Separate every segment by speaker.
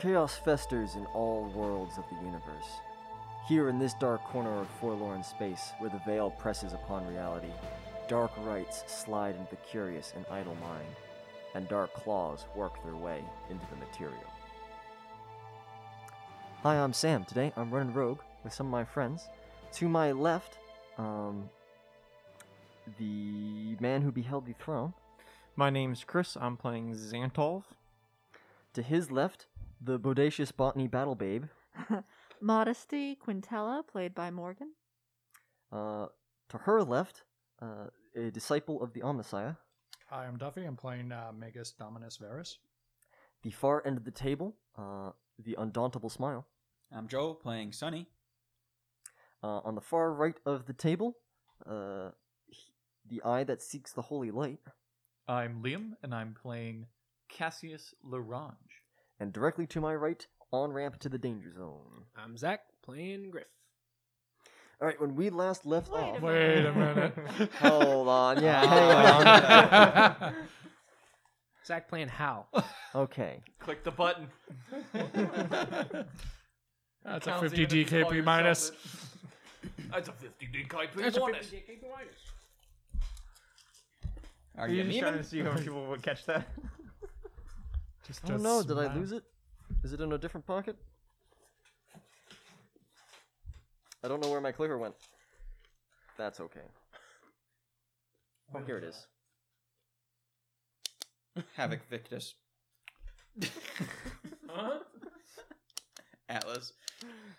Speaker 1: Chaos festers in all worlds of the universe. Here in this dark corner of forlorn space, where the veil presses upon reality, dark rights slide into the curious and idle mind, and dark claws work their way into the material. Hi, I'm Sam. Today I'm running rogue with some of my friends. To my left, um, the man who beheld the throne.
Speaker 2: My name's Chris. I'm playing Xantolf.
Speaker 1: To his left, the bodacious botany battle babe.
Speaker 3: Modesty Quintella, played by Morgan.
Speaker 1: Uh, to her left, uh, a disciple of the Omnissiah.
Speaker 4: Hi, I'm Duffy. I'm playing uh, Magus Dominus Varus.
Speaker 1: The far end of the table, uh, the undauntable smile.
Speaker 5: I'm Joe playing Sunny.
Speaker 1: Uh, on the far right of the table, uh, he- the eye that seeks the holy light.
Speaker 6: I'm Liam, and I'm playing Cassius LaRange.
Speaker 1: And directly to my right, on ramp to the danger zone.
Speaker 7: I'm Zach playing Griff.
Speaker 1: All right, when we last left
Speaker 3: Wait
Speaker 1: off.
Speaker 3: a Wait a
Speaker 6: minute.
Speaker 1: Hold on, yeah, hang
Speaker 6: Ah.
Speaker 7: Zach playing Hal.
Speaker 1: on. okay.
Speaker 6: Click the button.
Speaker 4: That's a
Speaker 6: Counts
Speaker 4: 50
Speaker 6: even if you call
Speaker 4: DKP minus.
Speaker 6: yourself it. That's a 50 DKP minus.
Speaker 5: Are you memeing?
Speaker 2: see how people would catch that.
Speaker 4: Just
Speaker 1: I don't know, Oh, did I lose it? Is it in a different pocket? I don't know where my clicker went. That's okay. Oh, here it is.
Speaker 5: Havoc Victus.
Speaker 7: uh-huh.
Speaker 5: Atlas.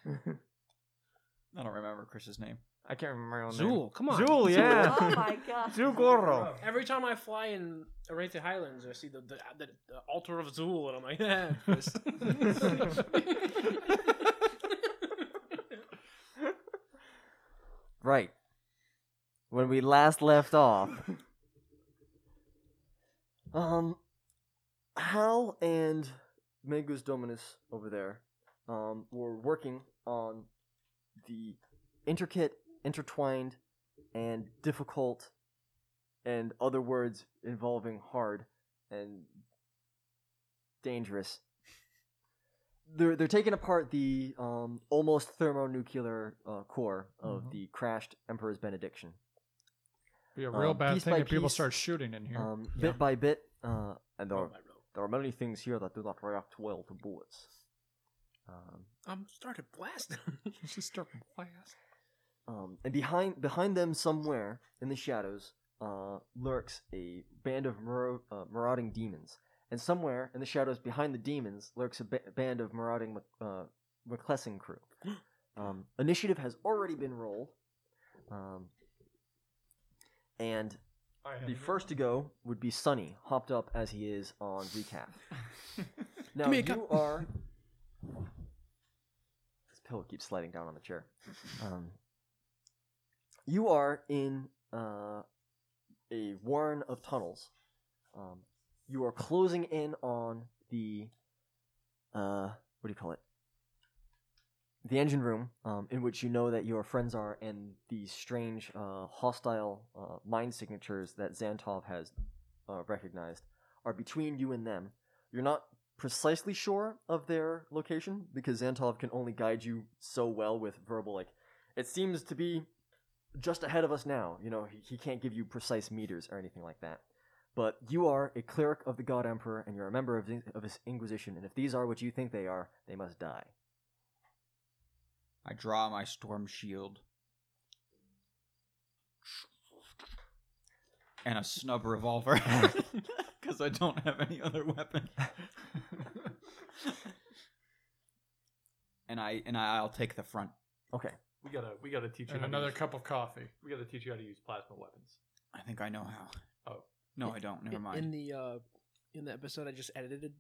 Speaker 5: I don't remember Chris's name.
Speaker 2: I can't remember my own name.
Speaker 7: Zool, come on.
Speaker 2: Zool, yeah.
Speaker 3: Oh my gosh.
Speaker 2: Zugoro.
Speaker 7: Every time I fly in Arete Highlands, I see the, the, the, the altar of Zool, and I'm like, eh, yeah. Chris."
Speaker 1: Right. When we last left off. um Hal and Magus Dominus over there um were working on the intricate, intertwined, and difficult and other words involving hard and dangerous. They're they're taking apart the um, almost thermonuclear uh, core of
Speaker 4: Mhm.
Speaker 1: the crashed Emperor's Benediction.
Speaker 4: be a real
Speaker 1: Um,
Speaker 4: bad
Speaker 1: piece
Speaker 4: thing
Speaker 1: by
Speaker 4: if people
Speaker 1: piece.
Speaker 4: start shooting in here.
Speaker 1: Um, Bit by bit, uh, and there
Speaker 7: Oh,
Speaker 1: are,
Speaker 7: my rogue.
Speaker 1: there are many things here that do not react well to bullets. Um,
Speaker 7: I'm starting to blast them.
Speaker 4: just start blast.
Speaker 1: Um, and behind behind them, somewhere in the shadows, uh, lurks a band of maro- uh, marauding demons. And somewhere in the shadows behind the demons lurks a ba- band of marauding Mc- uh, McClessing crew. Um, initiative has already been rolled, um, and the first to go would be Sunny, hopped up as he is on recap. now
Speaker 7: me a
Speaker 1: you
Speaker 7: cup.
Speaker 1: are. This pillow keeps sliding down on the chair. Um, you are in uh, a warren of tunnels. Um, you are closing in on the uh, what do you call it? The engine room, um, in which you know that your friends are, and the strange, uh, hostile uh, mind signatures that Xantov has uh, recognized are between you and them. You're not precisely sure of their location because Xantov can only guide you so well with verbal. Like, it seems to be just ahead of us now. You know, he, he can't give you precise meters or anything like that. But you are a cleric of the God Emperor, and you're a member of, the- of his Inquisition. And if these are what you think they are, they must die.
Speaker 5: I draw my storm shield. And a snub revolver. Because I don't have any other weapon. and I and I, I'll take the front.
Speaker 1: Okay.
Speaker 6: We gotta, we gotta teach you.
Speaker 4: And
Speaker 6: how to
Speaker 4: another
Speaker 6: use,
Speaker 4: cup of coffee.
Speaker 6: We gotta teach you how to use plasma weapons.
Speaker 5: I think I know how.
Speaker 6: Oh.
Speaker 5: No, I don't. Never mind.
Speaker 7: In the uh, in the episode I just edited,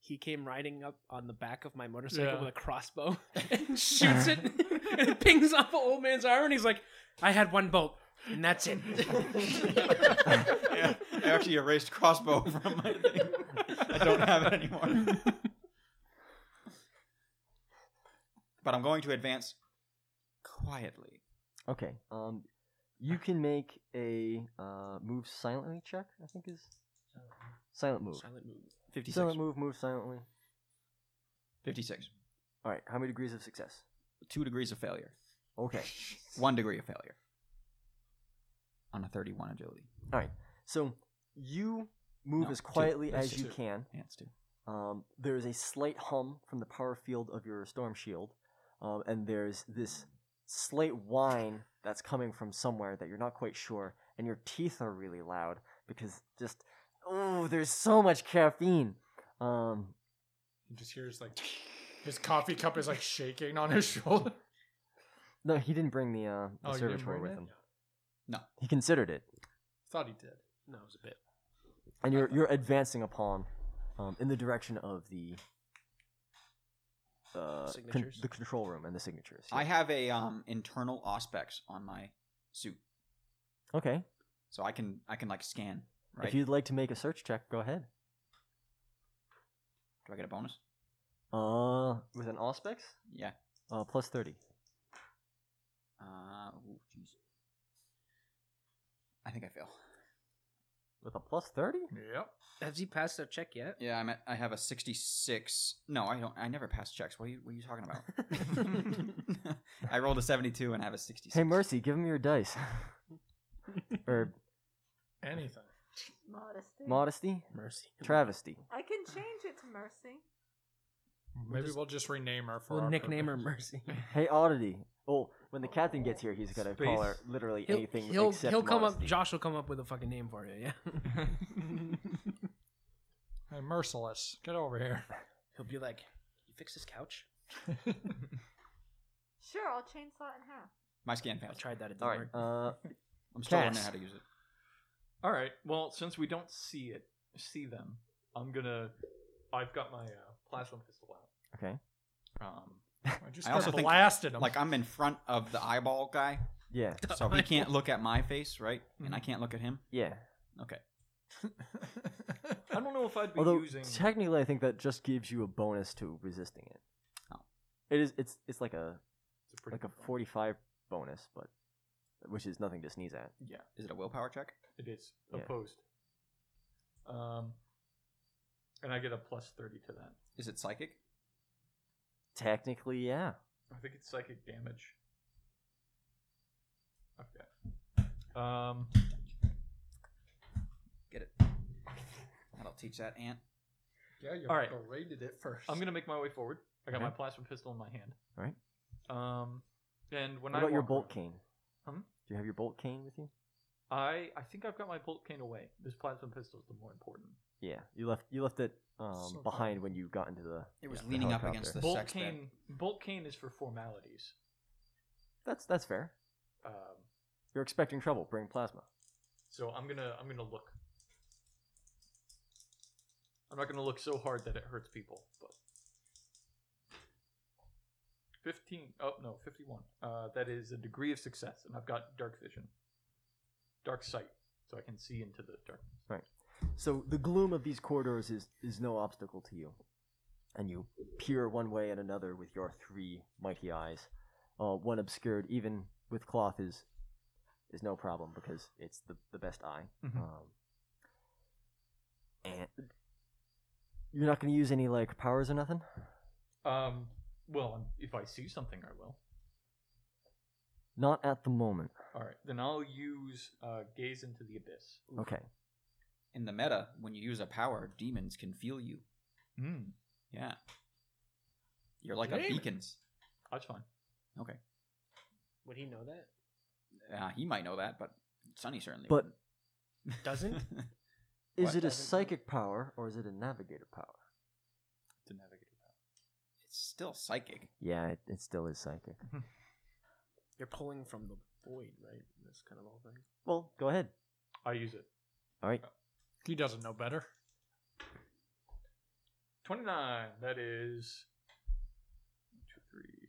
Speaker 7: he came riding up on the back of my motorcycle
Speaker 4: Yeah.
Speaker 7: with a crossbow and shoots it and it pings off an old man's arm and he's like, I had one bolt and that's it.
Speaker 5: yeah, I actually erased crossbow from my thing. I don't have it anymore. but I'm going to advance quietly.
Speaker 1: Okay. Um, you can make a uh, move silently check. I think is silent move.
Speaker 7: Silent move.
Speaker 5: 56.
Speaker 1: Silent move. Move silently.
Speaker 5: 56.
Speaker 1: All right, how many degrees of success?
Speaker 5: Two degrees of failure.
Speaker 1: Okay.
Speaker 5: One degree of failure. On a 31 agility.
Speaker 1: All right. So you move
Speaker 5: No,
Speaker 1: as
Speaker 5: two.
Speaker 1: quietly
Speaker 5: That's
Speaker 1: as you
Speaker 5: two.
Speaker 1: can.
Speaker 5: Yeah, it's two.
Speaker 1: Um, there is a slight hum from the power field of your storm shield, um, and there's this slight whine that's coming from somewhere that you're not quite sure, and your teeth are really loud because just oh, there's so much caffeine. Um,
Speaker 4: He just hears like his coffee cup is like shaking on his shoulder.
Speaker 1: no, he didn't bring the, uh, the
Speaker 4: Oh, you didn't
Speaker 1: servitor
Speaker 4: bring
Speaker 1: with
Speaker 4: it?
Speaker 1: him.
Speaker 5: No.
Speaker 1: he considered it,
Speaker 4: Thought he did.
Speaker 7: No, it was a bit.
Speaker 1: and you're you're advancing upon um, in the direction of the. Uh, con-
Speaker 7: Signatures?
Speaker 1: the control room and the signatures.
Speaker 5: I
Speaker 1: yeah.
Speaker 5: have a um internal aspects on my suit,
Speaker 1: okay.
Speaker 5: so I can I can like scan. Right?
Speaker 1: If you'd like to make a search check, go ahead.
Speaker 5: Do I get a bonus?
Speaker 1: Uh, with an aspects,
Speaker 5: Yeah.
Speaker 1: uh, plus thirty.
Speaker 5: Uh, ooh, jeez. I think I fail.
Speaker 1: With a plus thirty?
Speaker 4: Yep.
Speaker 7: Has he passed that check yet?
Speaker 5: Yeah, I'm at, I have a 66. No, I don't. I never pass checks. What are you What are you talking about? I rolled a 72 and I have a 66.
Speaker 1: Hey, Mercy, give him your dice. or
Speaker 4: Anything.
Speaker 3: Modesty.
Speaker 1: modesty,
Speaker 7: Mercy.
Speaker 1: travesty.
Speaker 3: I can change it to mercy.
Speaker 4: Maybe
Speaker 7: just-
Speaker 4: we'll just rename her for
Speaker 7: We'll
Speaker 4: our
Speaker 7: nickname her
Speaker 4: purpose.
Speaker 7: Mercy.
Speaker 1: Hey, oddity. Oh, when the captain gets here, he's gonna call her
Speaker 8: Space.
Speaker 1: literally
Speaker 7: He'll,
Speaker 1: anything
Speaker 7: he'll,
Speaker 1: except
Speaker 7: he'll come up.
Speaker 1: modesty.
Speaker 7: Josh will come up with a fucking name for you. Yeah.
Speaker 4: Hey, merciless. Get over here.
Speaker 7: he'll be like, "You fix this couch."
Speaker 3: Sure, I'll chainsaw it in half.
Speaker 5: My scan
Speaker 7: I
Speaker 5: failed.
Speaker 7: tried that. It didn't
Speaker 1: All right.
Speaker 7: work.
Speaker 1: Uh,
Speaker 5: I'm still learning
Speaker 1: Cass.
Speaker 5: how to use it.
Speaker 8: All right. Well, since we don't see it, see them, I'm gonna. I've got my uh, plasma pistol out.
Speaker 1: okay.
Speaker 8: Um,
Speaker 4: I just
Speaker 5: I also think-
Speaker 4: blasted him.
Speaker 5: Like I'm in front of the eyeball guy,
Speaker 1: Yeah.
Speaker 5: so he can't look at my face, right? And
Speaker 1: Mm-hmm.
Speaker 5: I can't look at him.
Speaker 1: Yeah.
Speaker 5: Okay.
Speaker 8: I don't know if I'd be
Speaker 1: Although
Speaker 8: using.
Speaker 1: technically, I think that just gives you a bonus to resisting it.
Speaker 5: Oh.
Speaker 1: It is. It's. It's like a
Speaker 8: It's pretty
Speaker 1: like a
Speaker 8: good one.
Speaker 1: forty-five bonus, but which is nothing to sneeze at.
Speaker 8: Yeah,
Speaker 5: Is it a willpower check?
Speaker 8: it is
Speaker 1: Yeah.
Speaker 8: opposed. Um, and I get a plus thirty to that.
Speaker 5: Is it psychic?
Speaker 1: Technically, yeah.
Speaker 8: I think it's psychic damage. Okay. Um,
Speaker 5: Get it. That'll teach that ant.
Speaker 4: yeah, you
Speaker 8: All right.
Speaker 4: berated it first.
Speaker 8: I'm gonna make my way forward. I got my
Speaker 1: Okay.
Speaker 8: plasma pistol in my hand.
Speaker 1: All right.
Speaker 8: Um, and when
Speaker 1: What
Speaker 8: I
Speaker 1: about your
Speaker 8: walk
Speaker 1: bolt
Speaker 8: around-
Speaker 1: cane?
Speaker 8: Hmm?
Speaker 1: Do you have your bolt cane with you?
Speaker 8: I I think I've got my bolt cane away. This plasma pistol is the more important.
Speaker 1: Yeah, you left you left it um,
Speaker 4: So
Speaker 1: behind when you got into the.
Speaker 5: It was
Speaker 1: the
Speaker 5: leaning up
Speaker 1: helicopter.
Speaker 5: against the
Speaker 8: bolt
Speaker 5: sex bed.
Speaker 8: cane bolt cane is for formalities.
Speaker 1: That's that's fair.
Speaker 8: Um,
Speaker 1: You're expecting trouble. Bring plasma.
Speaker 8: so I'm gonna I'm gonna look. I'm not gonna look so hard that it hurts people, but. 15 oh no 51 uh, that is a degree of success and i've got dark vision dark sight so i can see into the darkness
Speaker 1: So the gloom of these corridors is is no obstacle to you, and you peer one way and another with your three mighty eyes. Uh, one obscured even with cloth is is no problem because it's the the best eye.
Speaker 8: Mhm.
Speaker 1: Um, and you're not going to use any like powers or nothing.
Speaker 8: um well if i see something i will
Speaker 1: Not at the moment.
Speaker 8: All right, then I'll use uh, gaze into the abyss.
Speaker 1: Okay.
Speaker 5: In the meta, when you use a power, demons can feel you.
Speaker 8: Mm,
Speaker 5: Yeah. You're like a
Speaker 7: Demons.
Speaker 5: beacon.
Speaker 8: that's fine.
Speaker 5: Okay.
Speaker 7: Would he know that?
Speaker 5: Uh, he might know that, but Sonny certainly
Speaker 1: But-
Speaker 5: wouldn't.
Speaker 7: Doesn't?
Speaker 1: Is
Speaker 5: What?
Speaker 1: it a
Speaker 5: Doesn't-
Speaker 1: psychic power or is it a navigator power?
Speaker 8: To navigate.
Speaker 5: it's still psychic.
Speaker 1: Yeah, it, it still is psychic.
Speaker 7: You're pulling from the void, right? That's kind of the whole thing.
Speaker 1: Well, go ahead.
Speaker 8: I use it.
Speaker 1: All right.
Speaker 4: He doesn't know better.
Speaker 8: Twenty-nine. That is one, two, three,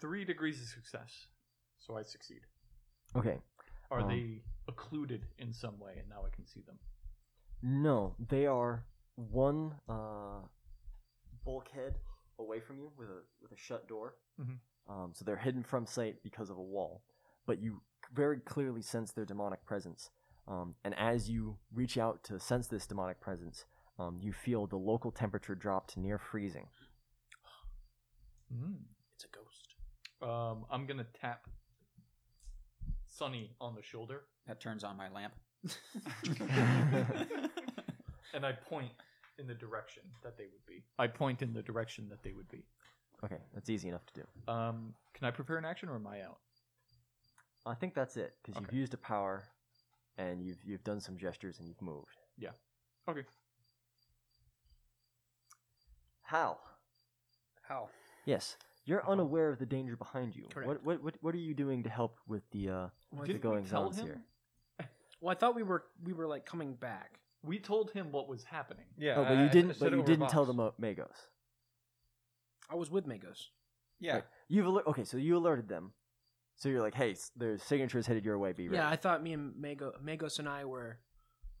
Speaker 8: three degrees of success. So I succeed.
Speaker 1: Okay.
Speaker 8: Are
Speaker 1: Um.
Speaker 8: they occluded in some way, and now I can see them?
Speaker 1: No, they are one uh, bulkhead away from you with a with a shut door.
Speaker 8: Mhm.
Speaker 1: Um, so they're hidden from sight because of a wall, but you very clearly sense their demonic presence. Um, and as you reach out to sense this demonic presence, um, you feel the local temperature drop to near freezing.
Speaker 6: Hmm.
Speaker 7: It's a ghost.
Speaker 6: Um, I'm gonna tap Sunny on the shoulder,
Speaker 5: That turns on my lamp.
Speaker 6: and I point in the direction that they would be. I point in the direction that they would be.
Speaker 1: Okay, that's easy enough to do.
Speaker 6: Um, can I prepare an action, or am I out?
Speaker 1: I think that's it because
Speaker 6: Okay.
Speaker 1: you've used a power, and you've you've done some gestures and you've moved.
Speaker 6: Yeah. Okay.
Speaker 1: Hal,
Speaker 7: How?
Speaker 1: yes, you're unaware of the danger behind you.
Speaker 7: Correct.
Speaker 1: What, what what what are you doing to help with the uh, the
Speaker 6: Didn't
Speaker 1: goings
Speaker 6: we tell
Speaker 1: ons
Speaker 6: him?
Speaker 1: here?
Speaker 7: Well, I thought we were we were like coming back.
Speaker 6: We told him what was happening.
Speaker 2: Yeah.
Speaker 1: oh, but
Speaker 2: I- I
Speaker 1: you
Speaker 2: s-
Speaker 1: didn't.
Speaker 2: said
Speaker 1: But you
Speaker 2: over
Speaker 1: didn't tell
Speaker 2: box.
Speaker 1: the Mo- Magos.
Speaker 7: I was with Magos.
Speaker 5: yeah.
Speaker 1: Right. You've aler- okay, so you alerted them. So you're like, hey, s- their signature is headed your way. Be ready.
Speaker 7: Yeah, I thought me and Mago, Magos and I were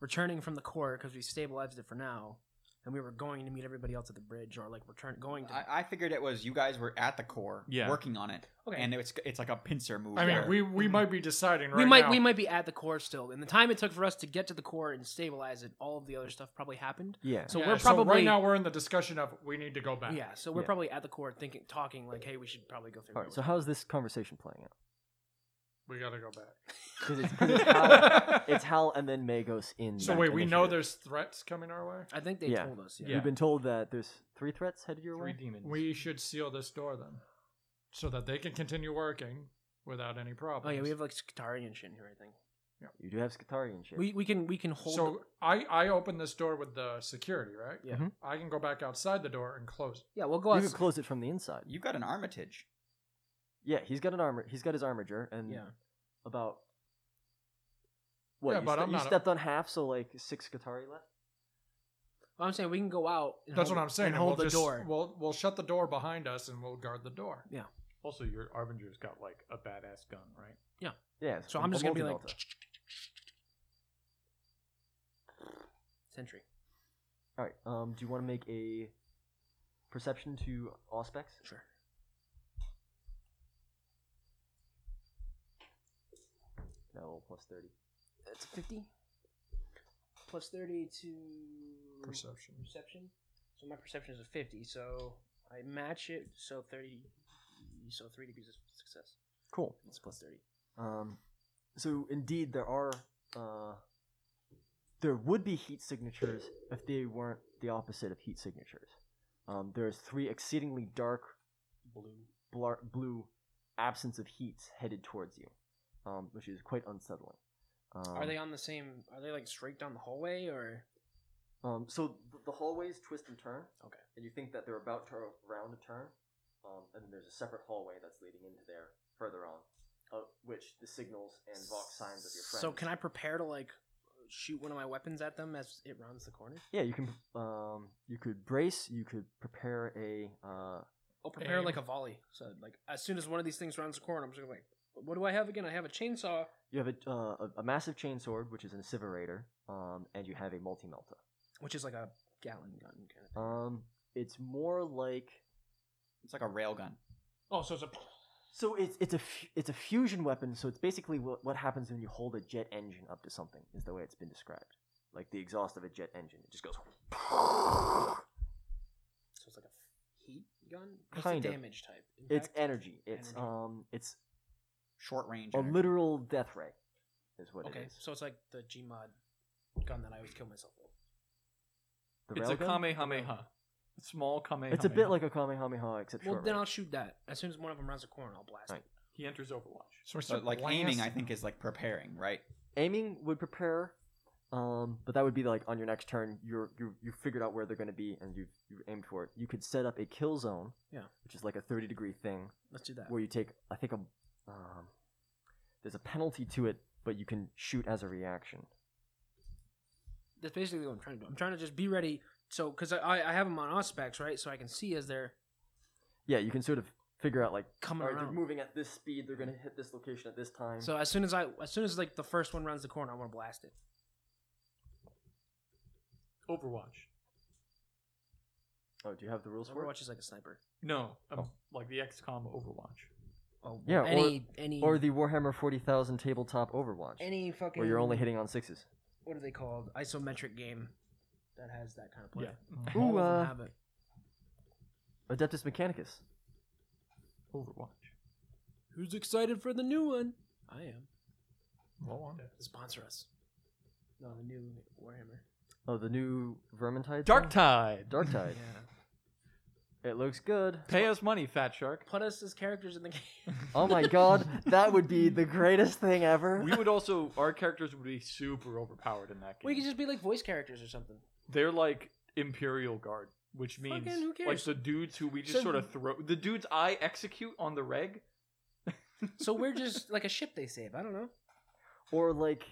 Speaker 7: returning from the core because we stabilized it for now, and we were going to meet everybody else at the bridge or like return going to.
Speaker 5: I, I figured it was you guys were at the core,
Speaker 6: Yeah.
Speaker 5: working on it,
Speaker 7: okay,
Speaker 5: and it's it's like a pincer move.
Speaker 4: I mean,
Speaker 5: where-
Speaker 4: we we might be deciding right
Speaker 7: we might
Speaker 4: now.
Speaker 7: we might be at the core still, and the time it took for us to get to the core and stabilize it, all of the other stuff probably happened.
Speaker 1: Yeah.
Speaker 7: So
Speaker 4: Yeah,
Speaker 7: we're
Speaker 4: right
Speaker 7: probably
Speaker 4: now we're in the discussion of we need to go back.
Speaker 7: Ah, yeah. So we're
Speaker 1: Yeah.
Speaker 7: probably at the core thinking, talking like, hey, we should probably go through.
Speaker 1: All right. So how's this conversation playing out?
Speaker 4: we gotta go back.
Speaker 1: 'Cause it's, 'cause it's Hal, it's Hal and then Magos in.
Speaker 4: So
Speaker 1: that
Speaker 4: wait, we know
Speaker 1: initiative.
Speaker 4: there's threats coming our way.
Speaker 7: I think they
Speaker 1: Yeah.
Speaker 7: told us.
Speaker 6: Yeah.
Speaker 7: Yeah.
Speaker 1: You've been told that there's three threats headed your
Speaker 6: Three
Speaker 1: way.
Speaker 6: demons.
Speaker 4: We should seal this door then, so that they can continue working without any problems.
Speaker 7: Oh yeah, we have like Skatari and shit in here. I think
Speaker 1: You do have Skatarian shit.
Speaker 7: we we can we can hold.
Speaker 4: so I I open this door with the security, right?
Speaker 7: Yeah.
Speaker 6: Mm-hmm.
Speaker 1: Mhm.
Speaker 4: I can go back outside the door and close. it.
Speaker 7: yeah, we'll go
Speaker 1: you can
Speaker 7: out.
Speaker 1: close it from the inside.
Speaker 5: you've got an Armitage.
Speaker 1: Yeah, he's got an armor. He's got his armager, and
Speaker 7: Yeah.
Speaker 1: about what?
Speaker 4: Yeah,
Speaker 1: you,
Speaker 4: but
Speaker 1: ste-
Speaker 4: I'm
Speaker 1: you
Speaker 4: not a-
Speaker 1: stepped on half, so like six Skatari left.
Speaker 7: Well, I'm saying we can go out. And
Speaker 4: That's
Speaker 7: hold-
Speaker 4: what I'm saying.
Speaker 7: And
Speaker 4: and
Speaker 7: hold
Speaker 4: we'll
Speaker 7: the
Speaker 4: just-
Speaker 7: door.
Speaker 4: We'll we'll shut the door behind us and we'll guard the door.
Speaker 6: Also, your Arbinger's got like a badass gun, right?
Speaker 1: Yeah.
Speaker 7: So
Speaker 1: from
Speaker 7: I'm just gonna be like,
Speaker 1: Multivelta.
Speaker 7: Sentry.
Speaker 1: all right. Um, do you want to make a perception to Auspex?
Speaker 7: Sure.
Speaker 1: No, plus thirty.
Speaker 7: That's fifty. Plus thirty to
Speaker 4: Perception.
Speaker 7: Perception. So my perception is a fifty. So I match it. So thirty. So three degrees of success.
Speaker 1: Cool.
Speaker 7: It's plus thirty.
Speaker 1: Um, so indeed, there are uh, there would be heat signatures if they weren't the opposite of heat signatures. Um, there's three exceedingly dark blue, blue absence of heat headed towards you, um, which is quite unsettling. Um,
Speaker 7: are they on the same? Are they like straight down the hallway or?
Speaker 1: Um, so th- the hallways twist and turn.
Speaker 7: Okay.
Speaker 1: And you think that they're about to round a turn, um, and then there's a separate hallway that's leading into there further on, uh, which the signals and vox signs of your friends.
Speaker 7: So can I prepare to like shoot one of my weapons at them as it rounds the corner?
Speaker 1: Yeah, you can. Um, you could brace. You could prepare a. Uh,
Speaker 7: I'll prepare
Speaker 4: Aim.
Speaker 7: like a volley. So like as soon as one of these things rounds the corner, I'm just gonna be like, what do I have again? I have a chainsaw.
Speaker 1: you have a, uh, a a massive chainsword, which is an asseverator, um, and you have a multi melta.
Speaker 7: which is like a gallon gun kind of thing.
Speaker 1: Um, it's more like
Speaker 5: It's like a rail gun.
Speaker 7: Oh, so it's a
Speaker 1: so it's it's a f- it's a fusion weapon. So it's basically what, what happens when you hold a jet engine up to something is the way it's been described, like the exhaust of a jet engine. It just goes
Speaker 7: so it's like a heat gun. What's
Speaker 1: Kind
Speaker 7: the
Speaker 1: of.
Speaker 7: damage type?
Speaker 1: It's
Speaker 7: Impact?
Speaker 1: energy. It's
Speaker 7: Energy.
Speaker 1: um it's
Speaker 5: Short range.
Speaker 1: a
Speaker 5: energy.
Speaker 1: literal death ray, is what
Speaker 7: okay.
Speaker 1: it is.
Speaker 7: So it's like the Gmod gun that I always kill myself with.
Speaker 1: The
Speaker 6: It's a
Speaker 1: railgun?
Speaker 6: kamehameha. Small kamehameha.
Speaker 1: It's a bit like a kamehameha, except
Speaker 7: Well,
Speaker 1: short
Speaker 7: then
Speaker 1: range.
Speaker 7: I'll shoot that as soon as one of them rounds the corner. I'll blast
Speaker 1: Right.
Speaker 7: it.
Speaker 6: he enters Overwatch.
Speaker 4: So we're
Speaker 5: So
Speaker 4: still
Speaker 5: like aiming, I
Speaker 4: blasting.
Speaker 5: think, is like preparing, right?
Speaker 1: aiming would prepare um, but that would be like on your next turn you're you you figured out where they're going to be and you you aimed for it you could set up a kill zone
Speaker 7: Yeah.
Speaker 1: which is like a 30 degree thing
Speaker 7: Let's do that.
Speaker 1: where you take i think a um, there's a penalty to it but you can shoot as a reaction
Speaker 7: That's basically what I'm trying to do. I'm trying to just be ready. So because I I I have them on aspects right, so I can see as they're
Speaker 1: yeah you can sort of figure out like
Speaker 7: coming
Speaker 1: all right, they're
Speaker 7: around.
Speaker 1: moving at this speed they're going to hit this location at this time
Speaker 7: So as soon as I as soon as like the first one rounds the corner, I want to blast it.
Speaker 6: Overwatch.
Speaker 1: oh do you have the rules for it
Speaker 7: Overwatch is like a sniper.
Speaker 6: No, um, like the XCOM Overwatch.
Speaker 7: Oh
Speaker 1: Yeah, or-
Speaker 7: Any any
Speaker 1: or the warhammer 40000 tabletop overwatch
Speaker 7: any fucking
Speaker 1: where you're only hitting on sixes
Speaker 7: what are they called? Isometric game that
Speaker 8: mm.
Speaker 7: has that kind of play.
Speaker 6: Yeah.
Speaker 7: All
Speaker 1: Ooh,
Speaker 7: of them
Speaker 1: uh,
Speaker 7: have it.
Speaker 1: adeptus mechanicus
Speaker 8: Overwatch.
Speaker 7: Who's excited for the new one? I am.
Speaker 8: Go on.
Speaker 7: Sponsor us. No, the new Warhammer.
Speaker 1: Oh, the new Vermintide.
Speaker 8: Dark
Speaker 1: Tide.
Speaker 8: Tide.
Speaker 1: Dark Tide. It looks good.
Speaker 8: Pay us money, Fat Shark.
Speaker 7: Put us as characters in the game.
Speaker 1: Oh my god, that would be the greatest thing ever.
Speaker 8: We would also our characters would be super overpowered in that game.
Speaker 7: we could just be like voice characters or something.
Speaker 8: They're like Imperial Guard, which means
Speaker 7: Fucking who
Speaker 8: like
Speaker 7: cares?
Speaker 8: the dudes who we just
Speaker 7: So-
Speaker 8: sort of throw the dudes I execute on the reg.
Speaker 7: So we're just like a ship they save. I don't know.
Speaker 1: or like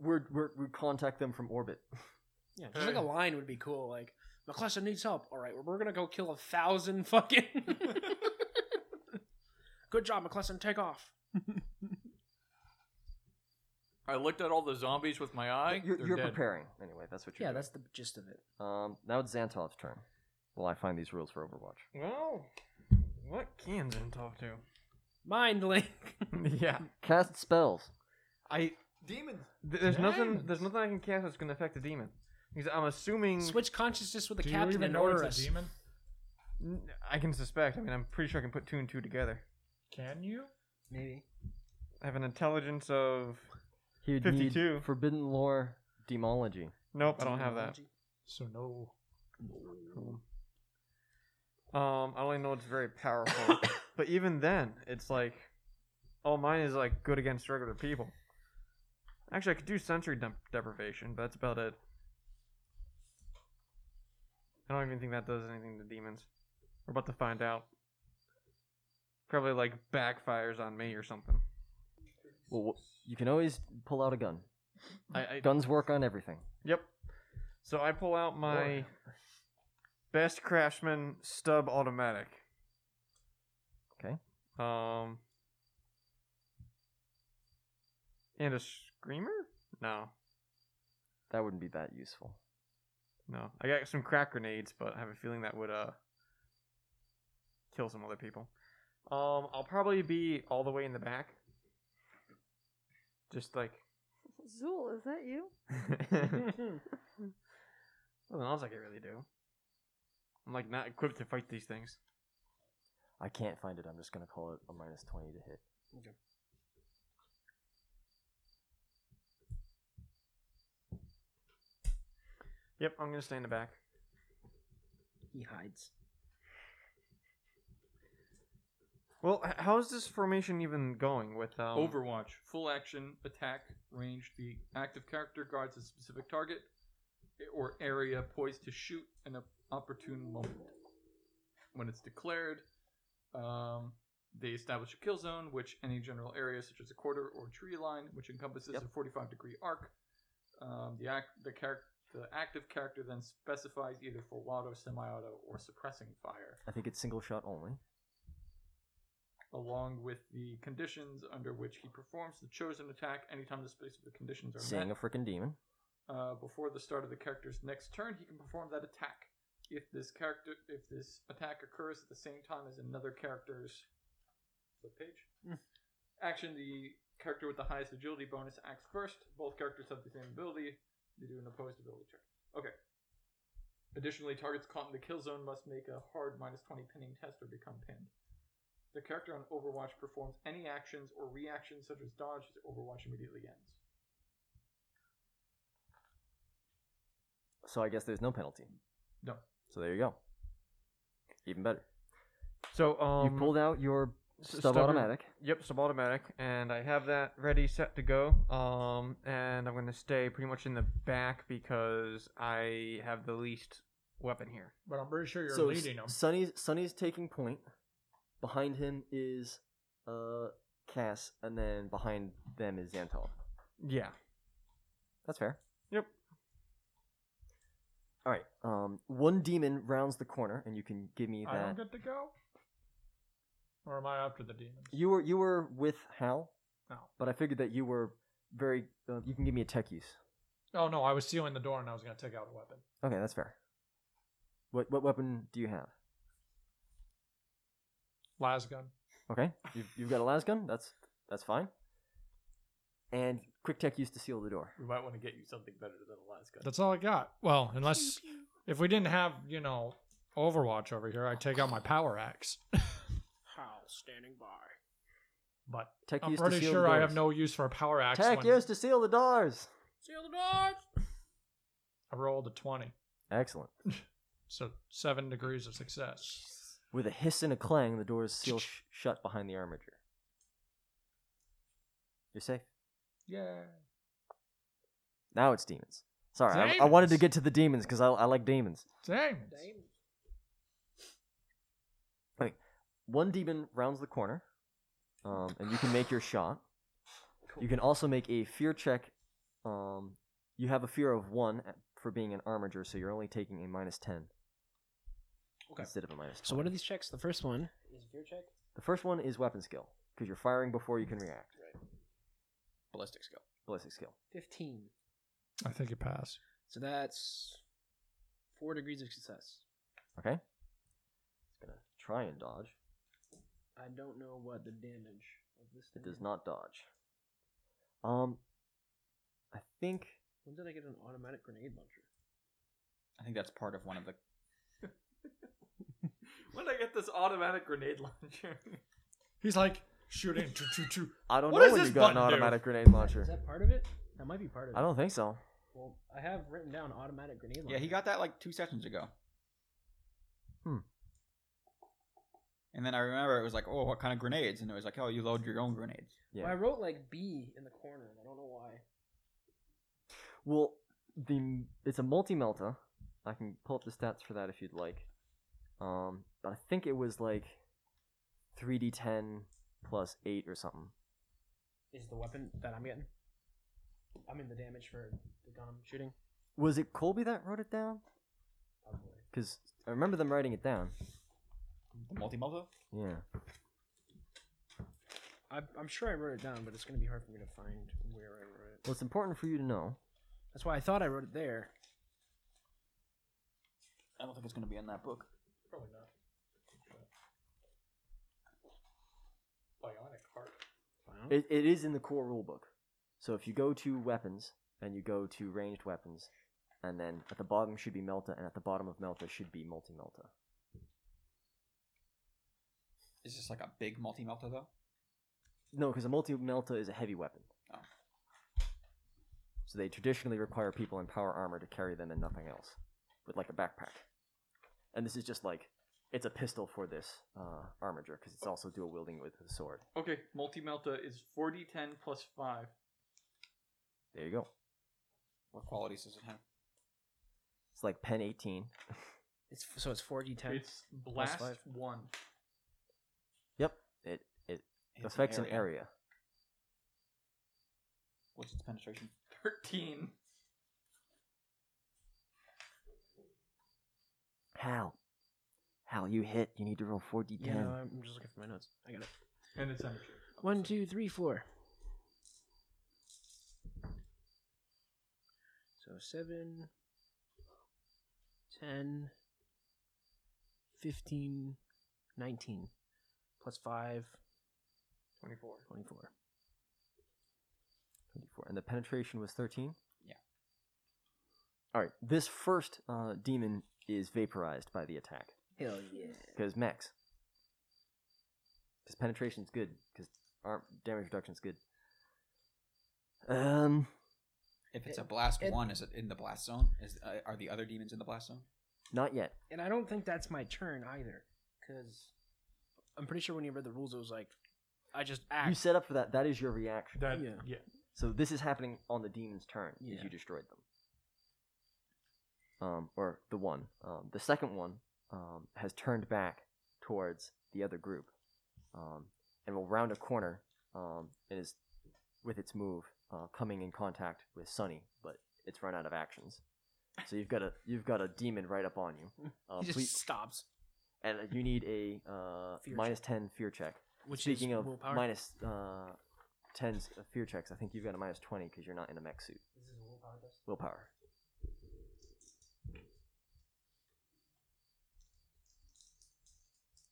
Speaker 1: we're, we're we contact them from orbit.
Speaker 7: Yeah, just like a line would be cool. Like McClellan needs help. All right, well, we're gonna go kill a thousand fucking. Good job, McClellan. Take off.
Speaker 8: I looked at all the zombies with my eye.
Speaker 1: You're,
Speaker 8: They're
Speaker 1: you're
Speaker 8: dead.
Speaker 1: preparing anyway. That's what you're.
Speaker 7: Yeah,
Speaker 1: doing.
Speaker 7: that's the gist of it.
Speaker 1: Um, now it's Xantov's turn. Well, I find these rules for Overwatch.
Speaker 2: Well, what can Zentalk do?
Speaker 7: Mind link.
Speaker 2: yeah.
Speaker 1: Cast spells.
Speaker 2: I
Speaker 8: Demons.
Speaker 2: Th- There's nothing. There's nothing I can cast that's gonna affect the demon. Because I'm assuming
Speaker 7: Switch consciousness with the
Speaker 4: Hmm. Do you
Speaker 7: captain
Speaker 4: even
Speaker 7: and
Speaker 4: know
Speaker 7: order
Speaker 4: it's a
Speaker 7: us.
Speaker 4: demon?
Speaker 2: N- I can suspect. I mean, I'm pretty sure I can put two and two together.
Speaker 4: Can you?
Speaker 7: Maybe.
Speaker 2: I have an intelligence of.
Speaker 1: He would
Speaker 2: 52.
Speaker 1: need forbidden lore demology.
Speaker 2: Nope, I don't have that.
Speaker 4: So no.
Speaker 2: Um, I only know it's very powerful. but even then, it's like, oh, mine is like good against regular people. Actually, I could do sensory dep- deprivation, but that's about it. I don't even think that does anything to demons. We're about to find out. Probably like backfires on me or something.
Speaker 1: Well, wh- you can always pull out a gun.
Speaker 2: I, I
Speaker 1: Guns work on everything.
Speaker 2: Yep. So I pull out my best craftsman stub automatic.
Speaker 1: Okay.
Speaker 2: Um. And a screamer? No,
Speaker 1: That wouldn't be that useful.
Speaker 2: no. I got some crack grenades, but I have a feeling that would uh kill some other people. Um, I'll probably be all the way in the back. Just like
Speaker 9: Zool, is that you?
Speaker 2: Nothing else I could really do. I'm like not equipped to fight these things.
Speaker 1: I can't find it. I'm just gonna call it a minus twenty to hit.
Speaker 2: Yep, I'm gonna stay in the back.
Speaker 7: He hides.
Speaker 2: Well, h- how's this formation even going with um,
Speaker 8: Overwatch. Full action, attack, range. The active character guards a specific target or area poised to shoot an op- opportune moment. When it's declared, um, they establish a kill zone, which any general area, such as a quarter or tree line, which encompasses
Speaker 1: Yep.
Speaker 8: a 45 degree arc. Um, the act, the character, the active character then specifies either full auto, semi-auto, or suppressing fire
Speaker 1: I think it's single shot only.
Speaker 8: along with the conditions under which he performs the chosen attack anytime the specific conditions are
Speaker 1: Seeing a
Speaker 8: met.
Speaker 1: freaking demon.
Speaker 8: Uh, before the start of the character's next turn, he can perform that attack. If this character, if this attack occurs at the same time as another character's flip page
Speaker 4: Hmm.
Speaker 8: action, the character with the highest agility bonus acts first. Both characters have the same ability. They do an opposed ability check. Okay. Additionally, targets caught in the kill zone must make a hard minus 20 pinning test or become pinned. The character on Overwatch performs any actions or reactions such as dodge as Overwatch immediately ends.
Speaker 1: So I guess there's no penalty.
Speaker 8: No.
Speaker 1: So there you go. Even better.
Speaker 2: So um,
Speaker 1: you pulled out your
Speaker 2: s-
Speaker 1: stub automatic.
Speaker 2: Yep, sub-automatic, and I have that ready, set to go. Um, and I'm gonna stay pretty much in the back because I have the least weapon here.
Speaker 4: But I'm pretty sure you're
Speaker 1: so
Speaker 4: leading them.
Speaker 1: Sunny's Sunny's taking point. Behind him is uh Cass, and then behind them is Xantov.
Speaker 2: Yeah.
Speaker 1: That's fair.
Speaker 2: Yep.
Speaker 1: All right. Um, one demon rounds the corner, and you can give me
Speaker 4: I
Speaker 1: that.
Speaker 4: don't get to go. Or am I after the demons?
Speaker 1: You were you were with Hal,
Speaker 4: Oh.
Speaker 1: but I figured that you were very. Uh, you can give me a tech use.
Speaker 4: Oh no, I was sealing the door and I was gonna take out a weapon.
Speaker 1: Okay, that's fair. What what weapon do you have?
Speaker 4: Las gun.
Speaker 1: Okay, you've, you've got a las gun. That's that's fine. And quick tech use to seal the door.
Speaker 8: We might want to get you something better than Alaska.
Speaker 4: That's all I got. Well, unless if we didn't have you know Overwatch over here, I'd take out my power axe.
Speaker 7: Cal standing by.
Speaker 4: But
Speaker 1: Tech
Speaker 4: I'm
Speaker 1: used to
Speaker 4: pretty
Speaker 1: seal
Speaker 4: sure
Speaker 1: the
Speaker 4: I have
Speaker 1: doors.
Speaker 4: no use for a power axe.
Speaker 1: Tech
Speaker 4: when
Speaker 1: used to seal the doors.
Speaker 7: Seal the doors.
Speaker 4: I rolled a 20.
Speaker 1: Excellent.
Speaker 4: So seven degrees of success.
Speaker 1: With a hiss and a clang, the doors seal sh- shut behind the armature. You're safe.
Speaker 4: Yeah.
Speaker 1: Now it's demons. Sorry, I, I
Speaker 4: Demons.
Speaker 1: wanted to get to the demons because I, I like demons.
Speaker 4: Diamonds.
Speaker 1: One demon rounds the corner, um, and you can make your shot. You can also make a fear check. Um, you have a fear of one at- for being an armager, so you're only taking a minus ten
Speaker 7: Okay.
Speaker 1: instead of a minus.
Speaker 7: So
Speaker 1: 20.
Speaker 7: what are these checks? The first one is gear check.
Speaker 1: The first one is weapon skill because you're firing before you can
Speaker 4: Mm.
Speaker 1: react.
Speaker 5: Ballistic skill.
Speaker 1: Ballistic skill.
Speaker 7: Fifteen.
Speaker 4: I think it passed.
Speaker 7: So that's four degrees of success.
Speaker 1: Okay. It's gonna try and dodge.
Speaker 7: I don't know what the damage of this.
Speaker 1: It
Speaker 7: thing
Speaker 1: does
Speaker 7: is.
Speaker 1: not dodge. Um, I think
Speaker 7: When did I get an automatic grenade launcher?
Speaker 5: I think that's part of one of the.
Speaker 6: When did I get this automatic grenade launcher?
Speaker 4: He's like shooting. Choo, choo, choo.
Speaker 1: I don't
Speaker 4: What
Speaker 1: know
Speaker 4: does
Speaker 1: when you
Speaker 4: this
Speaker 1: got an
Speaker 4: button do?
Speaker 1: automatic grenade launcher.
Speaker 7: Is that part of it? That might be part of it.
Speaker 1: I don't think so.
Speaker 7: Well, I have written down automatic grenade launcher.
Speaker 5: Yeah, he got that like two sessions ago.
Speaker 1: Hmm.
Speaker 5: And then I remember it was like, oh, what kind of grenades? And it was like, oh, you load your own grenades.
Speaker 1: Yeah.
Speaker 7: Well, I wrote like B in the corner. and I don't know why.
Speaker 1: Well, the it's a multi melta. I can pull up the stats for that if you'd like. Um, but I think it was like three d ten plus eight or something.
Speaker 7: Is the weapon that I'm getting? I mean the damage for the gun I'm shooting.
Speaker 1: Was it Colby that wrote it down?
Speaker 7: Probably.
Speaker 1: Because I remember them writing it down.
Speaker 5: The multi multi.
Speaker 1: Yeah.
Speaker 7: I, I'm sure I wrote it down, but it's gonna be hard for me to find where I wrote it.
Speaker 1: Well, it's important for you to know.
Speaker 7: That's why I thought I wrote it there.
Speaker 5: I don't think it's going to be in that book.
Speaker 4: Probably not.
Speaker 6: Bionic heart.
Speaker 1: It, it is in the core rulebook. So if you go to weapons and you go to ranged weapons, and then at the bottom should be Melta, and at the bottom of Melta should be multi Melta.
Speaker 5: Is this like a big multi multi though?
Speaker 1: No, because a multi Melta is a heavy weapon.
Speaker 5: Oh.
Speaker 1: So they traditionally require people in power armor to carry them and nothing else, with like a backpack. And this is just like it's a pistol for this uh, armager because it's also dual wielding with a sword.
Speaker 6: Okay, multi melta is 40 10 plus 5.
Speaker 1: There you go.
Speaker 5: What qualities does it have?
Speaker 1: It's like pen eighteen.
Speaker 7: It's so it's 4d10.
Speaker 6: It's blast
Speaker 1: five.
Speaker 6: 1.
Speaker 1: Yep. It it
Speaker 5: It's
Speaker 1: affects an area.
Speaker 5: What's its penetration?
Speaker 6: 13.
Speaker 1: Hal. Hal, you hit. You need to roll 4d10.
Speaker 7: Yeah, no, I'm just looking for my notes. I got it.
Speaker 6: And it's energy.
Speaker 7: One, two, three, four. So seven, ten, fifteen, nineteen, plus five,
Speaker 2: 24.
Speaker 7: twenty-four.
Speaker 1: 24. And the penetration was 13?
Speaker 5: Yeah.
Speaker 1: All right. This first uh, demon is vaporized by the attack.
Speaker 7: Hell yeah.
Speaker 1: Because max. Because penetration's good. Because arm damage reduction's good. Um,
Speaker 5: If it's
Speaker 7: It-
Speaker 5: a blast
Speaker 7: it-
Speaker 5: one, is it in the blast zone? Is uh, are the other demons in the blast zone?
Speaker 1: not yet.
Speaker 7: And I don't think that's my turn either, because I'm pretty sure when you read the rules, it was like, I just act.
Speaker 1: You set up for that. That is your reaction.
Speaker 4: That, yeah.
Speaker 7: Yeah.
Speaker 1: So this is happening on the demon's turn. Is
Speaker 7: Yeah.
Speaker 1: you destroyed them. Um, or the one. Um, the second one um, has turned back towards the other group, um, and will round a corner um, and is with its move uh, coming in contact with Sunny, but it's run out of actions. So you've got a you've got a demon right up on you. Uh,
Speaker 7: he just
Speaker 1: please,
Speaker 7: stops,
Speaker 1: and you need a uh,
Speaker 7: Fear
Speaker 1: minus ten fear check.
Speaker 7: which
Speaker 1: Speaking
Speaker 7: is
Speaker 1: of
Speaker 7: willpower.
Speaker 1: minus uh, 10 s- uh, fear checks, I think you've got a minus 20 because you're not in a mech suit.
Speaker 7: This is a willpower test.
Speaker 1: Willpower.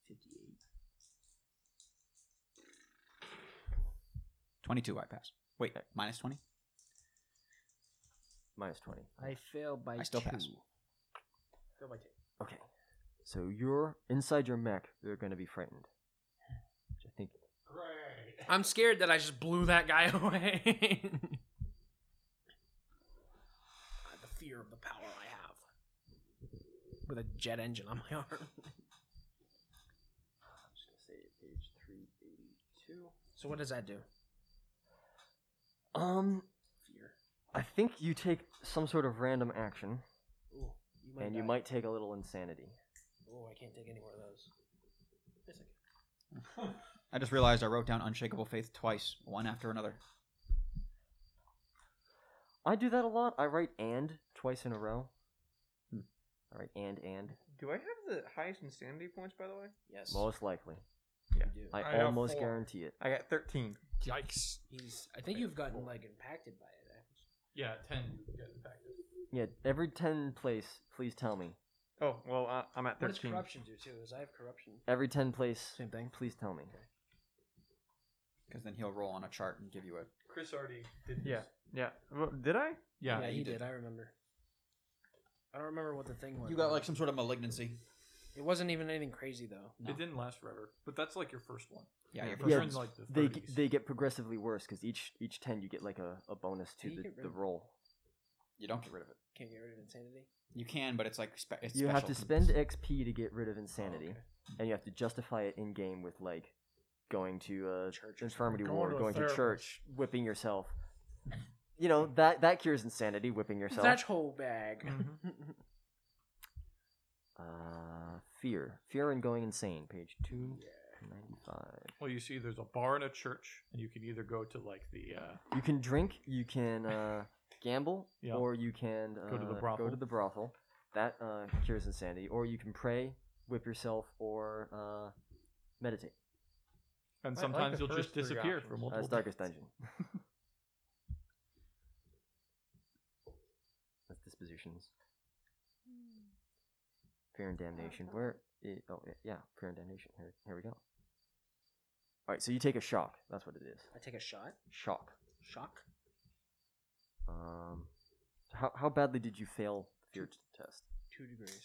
Speaker 7: Fifty-eight.
Speaker 5: Twenty two, I pass. Wait, minus twenty.
Speaker 1: Minus 20.
Speaker 7: I failed by
Speaker 5: I still
Speaker 7: two.
Speaker 5: pass.
Speaker 7: Failed by two.
Speaker 1: Okay. So you're inside your mech, you're going to be frightened.
Speaker 7: I'm scared that I just blew that guy away. God, the fear of the power I have. With a jet engine on my arm.
Speaker 1: I'm just gonna say page three eighty two.
Speaker 7: So what does that do?
Speaker 1: Um,
Speaker 7: Fear.
Speaker 1: I think you take some sort of random action,
Speaker 7: Ooh, you
Speaker 1: and you
Speaker 7: die.
Speaker 1: might take a little insanity.
Speaker 7: Oh, I can't take any more of those. Wait a second.
Speaker 5: I just realized I wrote down unshakable faith twice, one after another.
Speaker 1: I do that a lot. I write and twice in a row. Hmm. I write and and
Speaker 2: Do I have the highest insanity points, by the way?
Speaker 7: Yes.
Speaker 1: most likely.
Speaker 7: you do.
Speaker 1: I,
Speaker 4: I have
Speaker 1: almost
Speaker 4: four.
Speaker 1: guarantee it.
Speaker 2: I got 13.
Speaker 4: Yikes.
Speaker 7: He's. I think you've gotten like impacted by it.
Speaker 6: Yeah, ten. You get infected.
Speaker 1: Yeah, every ten place, please tell me.
Speaker 2: Oh, well, uh, I'm at
Speaker 7: What does
Speaker 2: 13.
Speaker 7: corruption do too? Is I have corruption.
Speaker 1: Every ten place,
Speaker 7: Same thing.
Speaker 1: please tell me.
Speaker 5: Because then he'll roll on a chart and give you a.
Speaker 6: Chris already did.
Speaker 2: Yeah. Yeah. Well, did I?
Speaker 7: Yeah,
Speaker 5: Yeah,
Speaker 7: he
Speaker 5: you
Speaker 7: did.
Speaker 5: did.
Speaker 7: I remember. I don't remember what the thing was.
Speaker 5: You got
Speaker 7: though.
Speaker 5: like some sort of malignancy.
Speaker 7: It wasn't even anything crazy though.
Speaker 5: No.
Speaker 6: It didn't last forever, but that's like your first one.
Speaker 5: Yeah, your
Speaker 1: Yeah,
Speaker 5: first
Speaker 6: You're in
Speaker 5: one's
Speaker 6: like the
Speaker 1: They
Speaker 6: 30s.
Speaker 1: they get progressively worse because each each ten you get like a, a bonus to
Speaker 7: Yeah, you
Speaker 1: the,
Speaker 7: get rid
Speaker 1: the
Speaker 7: of-
Speaker 1: roll.
Speaker 5: You don't get rid of it.
Speaker 7: Can't get rid of insanity.
Speaker 5: You can, but it's like spe- it's
Speaker 1: you have
Speaker 5: special
Speaker 1: to
Speaker 5: for
Speaker 1: spend
Speaker 5: this.
Speaker 1: XP to get rid of insanity,
Speaker 7: okay.
Speaker 1: and you have to justify it in game with like going to a
Speaker 7: Church or
Speaker 1: infirmity
Speaker 4: something.
Speaker 1: ward,
Speaker 4: Going to a
Speaker 1: going to
Speaker 4: therapist.
Speaker 1: church, whipping yourself. You know that that cures insanity, whipping yourself.
Speaker 7: That whole bag.
Speaker 1: Uh, fear, fear, and going insane. Page two ninety five.
Speaker 6: Well, you see, there's a bar and a church, and you can either go to like the uh,
Speaker 1: You can drink, you can uh, gamble,
Speaker 6: Yeah.
Speaker 1: or you can uh,
Speaker 6: Go to the
Speaker 1: Go
Speaker 6: brothel.
Speaker 1: to the brothel. That uh, cures insanity, or you can pray, whip yourself, or uh, meditate.
Speaker 6: and
Speaker 2: I like
Speaker 6: sometimes
Speaker 2: the
Speaker 6: you'll just
Speaker 2: first three
Speaker 6: disappear
Speaker 2: options.
Speaker 6: for
Speaker 1: Uh,
Speaker 6: multiple.
Speaker 1: it's Darkest Dungeon. That's dispositions. Fear and damnation. Where? i- oh yeah, yeah, fear and damnation. Here, here we go. All right, so you take a shock. That's what it is.
Speaker 7: I take a shot.
Speaker 1: Shock.
Speaker 7: Shock.
Speaker 1: Um, how how badly did you fail the fear t- test?
Speaker 7: Two degrees.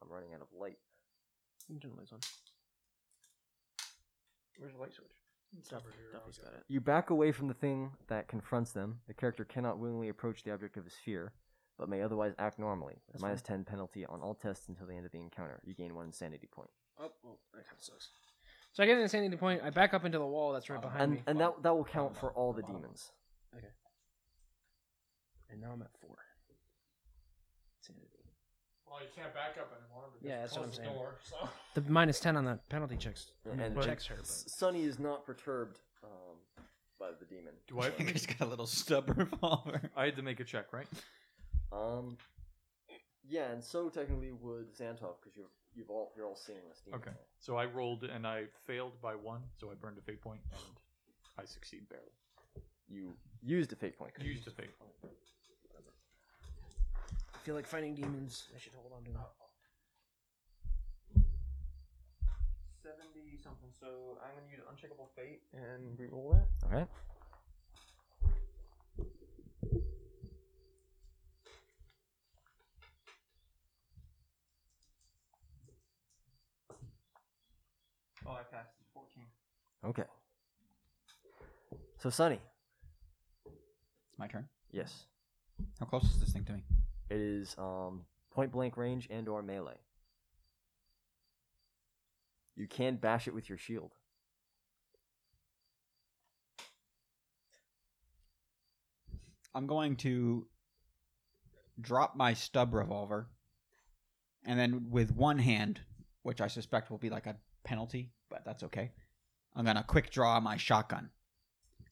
Speaker 1: I'm running out of light.
Speaker 7: You didn't lose one.
Speaker 2: Where's the light switch?
Speaker 7: Duffy's got it.
Speaker 1: You back away from the thing that confronts them. The character cannot willingly approach the object of his fear, but may otherwise act normally. with
Speaker 7: That's
Speaker 1: minus ten penalty on all tests until the end of the encounter. You gain one insanity point.
Speaker 7: Oh, well, that kind of sucks. So I get an insanity point. I back up into the wall that's right behind
Speaker 1: and
Speaker 7: me.
Speaker 1: and that that will count for all the
Speaker 5: Bottom.
Speaker 1: demons.
Speaker 7: and now I'm at four. Insanity.
Speaker 4: Well, you can't back up anymore. because
Speaker 7: Yeah,
Speaker 4: you
Speaker 7: that's what
Speaker 4: closed
Speaker 7: I'm
Speaker 4: the
Speaker 7: saying.
Speaker 4: door, so.
Speaker 7: The minus ten on the penalty checks.
Speaker 1: And-
Speaker 7: And
Speaker 1: but-
Speaker 7: checks hurt.
Speaker 1: S- Sunny is not perturbed um, by the demon.
Speaker 6: Do I?
Speaker 5: He's got a little stub revolver.
Speaker 6: I had to make a check, right?
Speaker 1: Um, yeah, and so technically would Xantov because you're you've all you're all seeing this demon.
Speaker 6: Okay.
Speaker 1: now.
Speaker 6: So I rolled and I failed by one, so I burned a fate point and I succeed barely.
Speaker 1: You used a fate point.
Speaker 6: Used a fate point.
Speaker 7: I feel like fighting demons. I should hold on to them.
Speaker 2: Seventy something. So I'm gonna use uncheckable fate and re-roll that.
Speaker 1: All right.
Speaker 2: Oh, I passed. Fourteen.
Speaker 1: Okay. So Sunny,
Speaker 5: It's my turn.
Speaker 1: yes,
Speaker 5: How close is this thing to me?
Speaker 1: it is um, point blank range and or melee. You can bash it with your shield.
Speaker 5: I'm going to drop my stub revolver, and then with one hand, which I suspect will be like a penalty, but that's okay. I'm gonna quick draw my shotgun,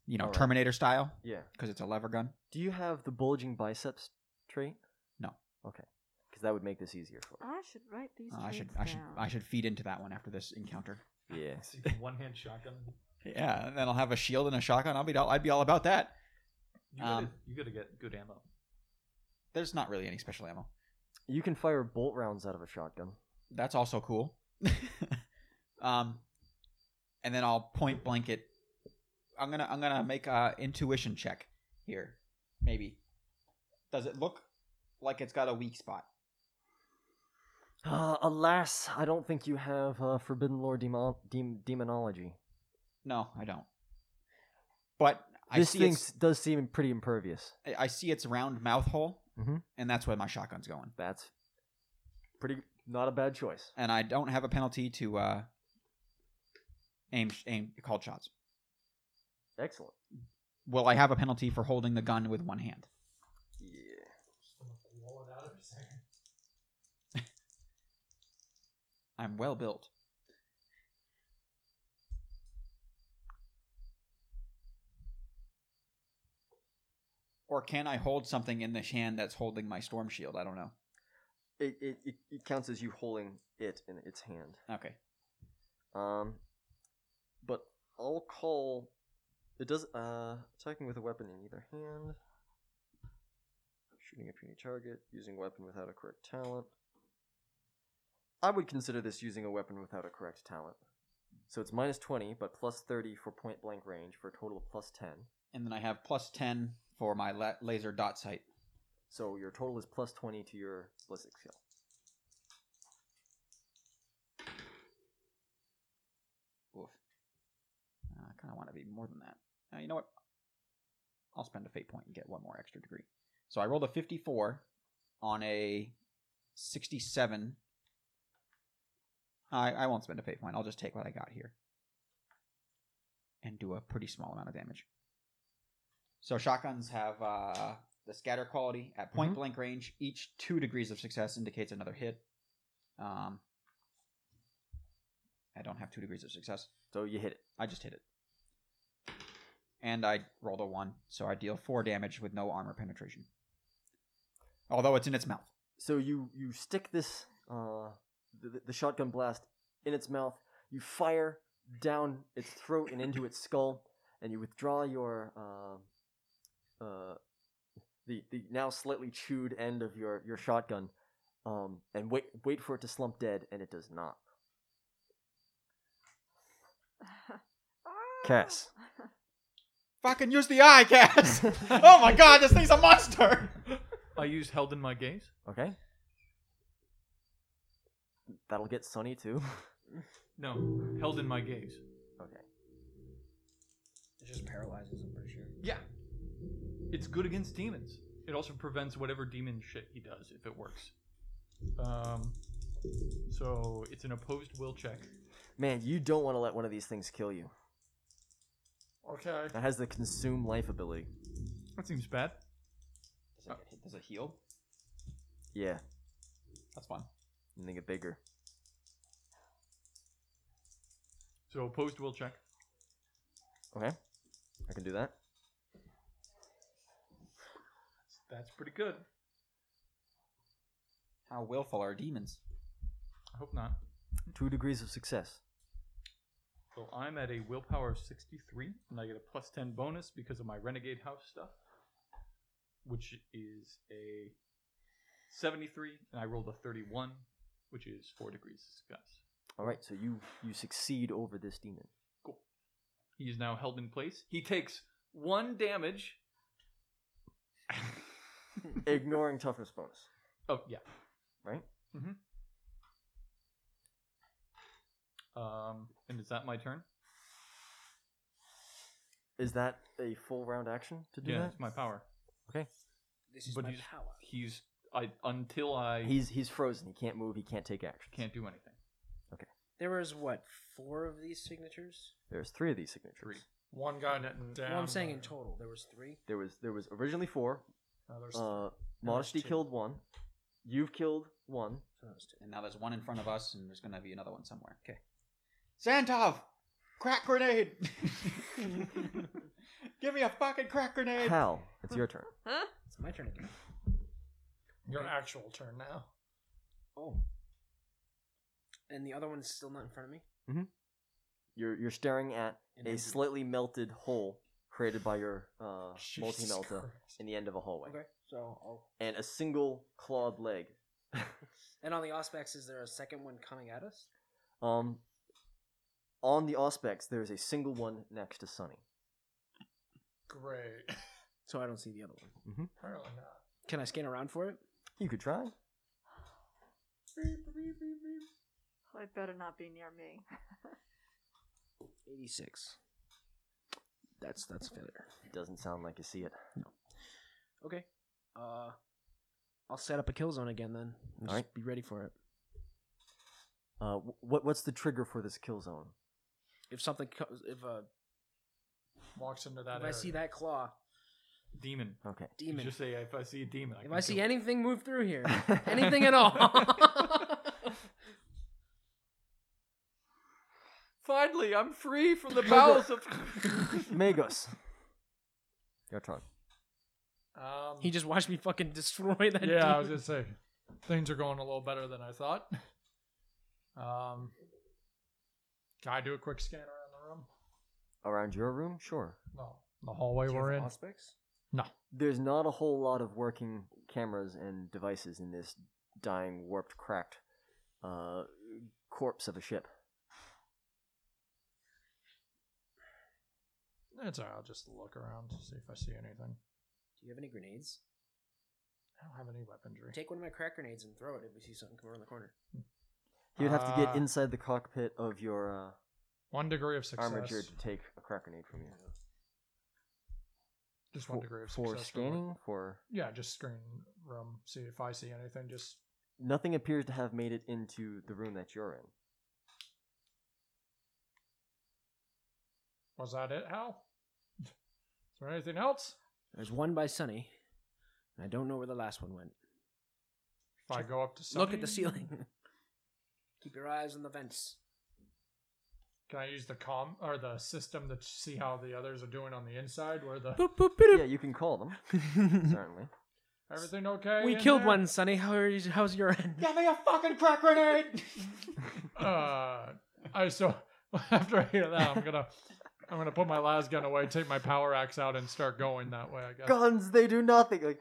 Speaker 5: you know,
Speaker 1: All right.
Speaker 5: Terminator style,
Speaker 1: Yeah.
Speaker 5: because it's a lever gun.
Speaker 1: Do you have the bulging biceps trait?
Speaker 5: No.
Speaker 1: Okay. Because that would make this easier for
Speaker 3: I should write these.
Speaker 5: Uh, I should,
Speaker 3: traits
Speaker 5: I should,
Speaker 3: down.
Speaker 5: I should feed into that one after this encounter.
Speaker 1: you. Yeah.
Speaker 6: So you can one hand shotgun.
Speaker 5: Yeah, and then I'll have a shield and a shotgun. I'll be, all, I'd be all about that.
Speaker 6: You gotta,
Speaker 5: Um,
Speaker 6: you gotta get good ammo.
Speaker 5: There's not really any special ammo.
Speaker 1: You can fire bolt rounds out of a shotgun.
Speaker 5: That's also cool. um, and then I'll point blanket. I'm gonna I'm gonna make a intuition check here. Maybe does it look like it's got a weak spot?
Speaker 1: Uh, alas, I don't think you have uh, Forbidden Lore demon- dem- Demonology.
Speaker 5: No, I don't. But I
Speaker 1: this
Speaker 5: see
Speaker 1: thing
Speaker 5: its,
Speaker 1: s- does seem pretty impervious.
Speaker 5: I- I see its round mouth hole,
Speaker 1: Mhm.
Speaker 5: and that's where my shotgun's going.
Speaker 1: That's pretty not a bad choice.
Speaker 5: And I don't have a penalty to uh, aim aim called shots.
Speaker 1: Excellent.
Speaker 5: Will I have a penalty for holding the gun with one hand? I'm well built. Or can I hold something in this hand that's holding my storm shield? I don't know.
Speaker 1: It, it, it, it counts as you holding it in its hand.
Speaker 5: Okay.
Speaker 1: Um, but I'll call. It does uh attacking with a weapon in either hand, shooting a puny target, using weapon without a correct talent. I would consider this using a weapon without a correct talent. So it's minus twenty, but plus thirty for point blank range for a total of plus ten.
Speaker 5: And then I have plus 10 for my la- laser dot sight.
Speaker 1: So your total is plus twenty to your ballistic skill.
Speaker 5: Oof. Uh, I kind of want to be more than that. Uh, you know what? I'll spend a fate point and get one more extra degree. So I rolled a 54 on a 67. I, I won't spend a fate point. I'll just take what I got here and do a pretty small amount of damage. So shotguns have uh, the scatter quality at point
Speaker 1: Mhm.
Speaker 5: blank range. Each two degrees of success indicates another hit. Um, I don't have two degrees of success.
Speaker 1: So you hit it.
Speaker 5: I just hit it. And I rolled a one, so I deal four damage with no armor penetration. Although it's in its mouth.
Speaker 1: so you you stick this uh the, the shotgun blast in its mouth you fire down its throat and into its skull and you withdraw your uh, uh the the now slightly chewed end of your your shotgun um and wait wait for it to slump dead and it does not Cass.
Speaker 5: Fucking use the eye, Cass! oh my god, this thing's a monster!
Speaker 8: I use held in my gaze.
Speaker 1: okay that'll get sunny too
Speaker 8: No, held in my gaze.
Speaker 1: okay
Speaker 7: It just paralyzes. I'm pretty sure.
Speaker 8: Yeah, it's good against demons. It also prevents whatever demon shit he does if it works. Um, so it's an opposed will check.
Speaker 1: man you don't want to let one of these things kill you
Speaker 4: Okay.
Speaker 1: that has the consume life ability
Speaker 8: That seems bad.
Speaker 5: Does it, does it heal?
Speaker 1: yeah
Speaker 5: That's fun.
Speaker 1: and they get bigger.
Speaker 8: So opposed will check.
Speaker 1: Okay, I can do that.
Speaker 8: That's pretty good.
Speaker 5: How willful are demons?
Speaker 8: I hope not.
Speaker 1: Two degrees of success.
Speaker 8: So I'm at a willpower of 63, and I get a plus 10 bonus because of my renegade house stuff, which is a 73, and I rolled a 31, which is four degrees of success.
Speaker 1: All right, so you you succeed over this demon.
Speaker 8: Cool. He is now held in place. He takes one damage.
Speaker 1: Ignoring toughness bonus,
Speaker 8: Oh yeah.
Speaker 1: right?
Speaker 8: Um, and is that my turn?
Speaker 1: Is that a full round action to do
Speaker 8: yeah,
Speaker 1: that?
Speaker 8: it's my power.
Speaker 1: Okay.
Speaker 7: This is
Speaker 8: But
Speaker 7: my
Speaker 8: he's-
Speaker 7: power.
Speaker 8: He's I until I
Speaker 1: He's he's frozen. He can't move. He can't take action.
Speaker 8: can't do anything.
Speaker 7: There was what four of these signatures?
Speaker 1: There's three of these signatures.
Speaker 8: Three.
Speaker 4: One got down.
Speaker 7: well, I'm saying in total there was three.
Speaker 1: There was there was originally four.
Speaker 4: No, there's-
Speaker 1: Uh, modesty
Speaker 4: two.
Speaker 1: killed one. You've killed one.
Speaker 7: So that was two.
Speaker 5: And now there's one in front of us, and there's gonna be another one somewhere. Okay. Santov! Crack grenade! Give me a fucking crack grenade!
Speaker 1: Hal, it's your turn.
Speaker 3: Huh?
Speaker 7: It's my turn again.
Speaker 4: Your actual turn now.
Speaker 7: Oh. And the other one is still not in front of me.
Speaker 1: You're you're staring at
Speaker 7: An
Speaker 1: a
Speaker 7: empty-
Speaker 1: slightly melted hole created by your uh, multi
Speaker 4: Jesus
Speaker 1: melter
Speaker 4: Christ.
Speaker 1: in the end of a hallway.
Speaker 7: Okay. So I'll.
Speaker 1: and a single clawed leg.
Speaker 7: And on the Auspex, is there a second one coming at us?
Speaker 1: Um, on the Auspex, there is a single one next to Sunny.
Speaker 4: Great.
Speaker 7: So I don't see the other one.
Speaker 4: Apparently not.
Speaker 7: Can I scan around for it?
Speaker 1: You could try.
Speaker 3: Oh, it better not be near me.
Speaker 7: 86. That's that's a failure.
Speaker 1: Doesn't sound like you see it.
Speaker 7: Okay. Uh, I'll set up a kill zone again then. and
Speaker 1: All
Speaker 7: just Be ready for it.
Speaker 1: Uh, wh- what what's the trigger for this kill zone?
Speaker 7: If something, co- if uh,
Speaker 4: Walks into that
Speaker 7: if I
Speaker 4: area.
Speaker 7: see that claw,
Speaker 6: Demon.
Speaker 1: Okay.
Speaker 6: You
Speaker 7: demon.
Speaker 6: just say if I see a demon. I
Speaker 7: if
Speaker 6: can
Speaker 7: I see
Speaker 6: kill it."
Speaker 7: anything move through here, anything at all.
Speaker 6: Finally, I'm free from the bowels of.
Speaker 1: Magos. Your turn.
Speaker 4: Um,
Speaker 7: he just watched me fucking destroy that.
Speaker 4: yeah, I was
Speaker 7: demon.
Speaker 4: gonna say things are going a little better than I thought. Um, can I do a quick scan around the room?
Speaker 1: Around your room, sure.
Speaker 4: No, the hallway we're in. No,
Speaker 1: There's not a whole lot of working cameras and devices in this dying, warped, cracked uh, corpse of a ship.
Speaker 4: it's alright. I'll just look around to see if I see anything.
Speaker 7: Do you have any grenades?
Speaker 4: I don't have any weaponry.
Speaker 7: Take one of my crack grenades and throw it if we see something come around the corner.
Speaker 1: You'd have to get
Speaker 4: Uh,
Speaker 1: inside the cockpit of your
Speaker 4: One degree of
Speaker 1: uh, armature
Speaker 4: success.
Speaker 1: to take a crack grenade from you.
Speaker 4: Just
Speaker 1: For,
Speaker 4: one degree of
Speaker 1: for
Speaker 4: success. roll.
Speaker 1: scanning, for
Speaker 4: Yeah, just screen room. See if I see anything. Just
Speaker 1: nothing appears to have made it into the room that you're in.
Speaker 4: was that it? Hal? Is there anything else?
Speaker 7: There's one by Sunny, and I don't know where the last one went.
Speaker 4: If I go up to
Speaker 7: Look at the
Speaker 4: something-
Speaker 7: ceiling. Keep your eyes on the vents.
Speaker 4: Can I use the com or the system to see how the others are doing on the inside? Where the
Speaker 7: Boop, boop, boop,
Speaker 1: Yeah, you can call them
Speaker 7: boop.
Speaker 1: certainly.
Speaker 4: everything okay?
Speaker 7: we
Speaker 4: in
Speaker 7: killed
Speaker 4: there?
Speaker 7: one, Sonny. How are you, how's your end?
Speaker 5: Give me a fucking crack grenade.
Speaker 4: Uh, I so after I hear that, I'm gonna I'm gonna put my last gun away, take my power axe out, and start going that way. I guess.
Speaker 1: Guns, they do nothing. Like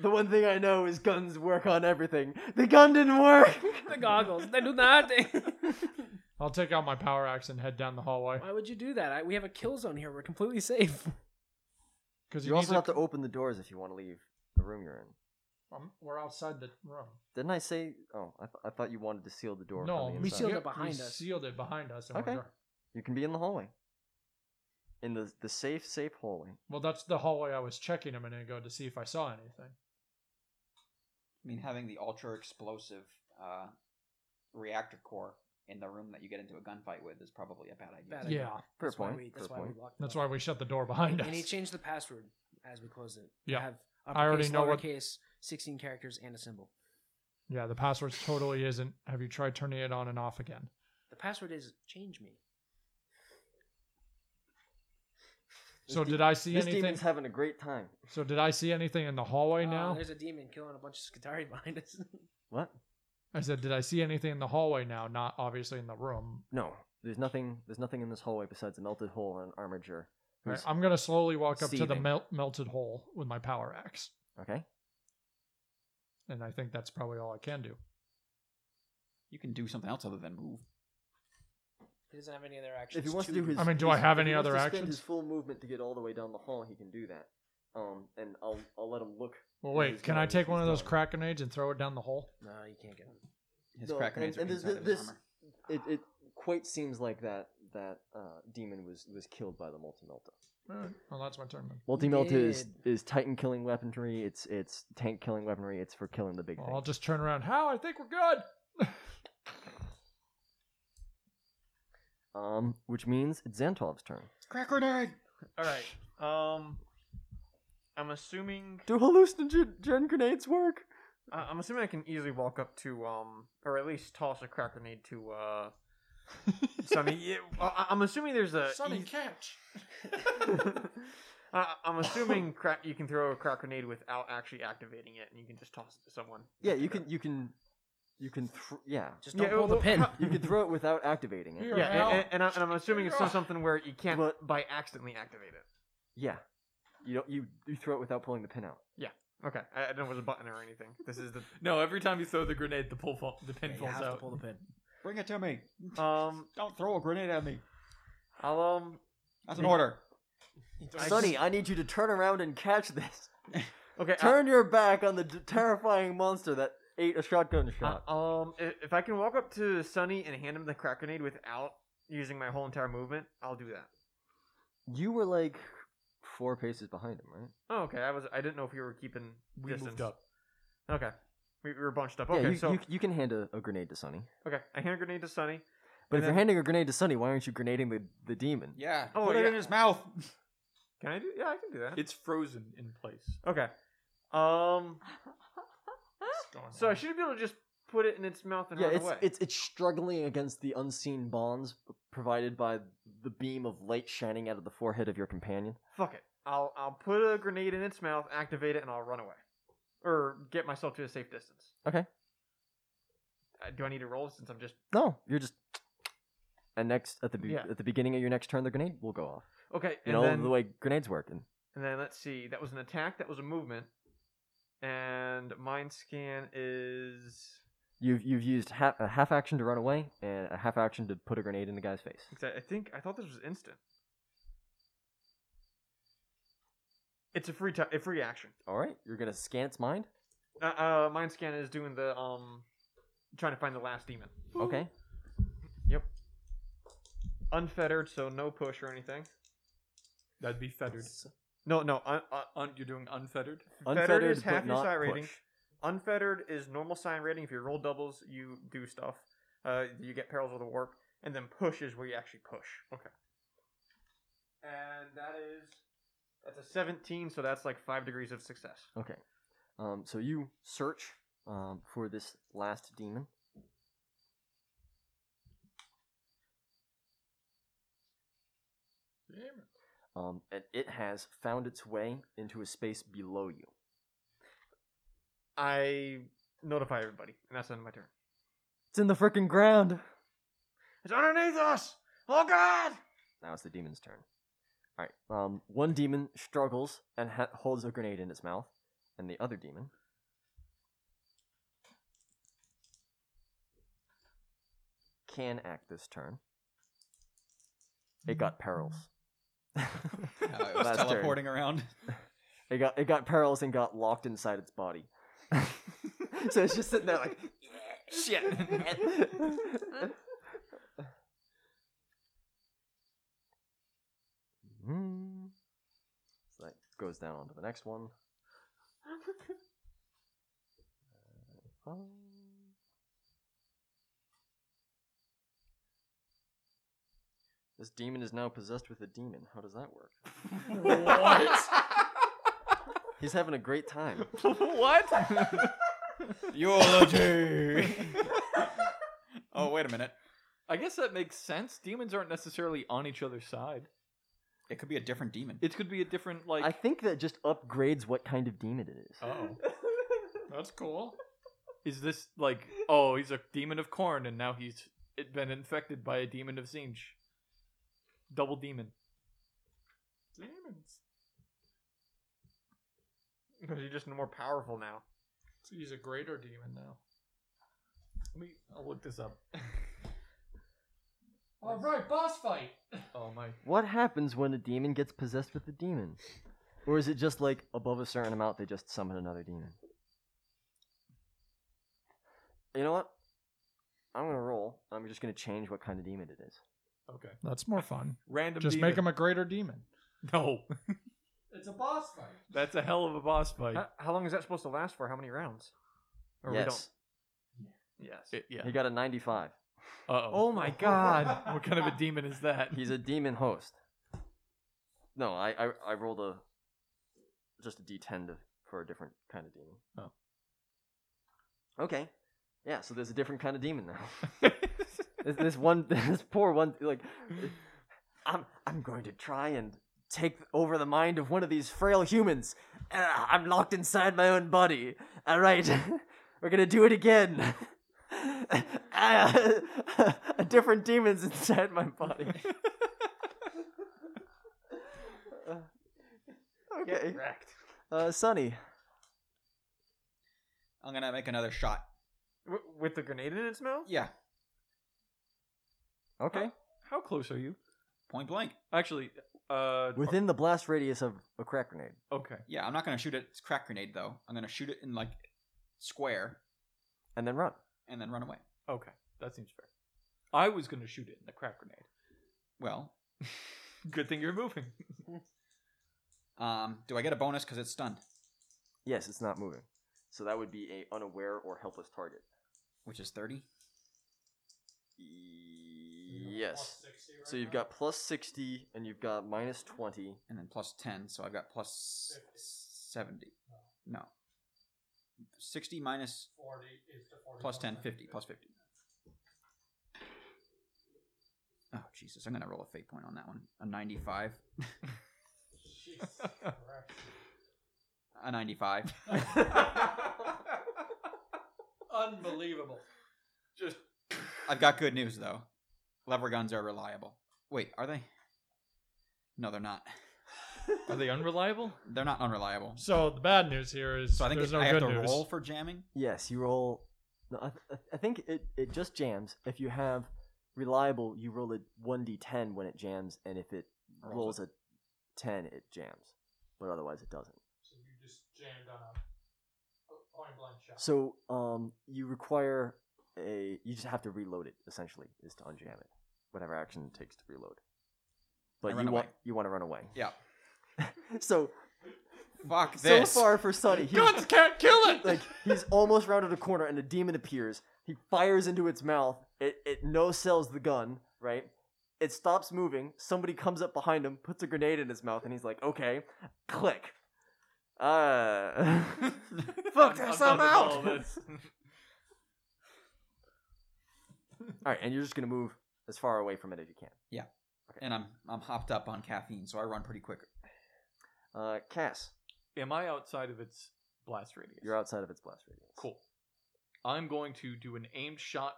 Speaker 1: the one thing I know is guns work on everything. The gun didn't work.
Speaker 7: the goggles. They do nothing.
Speaker 4: I'll take out my power axe and head down the hallway
Speaker 7: Why would you do that? I, we have a kill zone here. We're completely safe.
Speaker 4: because
Speaker 1: You also have to open the doors if you want to leave the room you're in.
Speaker 4: Um, we're outside the room.
Speaker 1: Didn't I say? Oh, I, th- I thought you wanted to seal the door.
Speaker 4: No,
Speaker 1: from the
Speaker 7: we
Speaker 1: inside.
Speaker 7: sealed
Speaker 4: yeah,
Speaker 7: it behind
Speaker 4: we
Speaker 7: us.
Speaker 4: Sealed it behind us. And
Speaker 1: Okay.
Speaker 4: we're,
Speaker 1: You can be in the hallway. In the the safe, safe hallway.
Speaker 4: well, that's the hallway I was checking a minute ago to see if I saw anything.
Speaker 5: I mean, having the ultra explosive uh, reactor core in the room that you get into a gunfight with is probably a bad idea.
Speaker 7: Bad idea.
Speaker 4: Yeah,
Speaker 1: Fair
Speaker 7: That's why
Speaker 1: point.
Speaker 7: we-
Speaker 1: fair
Speaker 7: that's why
Speaker 1: point.
Speaker 7: we locked it
Speaker 4: that's
Speaker 7: up.
Speaker 4: why we shut the door behind us.
Speaker 7: And he changed the password as we closed it.
Speaker 4: Yeah.
Speaker 7: I have
Speaker 4: I already
Speaker 7: uppercase,
Speaker 4: know what-
Speaker 7: lowercase, 16 characters, and a symbol.
Speaker 4: Yeah, the password totally isn't. Have you tried turning it on and off again?
Speaker 7: The password is change me.
Speaker 1: This
Speaker 4: so
Speaker 1: de-
Speaker 4: did I see
Speaker 1: This
Speaker 4: anything?
Speaker 1: demon's having a great time.
Speaker 4: so did I see anything in the hallway
Speaker 7: Uh,
Speaker 4: now?
Speaker 7: There's a demon killing a bunch of Skatari behind us.
Speaker 1: What?
Speaker 4: I said, did I see anything in the hallway now? Not obviously in the room.
Speaker 1: No, there's nothing. There's nothing in this hallway besides a melted hole and an armature.
Speaker 4: All right,
Speaker 1: Who's-
Speaker 4: I'm gonna slowly walk up to the
Speaker 1: Seething.
Speaker 4: mel- melted hole with my power axe,
Speaker 1: Okay.
Speaker 4: and I think that's probably all I can do.
Speaker 5: You can do something else other than move.
Speaker 7: He doesn't have any other actions.
Speaker 1: If he wants to
Speaker 7: Two
Speaker 1: do his,
Speaker 4: I mean, do
Speaker 1: his-
Speaker 4: I have
Speaker 1: if he
Speaker 4: any
Speaker 1: wants
Speaker 4: other
Speaker 1: to Spend
Speaker 4: actions?
Speaker 1: his full movement to get all the way down the hall, he can do that. Um, and I'll I'll let him look.
Speaker 4: Well,
Speaker 1: Yeah,
Speaker 4: wait,
Speaker 1: he's
Speaker 4: can
Speaker 1: gone,
Speaker 4: I take
Speaker 1: he's
Speaker 4: one of those
Speaker 1: gone.
Speaker 4: crack grenades and throw it down the hole?
Speaker 7: No, you can't get him.
Speaker 5: His
Speaker 1: No,
Speaker 5: crack grenades
Speaker 1: and- and
Speaker 5: are
Speaker 1: this-
Speaker 5: inside of
Speaker 1: this-
Speaker 5: his armor.
Speaker 1: It it quite seems like that that uh, demon was was killed by the multi melta.
Speaker 4: All right, well, that's my turn. Then.
Speaker 1: Multi melta is
Speaker 7: Did.
Speaker 1: is Titan killing weaponry. It's it's tank killing weaponry. It's for killing the big
Speaker 4: Well, I'll
Speaker 1: thing.
Speaker 4: just turn around. How? I think we're good.
Speaker 1: Um, which means it's Xantov's turn.
Speaker 5: Crack grenade.
Speaker 2: All right. Um, I'm assuming
Speaker 1: Do hallucinogen grenades work?
Speaker 2: I- I'm assuming I can easily walk up to um, or at least toss a crack grenade to uh, Sonny. Yeah, I- I'm assuming there's a.
Speaker 4: Sonny,
Speaker 2: eas-
Speaker 4: catch.
Speaker 2: I- I'm assuming crack. You can throw a crack grenade without actually activating it, and you can just toss it to someone.
Speaker 1: Yeah, you can you can you can thr yeah.
Speaker 7: Just don't
Speaker 2: Yeah,
Speaker 7: pull the
Speaker 2: well,
Speaker 7: pin.
Speaker 2: how-
Speaker 1: You can throw it without activating it.
Speaker 4: Here,
Speaker 2: Yeah,
Speaker 4: Hal.
Speaker 2: and, and, and, I, and I'm assuming it's
Speaker 4: Yeah.
Speaker 2: something where you can't
Speaker 1: But-
Speaker 2: by accidentally activate it.
Speaker 1: Yeah. You don't you, you throw it without pulling the pin out.
Speaker 2: Okay, I, I didn't know it was a button or anything. This is the
Speaker 6: No, every time you throw the grenade, the pull fall, the pin
Speaker 7: Yeah, you
Speaker 6: falls
Speaker 7: have to
Speaker 6: out.
Speaker 7: pull the pin.
Speaker 5: Bring it to me. Uh,
Speaker 2: um.
Speaker 5: Don't throw a grenade at me.
Speaker 2: I'll um.
Speaker 5: That's an order.
Speaker 2: I
Speaker 1: Sonny, I need you to turn around and catch this.
Speaker 2: Okay. I-
Speaker 1: Turn your back on the d- terrifying monster that eight a shotgun
Speaker 2: Uh,
Speaker 1: shot.
Speaker 2: um, i- if I can walk up to Sunny and hand him the crack grenade without using my whole entire movement, I'll do that.
Speaker 1: You were like four paces behind him, right?
Speaker 2: Oh, okay, I was. I didn't know if you were keeping
Speaker 6: We
Speaker 2: distance.
Speaker 6: moved up.
Speaker 2: Okay, we, we were bunched up. Okay,
Speaker 1: yeah, you,
Speaker 2: so
Speaker 1: you, you can hand a, a grenade to Sonny.
Speaker 2: okay, I hand a grenade to Sunny.
Speaker 1: But
Speaker 2: And
Speaker 1: if you're
Speaker 2: then-
Speaker 1: handing a grenade to Sonny, why aren't you grenading the, the demon?
Speaker 5: Yeah.
Speaker 2: Oh,
Speaker 5: put it
Speaker 2: yeah.
Speaker 5: in his mouth.
Speaker 2: Can I do? Yeah, I can do that.
Speaker 6: It's frozen in place.
Speaker 2: okay. Um.
Speaker 4: What's going
Speaker 2: So I
Speaker 4: on?
Speaker 2: should be able to just put it in its mouth and
Speaker 1: Yeah,
Speaker 2: run
Speaker 1: it's,
Speaker 2: away.
Speaker 1: it's it's struggling against the unseen bonds provided by the beam of light shining out of the forehead of your companion.
Speaker 2: Fuck it. I'll I'll put a grenade in its mouth, activate it, and I'll run away, or get myself to a safe distance.
Speaker 1: Okay.
Speaker 2: Uh, do I need to roll since I'm just
Speaker 1: No, you're just. And next at the be-
Speaker 2: Yeah.
Speaker 1: at the beginning of your next turn, the grenade will go off.
Speaker 2: okay?
Speaker 1: You
Speaker 2: and
Speaker 1: know
Speaker 2: then,
Speaker 1: the way grenades work. And
Speaker 2: And then let's see. That was an attack. That was a movement. And mind scan is
Speaker 1: you've you've used ha- a half action to run away and a half action to put a grenade in the guy's face.
Speaker 2: Because I- I think I thought this was instant. It's a free ti a free action.
Speaker 1: All right, you're gonna scan its mind.
Speaker 2: Uh, uh, mind scan is doing the um, trying to find the last demon.
Speaker 1: Okay,
Speaker 2: Unfettered, so no push or anything.
Speaker 6: That'd be fettered.
Speaker 2: No, no. Un- uh,
Speaker 6: Un- you're doing unfettered.
Speaker 2: fettered is
Speaker 1: but
Speaker 2: half your
Speaker 1: not
Speaker 2: side rating.
Speaker 1: push.
Speaker 2: Unfettered is normal sign rating. If you roll doubles, you do stuff. Uh, you get perils of the warp, and then push is where you actually push. Okay. And that is that's a seventeen, so that's like five degrees of success.
Speaker 1: Okay. Um, so you search um, for this last demon. Um, and it has found its way into a space below you.
Speaker 2: I notify everybody, and that's the end of my turn.
Speaker 1: It's in the freaking ground.
Speaker 2: It's underneath us. Oh God!
Speaker 1: Now it's the demon's turn. All right. Um, one demon struggles and ha- holds a grenade in its mouth, and the other demon can act this turn. It got perils.
Speaker 5: No, Oh, it was
Speaker 1: Last turn.
Speaker 5: teleporting around.
Speaker 1: It got it got perils and got locked inside its body. so it's just sitting there like shit. Mm. so that goes down onto the next one. Uh, five. This demon is now possessed with a demon. How does that work? He's having a great time.
Speaker 6: what?
Speaker 5: Eulogy. oh, wait a minute.
Speaker 6: I guess that makes sense. Demons aren't necessarily on each other's side.
Speaker 5: It could be a different demon.
Speaker 6: It could be a different like.
Speaker 1: I think that just upgrades what kind of demon it is.
Speaker 6: oh,
Speaker 4: That's cool.
Speaker 6: is this like? Oh, he's a demon of corn, and now he's been infected by a demon of zinj. Double demon.
Speaker 4: Demons.
Speaker 2: Because you're just more powerful now.
Speaker 4: So he's a greater demon now.
Speaker 6: Let me. I'll look this up.
Speaker 4: All right, boss fight.
Speaker 6: Oh my.
Speaker 1: What happens when a demon gets possessed with a demon? Or is it just like above a certain amount they just summon another demon? You know what? I'm gonna roll. I'm just gonna change what kind of demon it is.
Speaker 6: Okay.
Speaker 4: That's more fun.
Speaker 6: Random.
Speaker 4: Just
Speaker 6: demon.
Speaker 4: make him a greater demon.
Speaker 6: No,
Speaker 4: It's a boss fight.
Speaker 6: that's a hell of a boss fight.
Speaker 2: How, Uh, how long is that supposed to last for? How many rounds? Or
Speaker 1: yes,
Speaker 2: we don't. Yes.
Speaker 6: It- yeah.
Speaker 1: he got a 95.
Speaker 6: Uh-oh.
Speaker 2: Oh my God!
Speaker 6: What kind of a demon is that?
Speaker 1: He's a demon host. No, I I, I rolled a just a d10 to, for a different kind of demon. Oh. Okay. Yeah, so there's a different kind of demon now. this, this one, this poor one, like, I'm I'm going to try and take over the mind of one of these frail humans. Ah, I'm locked inside my own body. All right, we're gonna do it again. Ah, a different demons inside my body. okay. Uh, Sunny.
Speaker 5: I'm gonna make another shot.
Speaker 2: W- with the grenade in its mouth?
Speaker 5: Yeah,
Speaker 1: Okay.
Speaker 6: How close are you?
Speaker 5: point blank.
Speaker 6: Actually, uh,
Speaker 1: Within the blast radius of a crack grenade.
Speaker 6: okay.
Speaker 5: Yeah, I'm not gonna shoot it. It's crack grenade though. I'm gonna shoot it in like square,
Speaker 1: and then run.
Speaker 5: and then run away.
Speaker 8: Okay, that seems fair. I was going to shoot it in the crack grenade.
Speaker 5: Well,
Speaker 8: Good thing you're moving.
Speaker 5: um, do I get a bonus because it's stunned,
Speaker 1: Yes, it's not moving. So that would be a unaware or helpless target.
Speaker 5: which is thirty?
Speaker 1: Yes. So you've got plus 60 and you've got minus 20.
Speaker 5: and then plus 10, so I've got plus 70.
Speaker 8: Oh.
Speaker 5: No. 60 minus
Speaker 8: 40 is to 40
Speaker 5: plus 10, 50, plus 50. Oh, Jesus. I'm going to roll a fate point on that one. A 95. A 95.
Speaker 8: Unbelievable. Just
Speaker 5: I've got good news, though. Lever guns are reliable. Wait, are they? No, they're not.
Speaker 7: Are they unreliable?
Speaker 5: They're not unreliable.
Speaker 4: So the bad news here is
Speaker 5: So I think
Speaker 4: there's
Speaker 5: it-
Speaker 4: no
Speaker 5: I have
Speaker 4: good
Speaker 5: to
Speaker 4: news.
Speaker 5: roll for jamming.
Speaker 1: Yes, you roll. No, I, I- I think it, it just jams. If you have reliable, you roll a 1d10 when it jams, and if it rolls a 10, it jams. But otherwise, it doesn't.
Speaker 8: So you just jammed on a point blank shot.
Speaker 1: So um, you require a. You just have to reload it. Essentially, is to unjam it. Whatever action it takes to reload. But
Speaker 5: run
Speaker 1: you want
Speaker 5: away.
Speaker 1: you want to run away.
Speaker 5: Yeah.
Speaker 1: So
Speaker 5: Fuck this.
Speaker 1: so far for Sonny, he's,
Speaker 4: Guns can't kill it.
Speaker 1: like he's almost rounded a corner and a demon appears. He fires into its mouth. It it no sells the gun. Right. It stops moving. Somebody comes up behind him, puts a grenade in his mouth, and he's like, "Okay, click." Uh, fuck this, I'm out. All right, and you're just gonna move as far away from it as you can.
Speaker 5: and I'm I'm hopped up on caffeine, so I run pretty quick.
Speaker 1: Uh, Cass,
Speaker 8: Am I outside of its blast radius?
Speaker 1: you're outside of its blast radius.
Speaker 8: Cool. I'm going to do an aimed shot.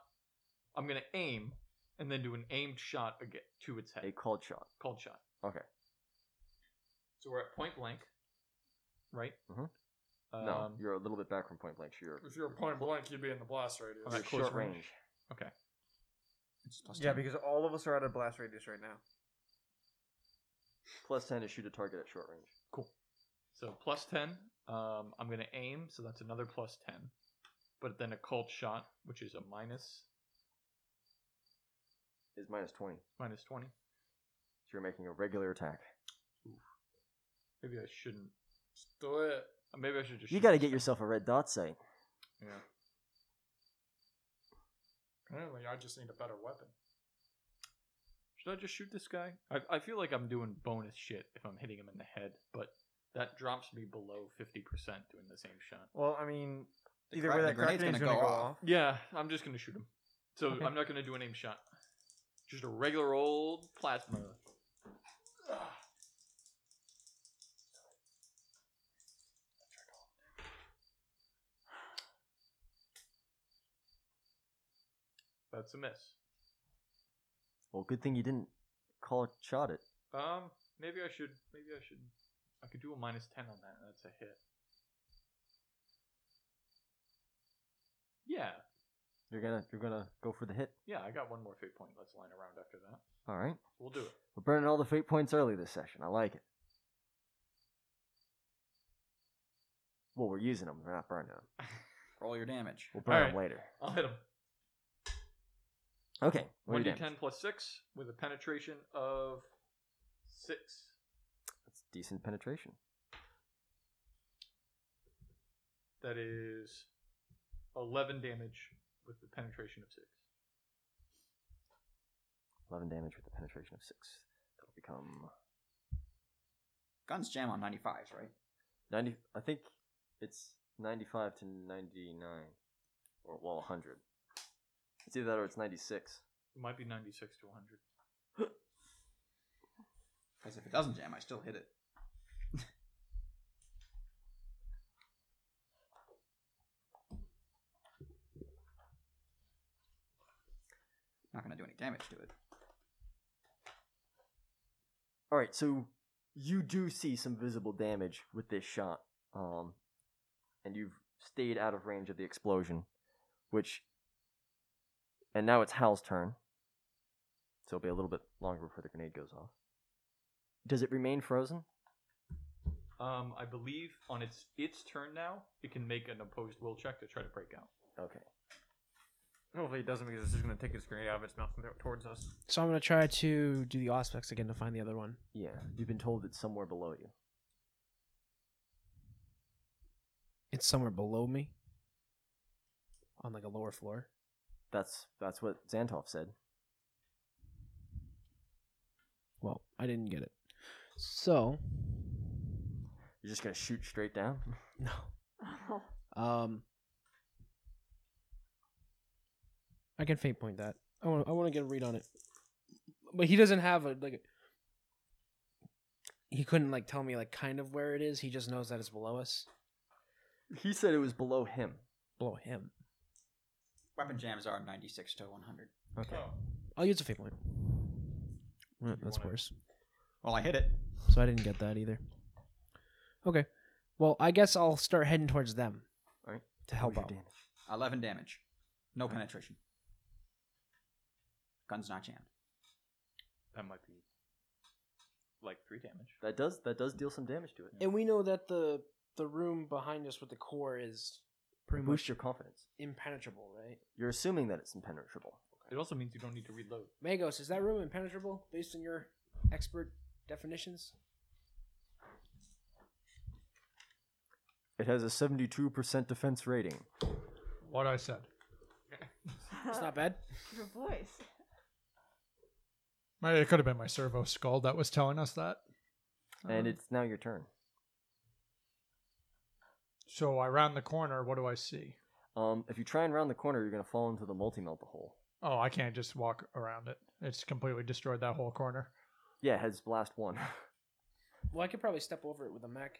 Speaker 8: I'm going to aim and then do an aimed shot again to its
Speaker 1: A
Speaker 8: head.
Speaker 1: called shot.
Speaker 8: Cold shot.
Speaker 1: Okay.
Speaker 8: So we're at point blank, right?
Speaker 1: Mhm.
Speaker 8: Um,
Speaker 1: no, you're a little bit back from point blank. So you're,
Speaker 4: If you're point blank, you'd be in the blast radius.
Speaker 1: you're
Speaker 8: at
Speaker 1: short
Speaker 8: close
Speaker 1: range.
Speaker 8: range. Okay.
Speaker 5: It's plus
Speaker 7: Yeah,
Speaker 5: 10.
Speaker 7: because all of us are out of blast radius right now.
Speaker 1: Plus ten to shoot a target at short range.
Speaker 8: Cool. So plus 10. Um, I'm going to aim, so that's another plus 10. But then a cold shot, which is a minus
Speaker 1: Is minus twenty.
Speaker 8: minus 20.
Speaker 1: So you're making a regular attack.
Speaker 8: Maybe I shouldn't.
Speaker 4: Do it.
Speaker 8: uh, Maybe I should just.
Speaker 1: You
Speaker 8: shoot
Speaker 1: got to
Speaker 8: this
Speaker 1: get
Speaker 8: thing.
Speaker 1: yourself a red dot sight.
Speaker 8: Yeah.
Speaker 4: Apparently, I just need a better weapon.
Speaker 8: Should I just shoot this guy? I, I feel like I'm doing bonus shit if I'm hitting him in the head, but that drops me below 50% doing the same shot.
Speaker 7: Well, I mean,
Speaker 5: The
Speaker 7: either
Speaker 5: cra-
Speaker 7: way,
Speaker 5: the
Speaker 7: that crack
Speaker 5: grenade's
Speaker 7: grenade's
Speaker 5: gonna
Speaker 7: gonna,
Speaker 5: go
Speaker 7: go
Speaker 5: off.
Speaker 7: off.
Speaker 8: Yeah, I'm just going to shoot him. So
Speaker 7: Okay.
Speaker 8: I'm not going to do an aim shot. Just a regular old plasma. That's a miss.
Speaker 1: Well, good thing you didn't call shot it.
Speaker 8: Um, maybe I should. Maybe I should. I could do a minus ten on that. That's a hit. Yeah,
Speaker 1: You're gonna you're gonna go for the hit.
Speaker 8: yeah. I got one more fate point. Let's line around after that.
Speaker 1: All right.
Speaker 8: We'll do it.
Speaker 1: We're burning all the fate points early this session. I like it. Well, we're using them. We're not burning them.
Speaker 5: Roll your damage.
Speaker 1: We'll burn them
Speaker 8: Alright.
Speaker 1: later.
Speaker 8: I'll hit him.
Speaker 1: Okay. what
Speaker 8: One
Speaker 1: do
Speaker 8: d
Speaker 1: you damage?
Speaker 8: ten plus six with a penetration of six.
Speaker 1: That's decent penetration.
Speaker 8: That is eleven damage with the penetration of six.
Speaker 1: 11 damage with a penetration of 6. That'll become
Speaker 5: Guns jam on 95s, right?
Speaker 1: 90 I think it's 95 to 99 or well 100. It's either that or it's 96.
Speaker 8: It might be ninety six to one hundred.
Speaker 5: Because if it doesn't jam, I still hit it. Not going to do any damage to it.
Speaker 1: All right, so you do see some visible damage with this shot. Um and you've stayed out of range of the explosion, which and now it's Hal's turn. So it'll be a little bit longer before the grenade goes off. Does it remain frozen?
Speaker 8: Um, I believe on its its turn now, it can make an opposed will check to try to break out.
Speaker 1: Okay.
Speaker 2: Hopefully it doesn't because it's just going to take its grenade out of its mouth and throw it towards us.
Speaker 7: So I'm gonna try to do the aspects again to find the other one.
Speaker 1: Yeah, you've been told it's somewhere below you.
Speaker 7: It's somewhere below me, on like a lower floor.
Speaker 1: That's that's what Xantov said.
Speaker 7: Well, I didn't get it. So,
Speaker 1: You're just gonna shoot straight down.
Speaker 7: no. Um, I can faint point that. I want. I want to get a read on it, but he doesn't have a like. He couldn't like tell me like kind of where it is. He just knows that it's below us,
Speaker 1: He said it was below him.
Speaker 7: below him.
Speaker 5: Weapon jams are 96 to 100.
Speaker 1: Okay.
Speaker 7: I'll use a faint point. Well,
Speaker 2: You
Speaker 7: that's
Speaker 2: wanna-
Speaker 7: worse.
Speaker 5: Well, I hit it.
Speaker 7: So I didn't get that either. Okay. Well, I guess I'll start heading towards them.
Speaker 1: Alright.
Speaker 7: To help
Speaker 1: What was
Speaker 7: out.
Speaker 1: your damage?
Speaker 5: 11 damage. No penetration. Gun's not jammed.
Speaker 8: That might be like three damage.
Speaker 1: That does that does deal some damage to it.
Speaker 7: And we know that the the room behind us with the core is pretty
Speaker 1: Boost
Speaker 7: much
Speaker 1: your confidence.
Speaker 7: impenetrable, right?
Speaker 1: You're assuming that it's impenetrable.
Speaker 8: It also means you don't need to reload.
Speaker 7: Magos, is that room impenetrable based on your expert definitions?
Speaker 1: It has a 72% defense rating.
Speaker 4: What I said.
Speaker 7: It's not bad.
Speaker 3: Your voice.
Speaker 4: My, it could have been my servo skull that was telling us that.
Speaker 1: And
Speaker 4: Uh,
Speaker 1: it's now your turn.
Speaker 4: so I round the corner. What do I see?
Speaker 1: Um, if you try and round the corner, you're gonna fall into the multi melt hole.
Speaker 4: Oh, I can't just walk around it. It's completely destroyed that whole corner.
Speaker 1: Yeah, it has blast one.
Speaker 7: Well, I could probably step over it with a mech,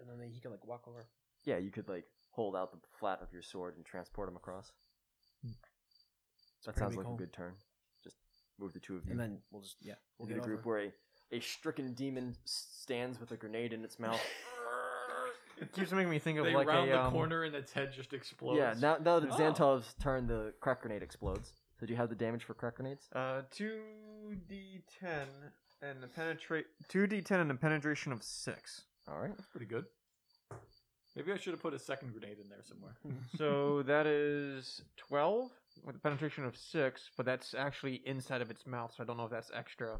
Speaker 7: and then he could like walk over.
Speaker 1: yeah, you could like hold out the flat of your sword and transport him across. that
Speaker 7: pretty
Speaker 1: sounds
Speaker 7: big
Speaker 1: like
Speaker 7: hole.
Speaker 1: a good turn. Just move the two of you
Speaker 7: And then we'll just yeah, we'll
Speaker 1: into
Speaker 7: get
Speaker 1: the group
Speaker 7: over.
Speaker 1: where a, a stricken demon s- stands with a grenade in its mouth.
Speaker 2: It keeps making me think of
Speaker 6: They
Speaker 2: like
Speaker 6: round
Speaker 2: a
Speaker 6: the
Speaker 2: um,
Speaker 6: corner and its head just explodes.
Speaker 1: yeah, now now that
Speaker 6: Oh.
Speaker 1: Xantov's turn, the crack grenade explodes. So do you have the damage for crack grenades?
Speaker 2: Uh, two d ten and the penetrate two d ten and a penetration of six.
Speaker 1: All right.
Speaker 6: Pretty good. Maybe I should have put a second grenade in there somewhere.
Speaker 2: So that is twelve with a penetration of six, but that's actually inside of its mouth, so I don't know if that's extra.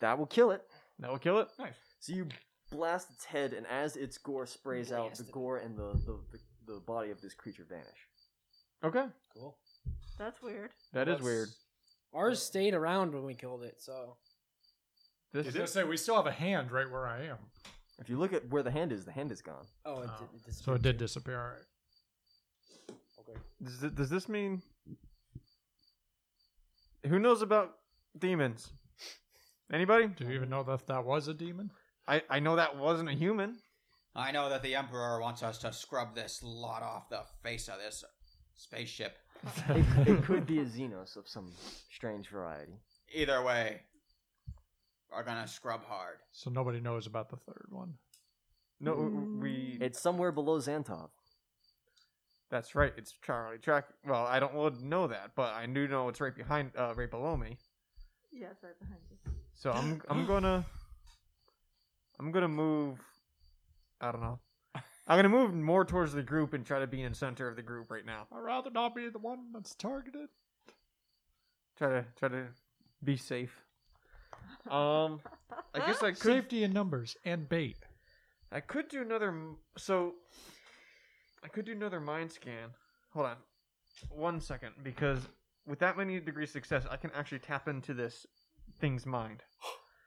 Speaker 1: That will kill it.
Speaker 2: That will kill it.
Speaker 6: Nice.
Speaker 1: So you blast its head, and as its gore sprays out, the
Speaker 7: Blasted.
Speaker 1: gore and the, the, the, the body of this creature vanish.
Speaker 2: Okay,
Speaker 7: Cool.
Speaker 3: That's weird.
Speaker 2: that is weird.
Speaker 7: Ours stayed around when we killed it, so
Speaker 2: This
Speaker 4: I say we still have a hand right where I am.
Speaker 1: If you look at where the hand is, the hand is gone.
Speaker 7: oh, it,
Speaker 4: Oh.
Speaker 7: did, it disappeared
Speaker 4: So it did
Speaker 7: too.
Speaker 4: disappear. All right.
Speaker 7: Okay.
Speaker 2: Does, th- does this mean? Who knows about demons? Anybody?
Speaker 4: Do you even know that that was a demon?
Speaker 2: I I know that wasn't a human.
Speaker 5: I know that the Emperor wants us to scrub this lot off the face of this spaceship.
Speaker 1: It, it could be a Xenos of some strange variety.
Speaker 5: Either way, we're gonna scrub hard.
Speaker 4: So nobody knows about the third one.
Speaker 2: No, w- we.
Speaker 1: It's somewhere below Xantov.
Speaker 2: That's right. It's Charlie Track. Well, I don't would know that, but I do know it's right behind, uh, right below me.
Speaker 3: Yeah, it's right behind you.
Speaker 2: So I'm I'm gonna I'm gonna move. I don't know. I'm gonna move more towards the group and try to be in the center of the group right now.
Speaker 4: I'd rather not be the one that's targeted.
Speaker 2: Try to try to be safe. Um, I guess I could
Speaker 4: Safety in numbers and bait.
Speaker 2: I could do another. m- So I could do another mind scan. Hold on, one second, because with that many degree success, I can actually tap into this thing's mind.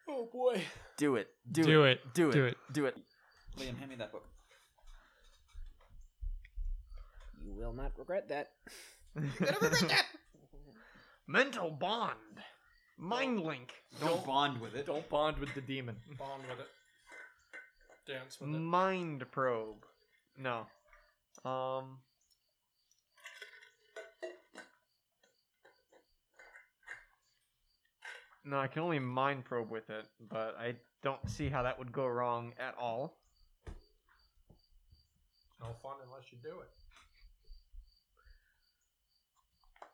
Speaker 7: Oh boy.
Speaker 1: Do it. Do,
Speaker 4: Do
Speaker 1: it.
Speaker 4: it.
Speaker 1: Do it.
Speaker 4: Do it.
Speaker 1: Do it.
Speaker 5: Liam, hand me that book.
Speaker 7: You will not regret that.
Speaker 2: Mental bond, mind link,
Speaker 5: Don't, bond with it.
Speaker 6: Don't bond with the demon.
Speaker 4: Bond with it. Mm. Dance
Speaker 2: mind probe. No, um, no, I can only mind probe with it, but I don't see how that would go wrong at all.
Speaker 4: No fun unless you do it.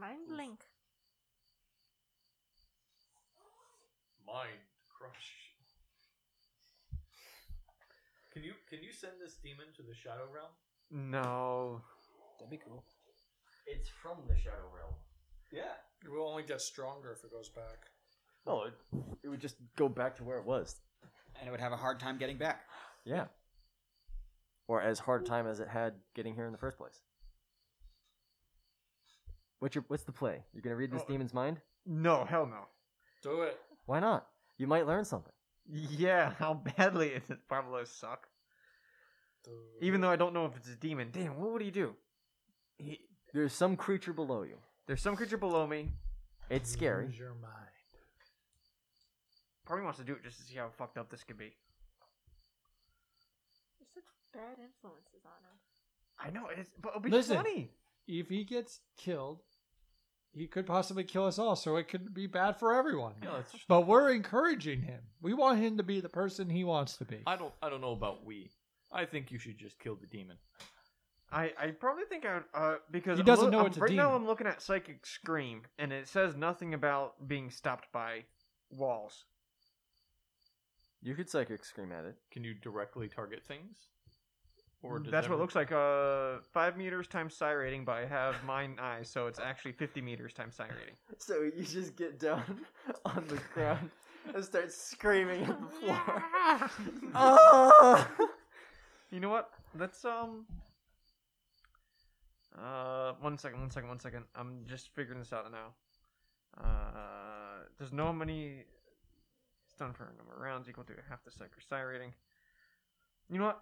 Speaker 3: Mind link.
Speaker 8: Mind crush. Can you can you send this demon to the shadow realm?
Speaker 2: No.
Speaker 7: That'd be cool.
Speaker 1: It's from the Shadow Realm.
Speaker 8: Yeah.
Speaker 6: It will only get stronger if it goes back.
Speaker 1: No, Oh, it, it would just go back to where it was.
Speaker 5: and it would have a hard time getting back.
Speaker 1: Yeah. Or as hard a time as it had getting here in the first place. What's your what's the play? You're gonna read this
Speaker 2: Oh.
Speaker 1: demon's mind?
Speaker 2: No, hell no.
Speaker 6: Do it.
Speaker 1: Why not? You might learn something.
Speaker 2: Yeah, how badly is it? Barbalos suck.
Speaker 6: Do
Speaker 2: Even though I don't know if it's a demon. Damn, what would he do? He,
Speaker 1: There's some creature below you.
Speaker 2: there's some creature below me.
Speaker 1: It's scary.
Speaker 6: Use your mind.
Speaker 2: Probably wants to do it just to see how fucked up this could be.
Speaker 3: There's such bad influences on him.
Speaker 2: I know, it's, but it'll be
Speaker 4: Listen.
Speaker 2: funny.
Speaker 4: If he gets killed, he could possibly kill us all, so it could be bad for everyone.
Speaker 8: Yeah, that's
Speaker 4: But we're encouraging him. We want him to be the person he wants to be.
Speaker 8: I don't I don't know about we. I think you should just kill the demon.
Speaker 2: I, I probably think I would, uh, because
Speaker 4: He
Speaker 2: I'm
Speaker 4: doesn't
Speaker 2: loo-
Speaker 4: know
Speaker 2: I'm-
Speaker 4: it's a
Speaker 2: right now.
Speaker 4: demon.
Speaker 2: I'm looking at psychic scream, and it says nothing about being stopped by walls.
Speaker 1: You could psychic scream at it.
Speaker 8: Can you directly target things? does
Speaker 2: Mm, That's what it
Speaker 8: every-
Speaker 2: looks like. Uh, five meters times psi rating, but I have mine eyes, so it's actually fifty meters times psi rating.
Speaker 1: So you just get down on the ground and start screaming at the floor. Ah!
Speaker 2: You know what? Let's um. Uh, one second, one second, one second. I'm just figuring this out now. Uh, there's no many. It's done for a number of rounds equal to half the psych or psi rating. You know what?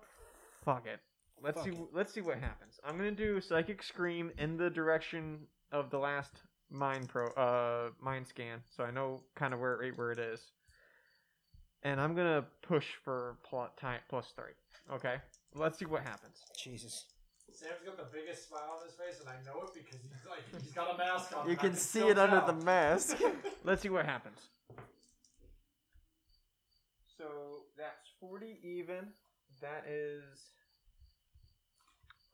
Speaker 2: Fuck it. Let's see. Let's see what happens. I'm gonna do psychic scream in the direction of the last mind pro uh mind scan, so I know kind of where right where it is. And I'm gonna push for plot time plus three. Okay. Let's see what happens.
Speaker 7: Jesus.
Speaker 6: Sam's got the biggest smile on his face, and I know it because he's like he's got a mask on.
Speaker 1: you can see it under the mask.
Speaker 2: Let's see what happens. So that's 40 even. That is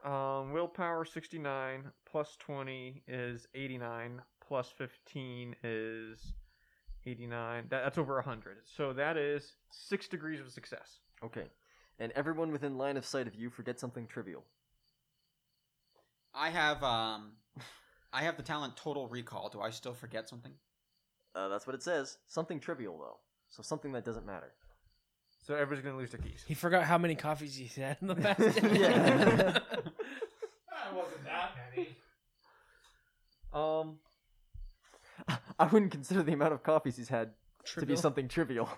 Speaker 2: um, willpower 69 plus 20 is 89 plus 15 is 89. That, that's over 100. So that is 6 degrees of success.
Speaker 1: okay. And everyone within line of sight of you forget something trivial.
Speaker 5: I have um, I have the talent Total Recall. Do I still forget something?
Speaker 1: Uh, that's what it says. Something trivial though. So something that doesn't matter.
Speaker 2: So everybody's going to lose their keys.
Speaker 7: He forgot how many coffees he's had in the past.
Speaker 1: Yeah.
Speaker 6: That wasn't that many.
Speaker 2: Um,
Speaker 1: I wouldn't consider the amount of coffees he's had to
Speaker 7: Trivial.
Speaker 1: be something trivial.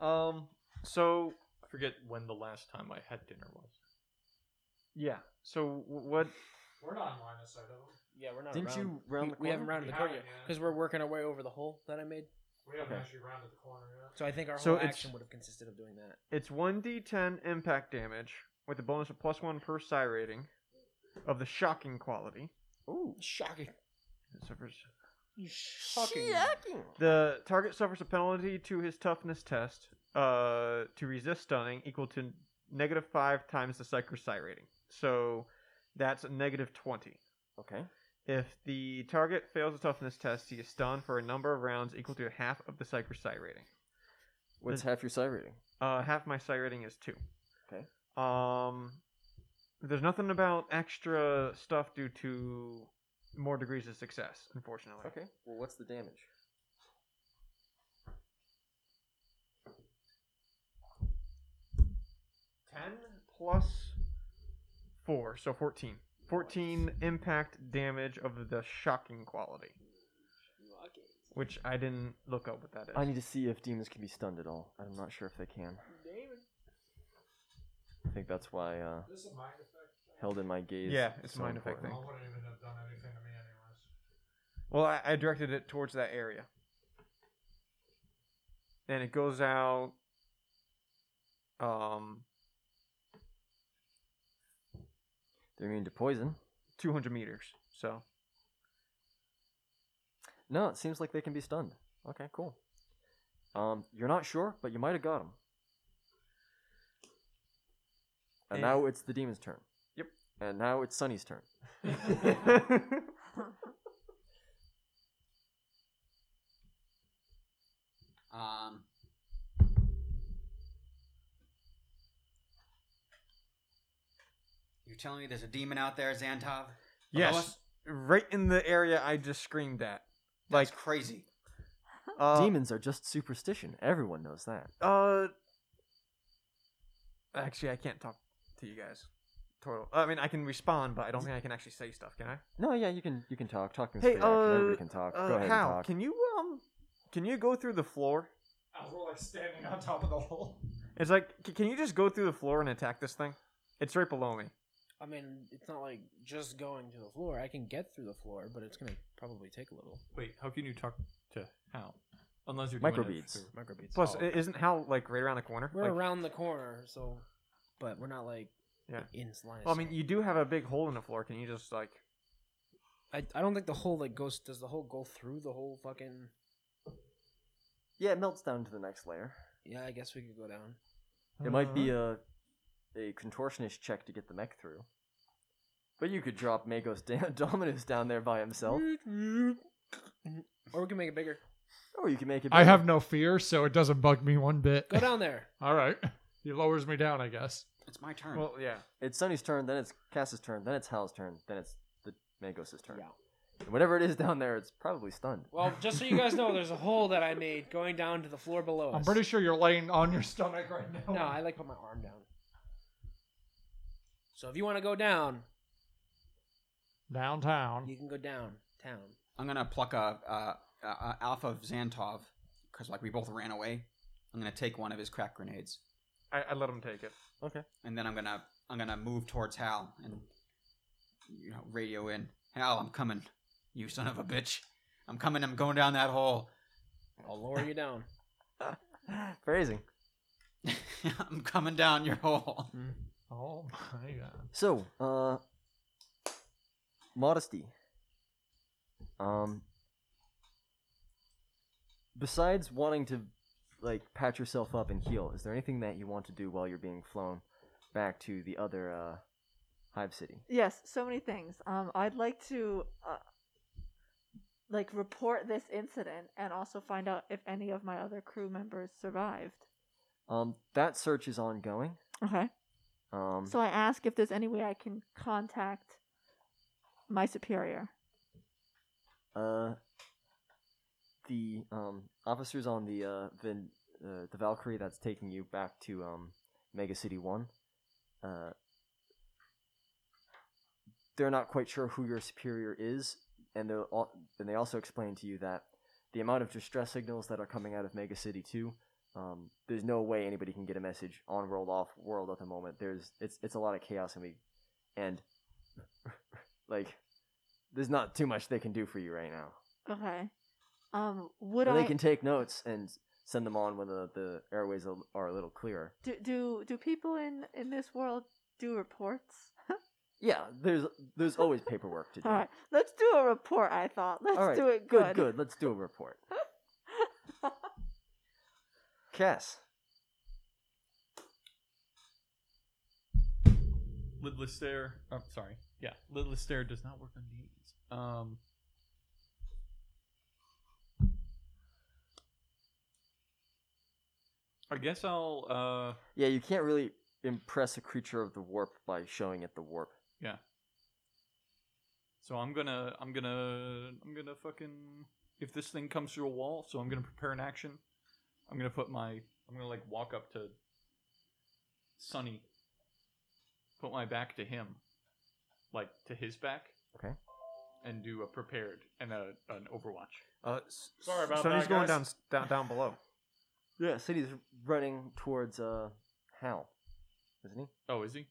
Speaker 2: um, so
Speaker 8: I forget when the last time I had dinner was.
Speaker 2: yeah. So wh- what
Speaker 6: We're not in line of sight of them.
Speaker 7: Yeah, we're not.
Speaker 1: Didn't
Speaker 7: around.
Speaker 1: you round
Speaker 7: we,
Speaker 1: the
Speaker 7: we haven't
Speaker 1: corner?
Speaker 7: rounded
Speaker 6: We
Speaker 7: the corner
Speaker 6: haven't,
Speaker 7: yet
Speaker 6: yeah.
Speaker 7: because we're working our way over the hole that I made.
Speaker 6: We haven't
Speaker 1: Okay.
Speaker 6: actually rounded the corner yet.
Speaker 7: So I think our
Speaker 2: So
Speaker 7: whole
Speaker 2: it's-
Speaker 7: action would have consisted of doing that.
Speaker 2: It's 1d10 impact damage with a bonus of plus 1 per psi rating of the shocking quality.
Speaker 1: Ooh.
Speaker 7: Shocking.
Speaker 2: It suffers-
Speaker 7: Shocking.
Speaker 2: The target suffers a penalty to his toughness test uh, to resist stunning equal to negative 5 times the psych or psi rating. So that's a negative 20.
Speaker 1: Okay.
Speaker 2: If the target fails a toughness test, he is stunned for a number of rounds equal to half of the psych or psi rating.
Speaker 1: What's half your psi rating?
Speaker 2: Uh, half my psi rating is two.
Speaker 1: Okay.
Speaker 2: Um, there's nothing about extra stuff due to more degrees of success, unfortunately.
Speaker 1: Okay. Well, what's the damage?
Speaker 2: Ten plus four, so fourteen. Fourteen impact damage of the shocking quality, which I didn't look up what that is.
Speaker 1: I need to see if demons can be stunned at all. I'm not sure if they can. I think that's why uh,
Speaker 6: This is a mind effect. thing?
Speaker 1: held in my gaze.
Speaker 2: Yeah,
Speaker 1: is
Speaker 2: it's
Speaker 1: so
Speaker 2: mind effect
Speaker 1: important.
Speaker 2: thing.
Speaker 6: Well, it wouldn't even have done anything to me anyways.
Speaker 2: Well, I, I directed it towards that area, and it goes out. Um,
Speaker 1: They're immune to poison.
Speaker 2: 200 meters. So
Speaker 1: No, it seems like they can be stunned. Okay, cool. Um, you're not sure, but you might have got them. And
Speaker 2: Eh.
Speaker 1: now it's the demon's turn.
Speaker 2: Yep.
Speaker 1: And now it's Sunny's turn.
Speaker 5: Um, telling me there's a demon out there, Xantov?
Speaker 2: Yes,
Speaker 5: Lois?
Speaker 2: right in the area I just screamed at.
Speaker 5: That's
Speaker 2: Like
Speaker 5: crazy.
Speaker 2: uh,
Speaker 1: Demons are just superstition. Everyone knows that.
Speaker 2: Uh, actually, I can't talk to you guys. Total. I mean, I can respond, but I don't think I can actually say stuff. Can I?
Speaker 1: No, yeah, you can you can talk. Talking
Speaker 2: Hey,
Speaker 1: fair. Can-
Speaker 2: uh,
Speaker 1: everybody can talk.
Speaker 2: Uh,
Speaker 1: Go ahead
Speaker 2: Hal,
Speaker 1: and talk.
Speaker 2: can you um, can you go through the floor?
Speaker 6: We're like standing on top of the hole.
Speaker 2: It's like, c- can you just go through the floor and attack this thing? It's right below me.
Speaker 7: I mean, it's not like just going to the floor. I can get through the floor, but it's gonna probably take a little.
Speaker 6: Wait, how can you talk to Hal? Unless you're
Speaker 1: Microbeads.
Speaker 7: Microbeats.
Speaker 2: Plus,
Speaker 6: Oh.
Speaker 2: i isn't Hal like right around the corner?
Speaker 7: we're
Speaker 2: Like-
Speaker 7: around the corner, so, but we're not like
Speaker 2: Yeah.
Speaker 7: in line. of
Speaker 2: Well, I mean,
Speaker 7: sight.
Speaker 2: you do have a big hole in the floor. Can you just like?
Speaker 7: I, I don't think the hole like goes. Does the hole go through the whole fucking?
Speaker 1: Yeah, it melts down to the next layer.
Speaker 7: Yeah, I guess we could go down.
Speaker 1: It might be
Speaker 2: Uh-huh.
Speaker 1: a a contortionist check to get the mech through. But you could drop Magos down, Dominus down there by himself,
Speaker 2: Mm.
Speaker 7: Or we can make it bigger.
Speaker 1: or you can make it.
Speaker 4: I
Speaker 1: bigger.
Speaker 4: have no fear, so it doesn't bug me one bit.
Speaker 7: Go down there.
Speaker 4: All right. He lowers me down, I guess.
Speaker 5: It's my turn.
Speaker 2: Well, yeah.
Speaker 1: It's Sunny's turn, then it's Cass's turn, then it's Hal's turn, then it's the Magos' turn. And whatever it is down there, it's probably stunned.
Speaker 7: Well, just so you guys know, there's a hole that I made going down to the floor below us.
Speaker 4: I'm pretty sure you're laying on your stomach right now.
Speaker 7: No, I like put my arm down. So if you want to go down,
Speaker 4: Downtown.
Speaker 7: you can go down town.
Speaker 5: I'm gonna pluck a, uh a, a alpha of Xantov because like we both ran away. I'm gonna take one of his crack grenades,
Speaker 2: I, I let him take it.
Speaker 5: and then I'm gonna I'm gonna move towards Hal and you know radio in Hal, I'm coming. You son of a bitch, I'm coming. I'm going down that hole.
Speaker 7: I'll lower you down.
Speaker 1: Phrasing.
Speaker 5: I'm coming down your hole.
Speaker 2: Mm-hmm.
Speaker 4: Oh my god.
Speaker 1: So, uh, modesty. Um, besides wanting to like patch yourself up and heal, is there anything that you want to do while you're being flown back to the other uh, hive city?
Speaker 3: Yes, so many things. Um, I'd like to uh, like report this incident and also find out if any of my other crew members survived.
Speaker 1: Um, that search is ongoing.
Speaker 3: Okay.
Speaker 1: Um,
Speaker 3: So I ask if there's any way I can contact my superior.
Speaker 1: uh, the um, officers on the uh, the, uh, the Valkyrie that's taking you back to um, Mega City One, uh, they're not quite sure who your superior is, and they all, and they also explain to you that the amount of distress signals that are coming out of Mega City Two. Um, there's no way anybody can get a message on world off world at the moment. There's it's it's a lot of chaos and we and like there's not too much they can do for you right now.
Speaker 3: Okay. Um, would
Speaker 1: But
Speaker 3: I
Speaker 1: they can take notes and send them on when the, the airways are- are a little clearer.
Speaker 3: do, do do people in in this world do reports?
Speaker 1: Yeah, Uh, there's there's always paperwork to do.
Speaker 3: All right, let's do a report. I thought let's
Speaker 1: All right,
Speaker 3: do it
Speaker 1: good. Good. Let's do a report. Cass,
Speaker 6: Lidless stare. I'm sorry. Yeah, lidless stare does not work on demons. Um. I guess I'll. Uh,
Speaker 1: yeah, you can't really impress a creature of the warp by showing it the warp.
Speaker 6: so I'm gonna. I'm gonna. I'm gonna fucking. If this thing comes through a wall, so I'm gonna prepare an action. I'm gonna put my. I'm gonna like walk up to. Sunny. Put my back to him, like to his back.
Speaker 1: Okay.
Speaker 6: And do a prepared and a, an overwatch.
Speaker 2: Uh,
Speaker 4: Sorry about
Speaker 2: so he's
Speaker 4: that,
Speaker 2: going down,
Speaker 4: guys.
Speaker 2: down down below.
Speaker 1: Yeah, City's running towards uh Hal, isn't he?
Speaker 6: Oh, is he?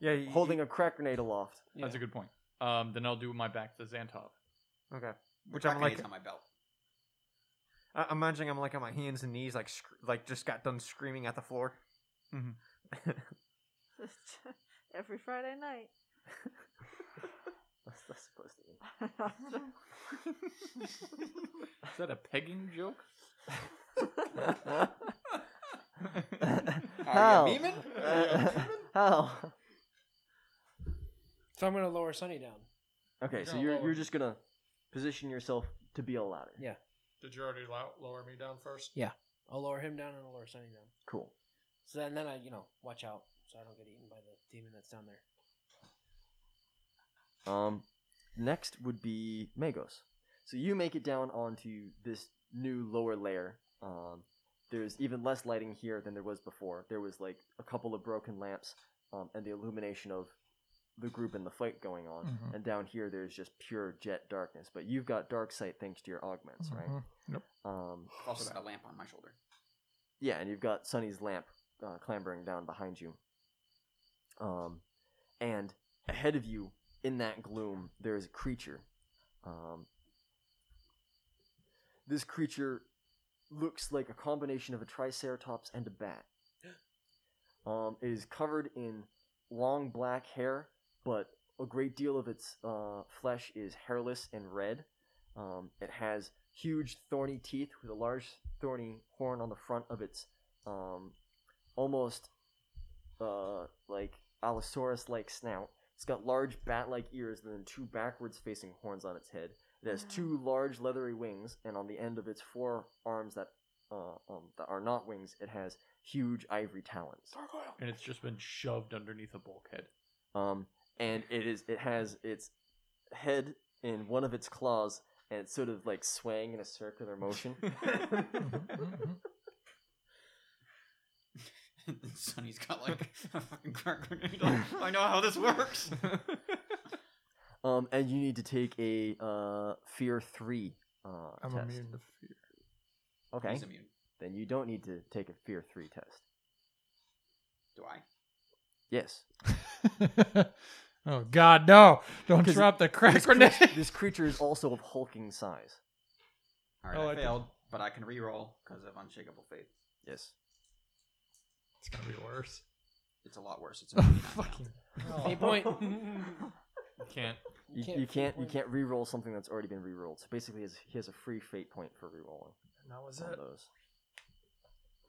Speaker 2: Yeah, he,
Speaker 1: Holding a crack grenade aloft.
Speaker 6: That's a good point. Um, then I'll do my back to Xantov.
Speaker 2: Okay. Which
Speaker 5: Crack
Speaker 2: I'm
Speaker 5: grenade's
Speaker 2: like,
Speaker 5: on my belt.
Speaker 2: I- I'm imagining I'm like on my hands and knees, like sc- like just got done screaming at the floor.
Speaker 3: Every Friday night.
Speaker 1: What's that supposed to mean?
Speaker 6: Is that a pegging joke?
Speaker 1: Hal.
Speaker 5: Are you a Meeman?
Speaker 1: Hal.
Speaker 7: So I'm gonna lower Sunny down.
Speaker 1: Okay, so you're you're just gonna position yourself to be a ladder.
Speaker 7: Yeah.
Speaker 4: Did you already lo- lower me down first?
Speaker 7: I'll lower him down and I'll lower Sunny down.
Speaker 1: Cool.
Speaker 7: So then, then I, you know, watch out so I don't get eaten by the demon that's down there.
Speaker 1: Um, next would be Magos. So you make it down onto this new lower layer. Um, there's even less lighting here than there was before. There was like a couple of broken lamps um, and the illumination of the group and the fight going on.
Speaker 4: Mhm.
Speaker 1: And down here, there's just pure jet darkness. But you've got dark sight thanks to your augments, right?
Speaker 4: Mhm. Yep.
Speaker 1: Um,
Speaker 5: Also got a lamp on my shoulder.
Speaker 1: yeah, and you've got Sunny's lamp uh, clambering down behind you. Um, and ahead of you, in that gloom, there is a creature. Um, this creature looks like a combination of a triceratops and a bat. Um, it is covered in long black hair, but a great deal of its uh, flesh is hairless and red. Um, it has huge thorny teeth with a large thorny horn on the front of its um, almost uh, like Allosaurus like snout. It's got large bat like ears and then two backwards facing horns on its head. It has two large leathery wings, and on the end of its four arms that, uh, um, that are not wings, it has huge ivory talons.
Speaker 8: And it's just been shoved underneath a bulkhead.
Speaker 1: Um, and it is it has its head in one of its claws, and it's sort of like swaying in a circular motion.
Speaker 4: Mhm, mhm.
Speaker 5: Sonny's got like a fucking crack grenade. Like, I know how this works.
Speaker 1: Um, and you need to take a uh, fear three. Uh,
Speaker 4: I'm
Speaker 1: test.
Speaker 4: immune to fear.
Speaker 1: Okay,
Speaker 5: He's immune.
Speaker 1: then you don't need to take a fear three test.
Speaker 5: Do I?
Speaker 1: Yes,
Speaker 4: oh God, no! Don't
Speaker 1: 'Cause
Speaker 4: drop the crack
Speaker 1: this, creature,
Speaker 4: grenade.
Speaker 1: this creature is also of hulking size.
Speaker 5: All right,
Speaker 4: Oh,
Speaker 5: I,
Speaker 4: I did.
Speaker 5: failed, but I can re-roll because of unshakable faith.
Speaker 1: Yes.
Speaker 4: It's gonna be worse.
Speaker 5: It's a lot worse. It's a
Speaker 4: Oh,
Speaker 5: 99 now.
Speaker 4: fucking.
Speaker 7: Any point?
Speaker 8: Can't.
Speaker 1: You,
Speaker 7: can't
Speaker 1: you can't you
Speaker 7: pinpoint.
Speaker 1: can't re-roll something that's already been re-rolled. So basically, he has, he has a free fate point for re-rolling
Speaker 7: That was
Speaker 1: on
Speaker 7: it.
Speaker 1: those.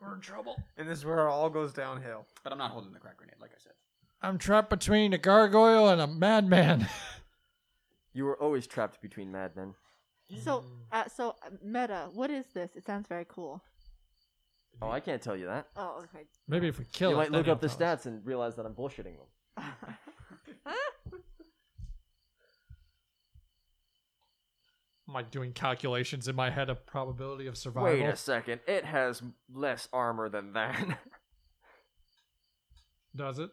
Speaker 7: We're in trouble.
Speaker 2: And this is where it all goes downhill.
Speaker 5: But I'm not holding the crack grenade, like I said.
Speaker 4: I'm trapped between a gargoyle and a madman.
Speaker 1: You were always trapped between madmen.
Speaker 3: So,
Speaker 4: Mm.
Speaker 3: uh, so uh, meta. What is this? It sounds very cool.
Speaker 1: Oh, I can't tell you that.
Speaker 3: Oh, okay.
Speaker 4: Maybe if we kill
Speaker 1: you
Speaker 4: it,
Speaker 1: might
Speaker 4: then
Speaker 1: look
Speaker 4: he'll
Speaker 1: up the
Speaker 4: tell us.
Speaker 1: stats and realize that I'm bullshitting them.
Speaker 4: I'm like doing calculations in my head of probability of survival.
Speaker 1: Wait a second, it has less armor than that.
Speaker 4: Does it?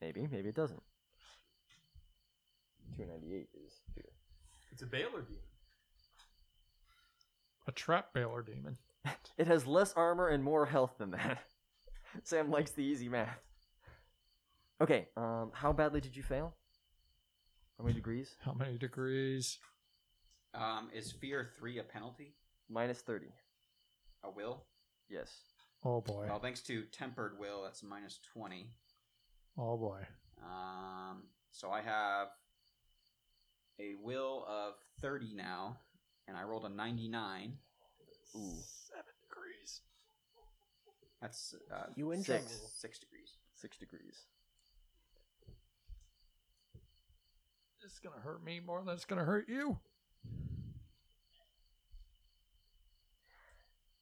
Speaker 1: maybe, maybe it doesn't. Two ninety eight is here.
Speaker 6: It's a Baylor demon.
Speaker 4: A trap bailer demon.
Speaker 1: It has less armor and more health than that. Sam likes the easy math. Okay, um, how badly did you fail? How many degrees?
Speaker 4: How many degrees?
Speaker 5: Um, is fear three a penalty?
Speaker 1: Minus thirty.
Speaker 5: A will?
Speaker 1: Yes.
Speaker 4: Oh boy.
Speaker 5: Well, thanks to tempered will, that's minus twenty.
Speaker 4: Oh boy.
Speaker 5: Um, so I have a will of thirty now, and I rolled a ninety-nine.
Speaker 1: Ooh,
Speaker 5: That's uh,
Speaker 7: You in
Speaker 5: six
Speaker 7: trouble.
Speaker 5: six degrees.
Speaker 1: six degrees.
Speaker 4: This is gonna hurt me more than it's gonna hurt you.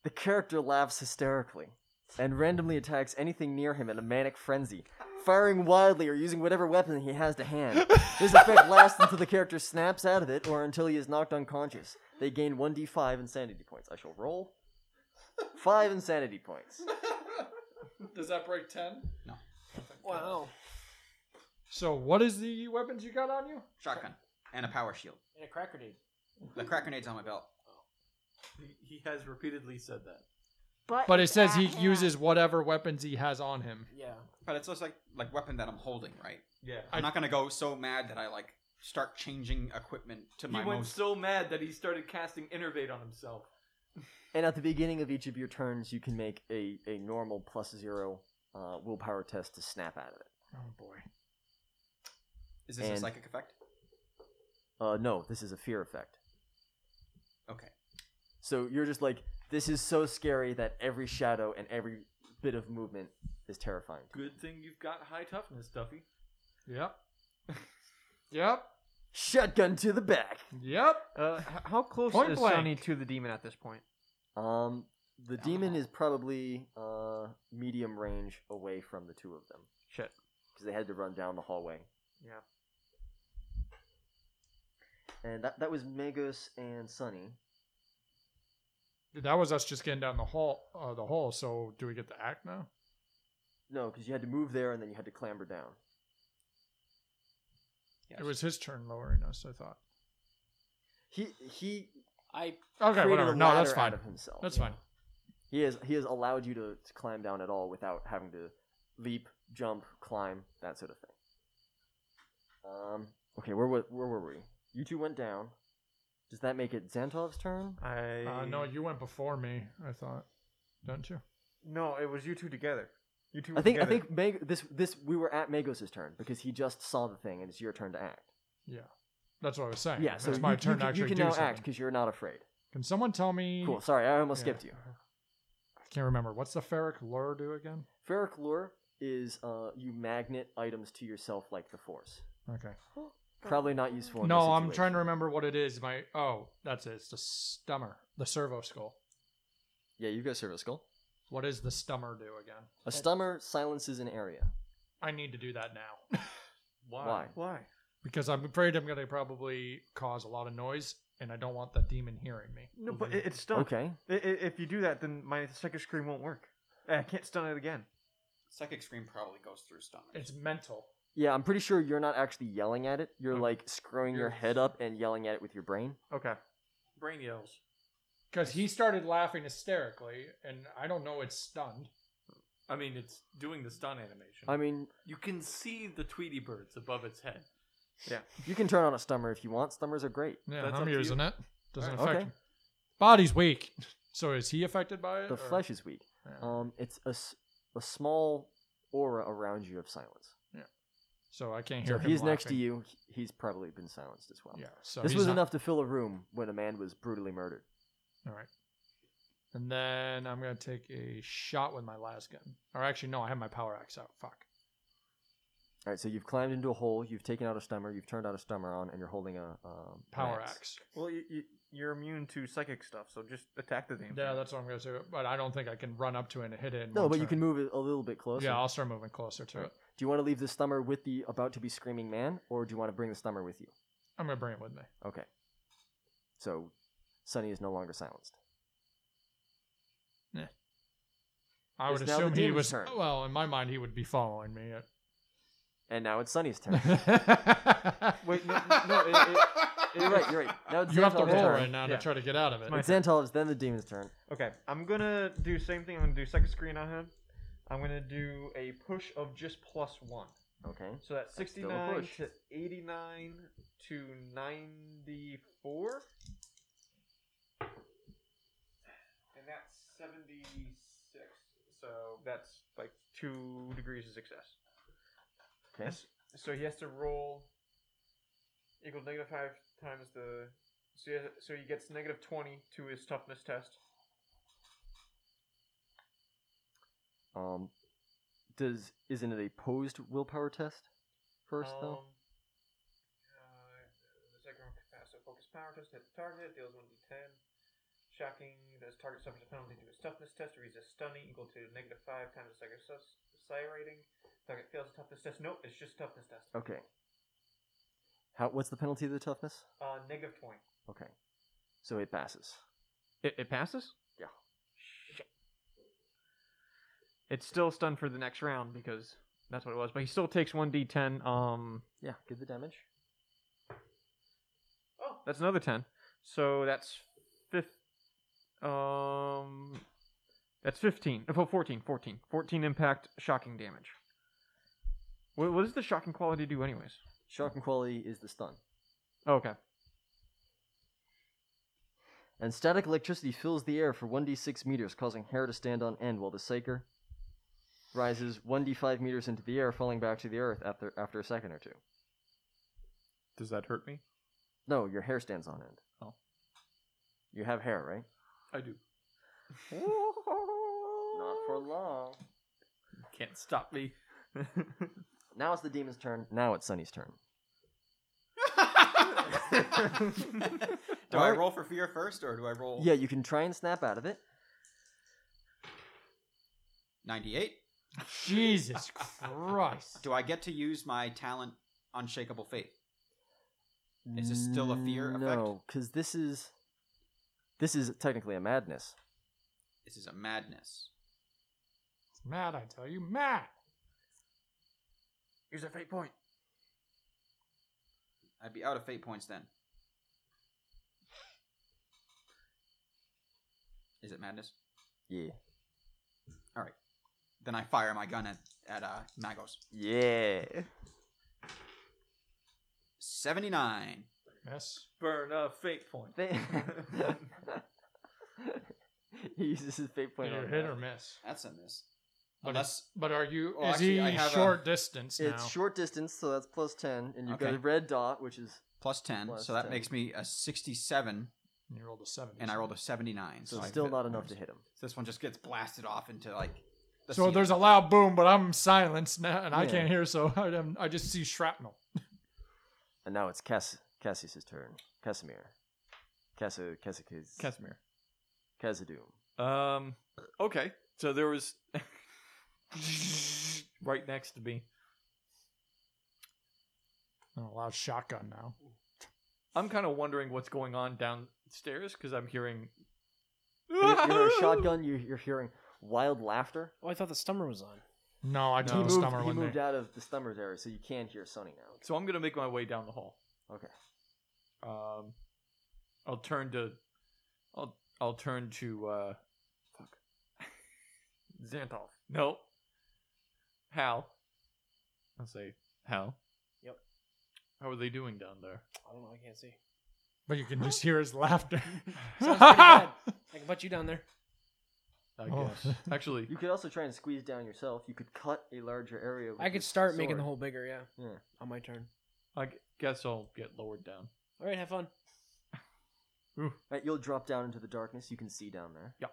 Speaker 1: The character laughs hysterically and randomly attacks anything near him in a manic frenzy, firing wildly or using whatever weapon he has to hand. This effect lasts until the character snaps out of it or until he is knocked unconscious. They gain 1d5 insanity points. I shall roll 5 insanity points.
Speaker 6: Does that break ten?
Speaker 7: Wow.
Speaker 4: So what is the weapons you got on you?
Speaker 5: Shotgun and a power shield.
Speaker 7: And a crack grenade.
Speaker 5: The crack grenade's on my belt.
Speaker 6: He, he has repeatedly said that.
Speaker 4: But it
Speaker 3: it's
Speaker 4: says
Speaker 3: at
Speaker 4: he
Speaker 3: hand.
Speaker 4: uses whatever weapons he has on him.
Speaker 7: Yeah.
Speaker 5: But it's just like like weapon that I'm holding, right?
Speaker 6: Yeah.
Speaker 5: I'm not gonna go so mad that I like start changing equipment to
Speaker 6: He
Speaker 5: my
Speaker 6: went
Speaker 5: most.
Speaker 6: so mad that he started casting Innervate on himself.
Speaker 1: And at the beginning of each of your turns, you can make a, a normal plus 0 uh, willpower test to snap out of it.
Speaker 4: Oh boy.
Speaker 5: is this a
Speaker 1: and-
Speaker 5: psychic effect?
Speaker 1: Uh, no, this is a fear effect.
Speaker 5: Okay.
Speaker 1: So you're just like, this is so scary that every shadow and every bit of movement is terrifying. to me."
Speaker 6: Good thing you've got high toughness, Duffy.
Speaker 4: Yep. yep.
Speaker 1: Shotgun to the back.
Speaker 4: Yep.
Speaker 2: Uh, h- how close
Speaker 4: Point
Speaker 2: is
Speaker 4: blank.
Speaker 2: Sunny to the demon at this point?
Speaker 1: Um, the demon is probably uh medium range away from the two of them
Speaker 2: Shit.
Speaker 1: because they had to run down the hallway.
Speaker 2: Yeah.
Speaker 1: and that that was Magus and Sunny.
Speaker 4: That was us just getting down the hall. Uh, the hall. So do we get the act now?
Speaker 1: No, because you had to move there and then you had to clamber down.
Speaker 5: Yes.
Speaker 4: It was his turn lowering us. I thought.
Speaker 1: He he
Speaker 7: I
Speaker 4: Okay,
Speaker 1: created
Speaker 4: whatever.
Speaker 1: a
Speaker 4: No, that's
Speaker 1: ladder
Speaker 4: fine.
Speaker 1: Out of himself.
Speaker 4: That's fine.
Speaker 1: He has he has allowed you to, to climb down at all without having to leap, jump, climb, that sort of thing. Um. Okay, where wa- where were we? You two went down. Does that make it Xantov's turn?
Speaker 2: I
Speaker 4: Uh, no, you went before me. I thought, don't you?
Speaker 2: no, it was you two together. You two.
Speaker 1: I
Speaker 2: were
Speaker 1: think I
Speaker 2: together.
Speaker 1: think Mag- this this we were at Magos's turn because he just saw the thing and it's your turn to act.
Speaker 4: Yeah, that's what I was saying.
Speaker 1: yeah, so
Speaker 4: it's
Speaker 1: you,
Speaker 4: my
Speaker 1: you can,
Speaker 4: turn to
Speaker 1: you
Speaker 4: actually
Speaker 1: can
Speaker 4: do
Speaker 1: now
Speaker 4: something.
Speaker 1: act because you're not afraid.
Speaker 4: Can someone tell me?
Speaker 1: Cool. Sorry, I almost
Speaker 4: Yeah.
Speaker 1: skipped you.
Speaker 4: I can't remember. What's the ferric lure do again?
Speaker 1: Ferric lure is uh you magnet items to yourself like the Force.
Speaker 4: Okay.
Speaker 1: Probably not useful. In
Speaker 4: no,
Speaker 1: this
Speaker 4: I'm trying
Speaker 1: situation.
Speaker 4: to remember what it is. My oh, that's it. It's the stummer, the servo skull.
Speaker 1: Yeah, you've got service skull.
Speaker 4: What does the stummer do again?
Speaker 1: A stummer silences an area.
Speaker 4: I need to do that now
Speaker 1: Why?
Speaker 2: Why?
Speaker 4: because I'm afraid I'm going to probably cause a lot of noise, and I don't want that demon hearing me.
Speaker 2: No, but it, it's stunned.
Speaker 1: Okay.
Speaker 2: I- i- If you do that, then my psychic scream won't work. I can't stun it again.
Speaker 5: Psychic scream probably goes through stomach.
Speaker 4: It's mental.
Speaker 1: Yeah, I'm pretty sure you're not actually yelling at it. You're like screwing your
Speaker 6: You're-
Speaker 1: head up and yelling at it with your brain.
Speaker 2: Okay.
Speaker 6: Brain yells.
Speaker 4: Because he started laughing hysterically, and I don't know it's stunned.
Speaker 8: I mean, it's doing the stun animation.
Speaker 1: I mean,
Speaker 8: you can see the Tweety birds above its head.
Speaker 1: you can turn on a stummer if you want. Stummers are great.
Speaker 4: Yeah,
Speaker 8: That's up
Speaker 4: I'm
Speaker 8: to
Speaker 4: using
Speaker 8: you.
Speaker 4: it. Doesn't
Speaker 1: Alright.
Speaker 4: affect
Speaker 1: Okay.
Speaker 4: him. Body's weak. So is he affected by it?
Speaker 1: The
Speaker 4: or-
Speaker 1: flesh is weak.
Speaker 4: Yeah.
Speaker 1: Um, it's a, s- a small aura around you of silence.
Speaker 4: so I can't
Speaker 1: So
Speaker 4: hear
Speaker 1: if
Speaker 4: him
Speaker 1: he's next to
Speaker 4: laughing.
Speaker 1: you, he- he's probably been silenced as well.
Speaker 4: Yeah. So
Speaker 1: this
Speaker 4: he's
Speaker 1: was
Speaker 4: not-
Speaker 1: enough to fill a room when a man was brutally murdered.
Speaker 4: All right. And then I'm gonna take a shot with my las gun. Or actually, no, I have my power axe out. Fuck.
Speaker 1: All right, so you've climbed into a hole, you've taken out a stummer, you've turned out a stummer on, and you're holding a um,
Speaker 4: Power
Speaker 1: an
Speaker 4: axe.
Speaker 2: Well, you, you, you're immune to psychic stuff, so just attack the demon.
Speaker 4: Yeah, that's what I'm gonna do. But I don't think I can run up to it and hit it. In
Speaker 1: No,
Speaker 4: one
Speaker 1: but you
Speaker 4: turn.
Speaker 1: can move it a little bit closer.
Speaker 4: Yeah, I'll start moving closer to it.
Speaker 1: Do you want to leave the stummer with the about to be screaming man, or do you want to bring the stummer with you?
Speaker 4: I'm gonna bring it with me.
Speaker 1: Okay. So, Sunny is no longer silenced.
Speaker 4: I would
Speaker 1: It's now the
Speaker 4: assume he
Speaker 1: demon's
Speaker 4: was.
Speaker 1: turn.
Speaker 4: Well, in my mind, he would be following me.
Speaker 1: And now it's Sunny's turn.
Speaker 4: Wait,
Speaker 2: Wait, no, no, it, it,
Speaker 1: you're right, you're right. Now it's
Speaker 4: you have to
Speaker 1: Xanthal's
Speaker 4: roll
Speaker 1: turn.
Speaker 4: right now
Speaker 2: Yeah.
Speaker 4: to try to get out of it.
Speaker 1: It's Xanthal's, then the demon's turn.
Speaker 2: Okay, I'm gonna do same thing. I'm gonna do second screen on him. I'm gonna do a push of just plus one.
Speaker 1: Okay.
Speaker 2: So that's
Speaker 1: That's still a
Speaker 2: 69
Speaker 1: push.
Speaker 2: to 89 to 94. And that's 76. So that's like two degrees of success.
Speaker 1: Okay.
Speaker 2: Yes. So he has to roll equal negative five times the. So he, has, so he gets negative twenty to his toughness test.
Speaker 1: Um, does isn't it a posed willpower test first though?
Speaker 2: Um, uh, the second one, uh, so focus power test hit the target, deals 1d10. Shocking, does target suffers a penalty to its toughness test, resist stunning equal to negative 5 times the second sus- psi rating. Target fails the toughness test. Nope, it's just toughness test.
Speaker 1: Okay. How? What's the penalty of the toughness?
Speaker 2: Uh, negative 20.
Speaker 1: Okay. So it passes.
Speaker 2: It, it passes?
Speaker 1: Yeah.
Speaker 2: Shit. It's still stunned for the next round because that's what it was, but he still takes 1d10. Um,
Speaker 1: Yeah. Give the damage.
Speaker 2: Oh, that's another ten. So that's fifth. Um, that's fifteen. Oh, 14, 14. 14 impact, shocking damage. What, what does the shocking quality do, anyways?
Speaker 1: Shocking quality is the stun.
Speaker 2: Oh, okay.
Speaker 1: and static electricity fills the air for 1d6 meters, causing hair to stand on end while the Saker rises 1d5 meters into the air, falling back to the earth after, after a second or two.
Speaker 8: Does that hurt me?
Speaker 1: No, your hair stands on end.
Speaker 8: Oh.
Speaker 1: You have hair, right?
Speaker 8: I do.
Speaker 1: Not for long.
Speaker 8: Can't stop me.
Speaker 1: Now it's the demon's turn. Now it's Sunny's turn.
Speaker 5: do I roll for fear first, or do I roll?
Speaker 1: Yeah, you can try and snap out of it.
Speaker 5: Ninety-eight.
Speaker 4: Jesus Christ!
Speaker 5: Do I get to use my talent, unshakable faith? Is this still a fear effect?
Speaker 1: No, because this is this is technically a madness.
Speaker 5: This is a madness.
Speaker 4: It's mad, I tell you, mad.
Speaker 2: Use a fate point.
Speaker 5: I'd be out of fate points then. Is it madness?
Speaker 1: Yeah.
Speaker 5: All right. Then I fire my gun at at uh, Magos.
Speaker 1: Yeah.
Speaker 5: Seventy nine.
Speaker 4: Yes.
Speaker 6: Burn a fate point.
Speaker 1: he uses his fate point.
Speaker 4: Either
Speaker 1: on
Speaker 4: hit
Speaker 1: that.
Speaker 4: or miss.
Speaker 5: That's a miss.
Speaker 4: But,
Speaker 5: Unless
Speaker 4: it's- but are you?
Speaker 5: Oh,
Speaker 4: is
Speaker 5: actually, I
Speaker 4: he
Speaker 5: have a-
Speaker 4: short distance now?
Speaker 1: It's short distance, so that's plus ten, and you've got
Speaker 5: Okay.
Speaker 1: a red dot, which is
Speaker 5: plus ten,
Speaker 1: Plus
Speaker 5: so that
Speaker 1: 10.
Speaker 5: makes me a sixty seven,
Speaker 4: and you rolled a seven.
Speaker 5: and I rolled a seventy nine.
Speaker 1: so
Speaker 5: So, I
Speaker 1: still
Speaker 5: fit-
Speaker 1: not enough to hit him.
Speaker 5: So this one just gets blasted off into like. The
Speaker 4: So
Speaker 5: ceiling.
Speaker 4: there's a loud boom, but I'm silenced now, and I
Speaker 1: Yeah.
Speaker 4: can't hear. So I, am- I just see shrapnel.
Speaker 1: And now it's Cass Cassius's turn. Casimir. Casa Casicus.
Speaker 8: Casimir.
Speaker 1: Casadoom.
Speaker 8: Um. Okay. So there was right next to me.
Speaker 4: And a loud shotgun now.
Speaker 8: I'm kind of wondering what's going on downstairs because I'm hearing.
Speaker 1: You you hear a shotgun. You, you're hearing wild laughter.
Speaker 7: Oh, I thought the stummer was on.
Speaker 4: No, Oh, I
Speaker 8: No.
Speaker 4: told
Speaker 8: He
Speaker 4: the
Speaker 1: Moved-
Speaker 4: stummer
Speaker 1: he
Speaker 4: when
Speaker 1: moved
Speaker 4: they.
Speaker 1: out of the Stummer's area, so you can hear Sonny now.
Speaker 8: So I'm gonna make my way down the hall.
Speaker 1: Okay.
Speaker 8: Um, I'll turn to, I'll I'll turn to uh, fuck,
Speaker 2: Xantov.
Speaker 8: no, Hal. I'll say Hal.
Speaker 7: Yep.
Speaker 8: How are they doing down there?
Speaker 7: I don't know. I can't see.
Speaker 4: But you can just hear his laughter.
Speaker 7: Sounds pretty bad. I can put you down there.
Speaker 8: I
Speaker 4: Oh.
Speaker 8: guess actually,
Speaker 1: You could also try and squeeze down yourself. You could cut a larger area. With
Speaker 7: I could
Speaker 1: your
Speaker 7: start making
Speaker 1: sword.
Speaker 7: the hole bigger. Yeah.
Speaker 1: Yeah.
Speaker 7: On my turn.
Speaker 8: I g- guess I'll get lowered down.
Speaker 7: All right. Have fun.
Speaker 1: Right, you'll drop down into the darkness. You can see down there.
Speaker 8: Yep.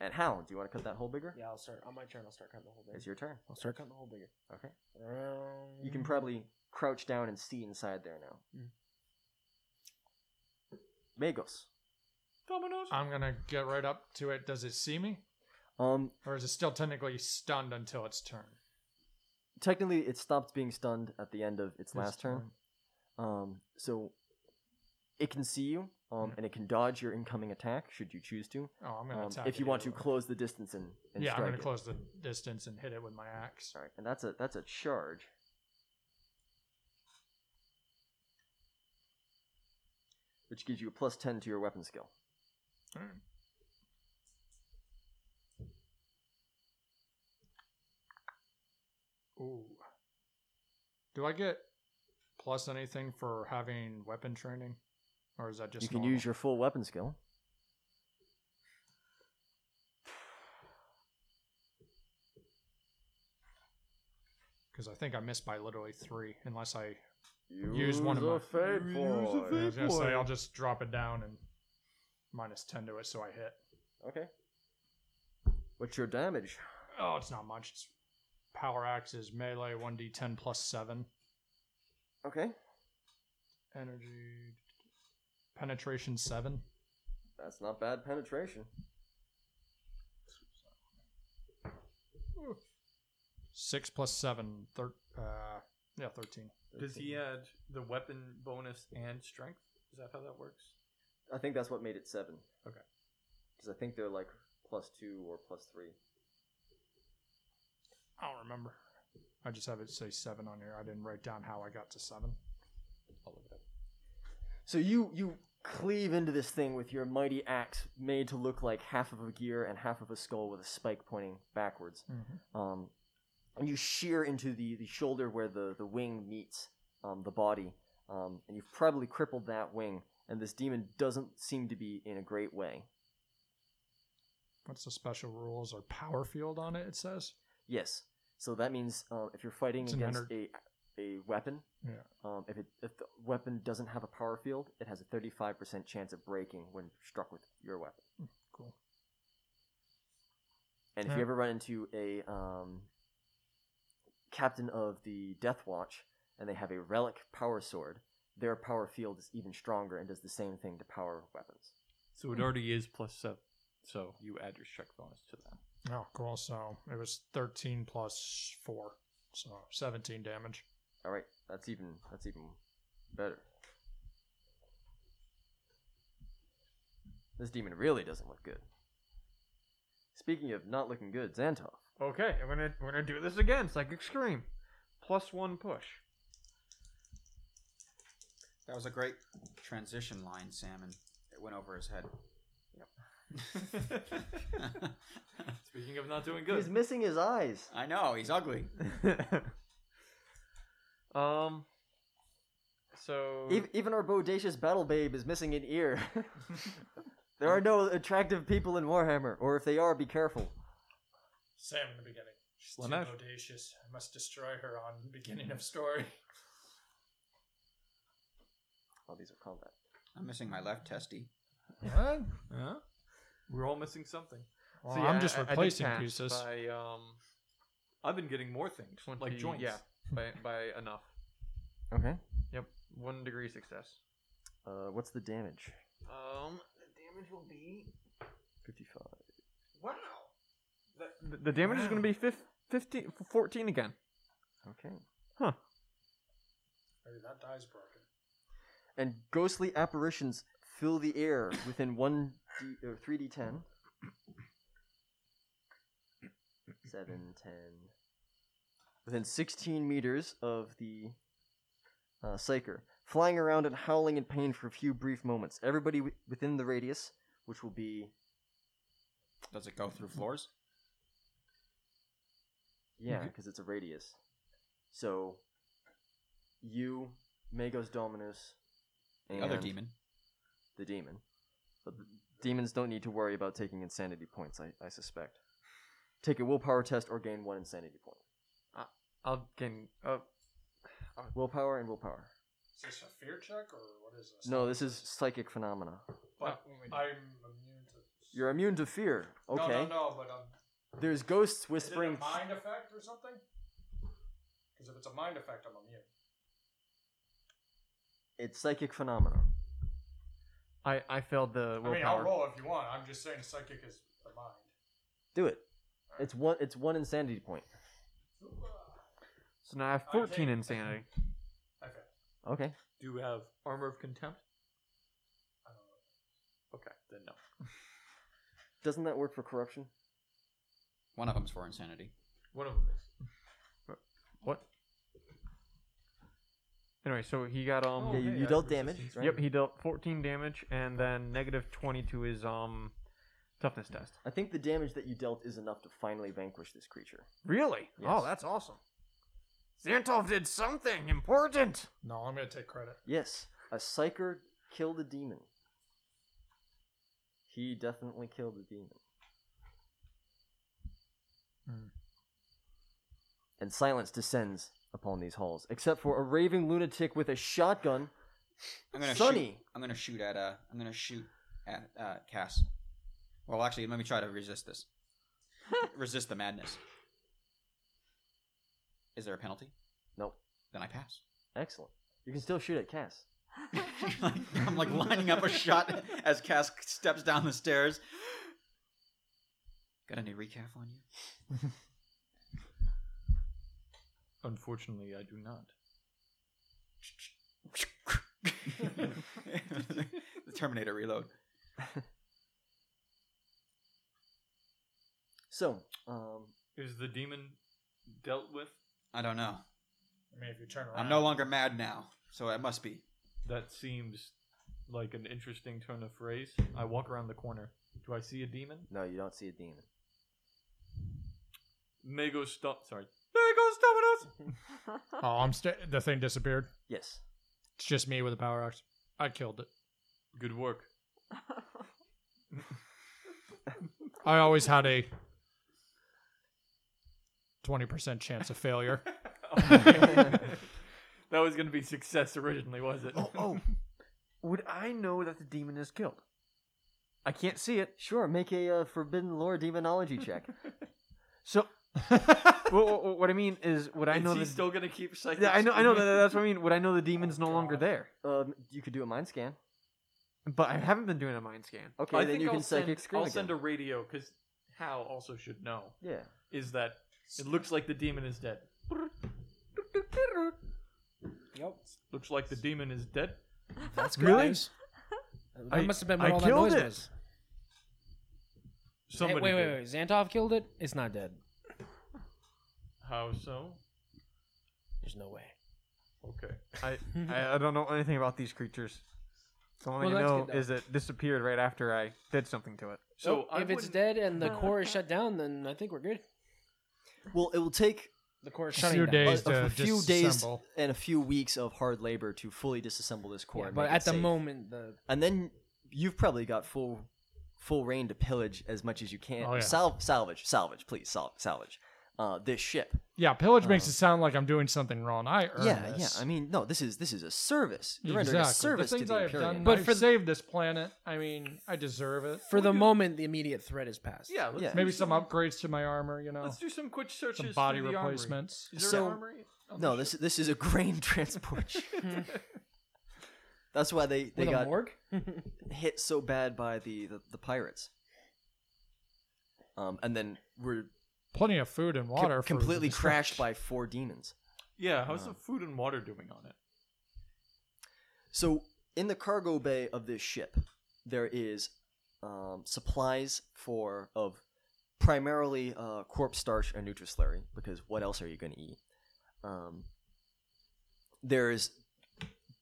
Speaker 1: And Hal, do you want to cut that hole bigger?
Speaker 7: Yeah. I'll start on my turn. I'll start cutting the hole bigger.
Speaker 1: It's your turn.
Speaker 7: I'll start cutting the hole bigger.
Speaker 1: Okay.
Speaker 7: Um,
Speaker 1: You can probably crouch down and see inside there now.
Speaker 4: Mm.
Speaker 1: Magos.
Speaker 8: Dominoes.
Speaker 4: I'm gonna get right up to it. Does it see me,
Speaker 1: Um,
Speaker 4: or is it still technically stunned until its turn?
Speaker 1: technically, it stopped being stunned at the end of its, last turn.
Speaker 4: turn.
Speaker 1: Um, so it can see you, um, and it can dodge your incoming attack should you choose to.
Speaker 4: Oh, Mm-hmm. I'm gonna
Speaker 1: Um,
Speaker 4: attack.
Speaker 1: if
Speaker 4: it
Speaker 1: you want to
Speaker 4: either way.
Speaker 1: close the distance and, and
Speaker 4: yeah, I'm
Speaker 1: strike
Speaker 4: gonna
Speaker 1: it.
Speaker 4: close the distance and hit it with my axe.
Speaker 1: All right, and that's a that's a charge. Which gives you a plus ten to your weapon skill.
Speaker 4: Ooh. Do I get plus anything for having weapon training, or is that just
Speaker 1: you can
Speaker 4: normal?
Speaker 1: use your full weapon skill.
Speaker 4: Because I think I missed by literally three, unless I.
Speaker 1: Use,
Speaker 4: one of my-
Speaker 1: fate point.
Speaker 4: I was gonna say I'll just drop it down and minus ten to it, so I hit.
Speaker 1: Okay. What's your damage?
Speaker 4: Oh, it's not much. It's power axe is melee one d ten plus seven
Speaker 1: Okay,
Speaker 4: energy penetration seven.
Speaker 1: that's not bad penetration.
Speaker 4: Six plus seven, thir- uh, yeah, thirteen.
Speaker 6: Does he
Speaker 8: uh,
Speaker 6: add the weapon bonus and strength? Is that how that works?
Speaker 1: I think that's what made it seven.
Speaker 6: Okay.
Speaker 1: Because I think they're like plus two or plus three.
Speaker 4: I don't remember. I just have it say seven on here. I didn't write down how I got to seven.
Speaker 1: So you you cleave into this thing with your mighty axe, made to look like half of a gear and half of a skull with a spike pointing backwards.
Speaker 4: Mm-hmm.
Speaker 1: Um, and you shear into the, the shoulder where the, the wing meets um, the body, um, and you've probably crippled that wing. And this demon doesn't seem to be in a great way.
Speaker 4: What's the special rules or power field on it? It says
Speaker 1: Yes. So that means um, if you're fighting
Speaker 4: It's an
Speaker 1: against
Speaker 4: ener-
Speaker 1: a a weapon,
Speaker 4: Yeah.
Speaker 1: um, if it if the weapon doesn't have a power field, it has a 35% chance of breaking when struck with your weapon.
Speaker 4: cool.
Speaker 1: And if
Speaker 4: Yeah.
Speaker 1: you ever run into a um, captain of the Death Watch and they have a relic power sword, their power field is even stronger and does the same thing to power weapons.
Speaker 8: So it already is plus seven. So you add your strength bonus to that.
Speaker 4: Oh, cool. So it was thirteen plus four, so seventeen damage.
Speaker 1: All right, that's even that's even better. This demon really doesn't look good. Speaking of not looking good, Xantov.
Speaker 2: Okay, I'm gonna we're gonna do this again. Psychic scream, plus one push.
Speaker 5: That was a great transition line, Sam, and it went over his head. Yep.
Speaker 8: Speaking of not doing
Speaker 1: He's
Speaker 8: good,
Speaker 1: missing his eyes.
Speaker 5: I know he's ugly.
Speaker 2: um. So
Speaker 1: Ev- Even our bodacious battle babe is missing an ear. there are no attractive people in Warhammer, or if they are, be careful.
Speaker 10: Sam in the beginning. She's too
Speaker 8: Lanesh.
Speaker 10: bodacious. I must destroy her on the beginning of story.
Speaker 1: Oh, these are combat.
Speaker 5: I'm missing my left testy.
Speaker 4: What?
Speaker 8: huh? we're all missing something.
Speaker 4: Well,
Speaker 2: So, yeah,
Speaker 4: I'm just
Speaker 2: I- I did
Speaker 4: replacing
Speaker 2: pass
Speaker 4: pieces.
Speaker 2: By, um,
Speaker 8: I've been getting more things,
Speaker 2: 20
Speaker 8: like joints.
Speaker 2: Yeah, by, by enough.
Speaker 1: Okay.
Speaker 2: Yep, one degree success.
Speaker 1: Uh, what's the damage?
Speaker 2: Um, the damage will be
Speaker 1: 55.
Speaker 2: wow. The, the damage is going to be fif- 15, 14 again.
Speaker 1: Okay.
Speaker 10: Maybe that die's broken.
Speaker 1: And ghostly apparitions fill the air within 1 D, or 3d10. 7, 10. Within 16 meters of the uh, Psyker, flying around and howling in pain for a few brief moments. Everybody wi- within the radius, which will be.
Speaker 5: Does it go through floors?
Speaker 1: Yeah, because it's a radius. So, you, Magos Dominus,
Speaker 5: The other
Speaker 1: and-
Speaker 5: demon.
Speaker 1: the demon. But the demons don't need to worry about taking insanity points, I, I suspect. Take a willpower test or gain one insanity point.
Speaker 2: I'll gain. Uh,
Speaker 1: Willpower and willpower.
Speaker 10: Is this a fear check or what is this?
Speaker 1: No, this is psychic phenomena.
Speaker 10: But I'm immune to.
Speaker 1: You're immune to fear. Okay.
Speaker 10: No, no, no. But um,
Speaker 1: There's ghosts
Speaker 10: is it a
Speaker 1: whispering.
Speaker 10: mind effect or something? Because if it's a mind effect, I'm immune.
Speaker 1: It's psychic phenomena.
Speaker 2: I I failed the willpower.
Speaker 10: I mean, I'll roll if you want. I'm just saying psychic is the mind.
Speaker 1: Do it. It's one. It's one insanity point.
Speaker 2: So now I have
Speaker 10: I
Speaker 2: 14
Speaker 10: take-
Speaker 2: insanity.
Speaker 10: Okay.
Speaker 1: Okay.
Speaker 8: Do you have armor of contempt?
Speaker 10: I don't know.
Speaker 8: Okay, then no.
Speaker 1: Doesn't that work for corruption?
Speaker 5: One of them's for insanity.
Speaker 8: One of them is.
Speaker 2: What? Anyway, so he got um.
Speaker 10: Oh,
Speaker 1: yeah, you, you dealt damage, right?
Speaker 2: Yep, he dealt 14 damage and then negative 20 to his um toughness test.
Speaker 1: I think the damage that you dealt is enough to finally vanquish this creature.
Speaker 2: Really?
Speaker 1: Yes.
Speaker 2: Oh, that's awesome. Xantov did something important.
Speaker 10: No, I'm gonna take credit.
Speaker 1: Yes, a psyker killed a demon. He definitely killed a demon. Hmm. And silence descends upon these halls, except for a raving lunatic with a shotgun.
Speaker 5: I'm gonna Shoot,
Speaker 1: Sonny!
Speaker 5: I'm gonna shoot at uh. I'm gonna shoot at uh Cass. Well, actually, let me try to resist this. resist the madness. Is there a penalty?
Speaker 1: Nope.
Speaker 5: Then I pass.
Speaker 1: Excellent. You can still shoot at Cass.
Speaker 5: like, I'm like lining up a shot as Cass steps down the stairs. Got any recap on you?
Speaker 8: Unfortunately, I do not.
Speaker 5: the Terminator reload.
Speaker 1: So, um,
Speaker 8: Is the demon dealt with?
Speaker 5: I don't know.
Speaker 10: I mean, if you turn around,
Speaker 5: I'm no longer mad now, so it must be.
Speaker 8: That seems like an interesting turn of phrase. I walk around the corner. Do I see a demon?
Speaker 1: no, you don't see a demon.
Speaker 8: Mago stop. Sorry. Mago Dominus.
Speaker 4: Oh, I'm sta the thing disappeared.
Speaker 1: Yes.
Speaker 4: It's just me with a power axe. I killed it.
Speaker 8: Good work.
Speaker 4: I always had a twenty percent chance of failure.
Speaker 8: That was going to be success originally, was it?
Speaker 2: Oh, oh. Would I know that the demon is killed? I can't see it.
Speaker 1: Sure, make a uh, forbidden lore demonology check.
Speaker 2: So well, well, what I mean is, Oh, would I
Speaker 8: Is
Speaker 2: know
Speaker 8: he
Speaker 2: the
Speaker 8: still going to keep psychic?
Speaker 2: Yeah, I know, I know. that- That's what I mean. Would I know the demon's no longer there?
Speaker 1: um, you could do a mind scan.
Speaker 2: But I haven't been doing a mind scan.
Speaker 1: Okay,
Speaker 8: I
Speaker 1: then
Speaker 8: think
Speaker 1: you
Speaker 8: I'll
Speaker 1: can
Speaker 8: send,
Speaker 1: psychic scream
Speaker 8: I'll
Speaker 1: again.
Speaker 8: send a radio because Hal also should know.
Speaker 1: Yeah.
Speaker 8: Is that it looks like the demon is dead.
Speaker 7: Yep.
Speaker 8: Looks like the demon is dead.
Speaker 7: That's
Speaker 4: Really?
Speaker 7: good news. That
Speaker 2: I-
Speaker 7: must have been
Speaker 2: I
Speaker 7: what all that
Speaker 2: killed
Speaker 7: noise
Speaker 2: it.
Speaker 7: was.
Speaker 8: Somebody
Speaker 7: wait, wait,
Speaker 8: did.
Speaker 7: wait. Xantov killed it? It's not dead.
Speaker 8: How so?
Speaker 7: There's no way.
Speaker 8: Okay.
Speaker 2: I, I I don't know anything about these creatures. The only
Speaker 7: Well,
Speaker 2: thing I
Speaker 7: that's
Speaker 2: know
Speaker 7: good, though.
Speaker 2: is that it disappeared right after I did something to it.
Speaker 8: So
Speaker 7: Well,
Speaker 8: I
Speaker 7: if it's
Speaker 8: wouldn't-
Speaker 7: dead and the
Speaker 3: Uh,
Speaker 7: core is shut down, then I think we're good.
Speaker 1: Well, it will take
Speaker 7: The core is
Speaker 4: A
Speaker 7: shutting
Speaker 4: few
Speaker 7: down.
Speaker 1: a,
Speaker 4: days
Speaker 1: a
Speaker 4: to
Speaker 1: few days
Speaker 4: disassemble.
Speaker 1: and a few weeks of hard labor to fully disassemble this core.
Speaker 7: Yeah,
Speaker 1: and
Speaker 7: but
Speaker 1: make it
Speaker 7: at the
Speaker 1: safe.
Speaker 7: moment, the
Speaker 1: and then you've probably got full full reign to pillage as much as you can.
Speaker 4: Oh, yeah.
Speaker 1: Sal- salvage, salvage, please, sal- salvage. Uh, this ship.
Speaker 4: Yeah, pillage makes
Speaker 1: Um,
Speaker 4: it sound like I'm doing something wrong. I earned
Speaker 1: yeah,
Speaker 4: this.
Speaker 1: yeah. I mean, no, this is this is a service. You're
Speaker 4: exactly.
Speaker 1: rendering a service
Speaker 4: the
Speaker 1: to
Speaker 4: things
Speaker 1: the
Speaker 4: I have
Speaker 1: Imperium.
Speaker 4: done,
Speaker 7: But
Speaker 4: I've
Speaker 7: for th-
Speaker 4: saved this planet. I mean, I deserve it.
Speaker 7: for the moment, the immediate threat is past.
Speaker 8: Yeah, let's
Speaker 1: Yeah.
Speaker 8: do
Speaker 4: Maybe some upgrades to my armor. You know,
Speaker 8: Let's do some quick searches.
Speaker 4: some body
Speaker 8: through the armory.
Speaker 4: replacements.
Speaker 8: Is there
Speaker 1: So-
Speaker 8: an armory?
Speaker 4: Oh,
Speaker 8: on
Speaker 1: no,
Speaker 8: the
Speaker 1: this this is a grain transport ship. That's why they they
Speaker 7: With a
Speaker 1: got
Speaker 7: morgue.
Speaker 1: hit so bad by the the, the pirates. Um, and then were
Speaker 4: Plenty of food and
Speaker 1: co-
Speaker 4: water. for the
Speaker 1: completely crashed
Speaker 4: destruction.
Speaker 1: by four demons.
Speaker 8: Yeah, how's
Speaker 1: Uh,
Speaker 8: the food and water doing on it?
Speaker 1: So, in the cargo bay of this ship, there is um, supplies for of primarily uh, corpse starch and Nutrislurry, because what else are you going to eat? Um, there's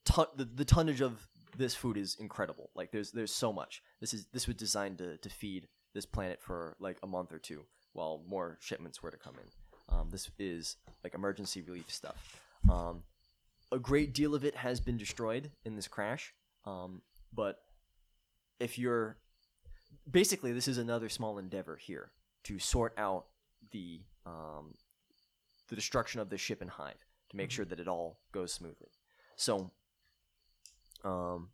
Speaker 1: ton- the, the tonnage of this food is incredible. Like there's there's so much. This is this was designed to, to feed this planet for like a month or two, while more shipments were to come in. Um, this is like emergency relief stuff. Um, a great deal of it has been destroyed in this crash. Um, but if you're basically, this is another small endeavor here to sort out the um, the destruction of the ship and hive to make sure that it all goes smoothly. So, um,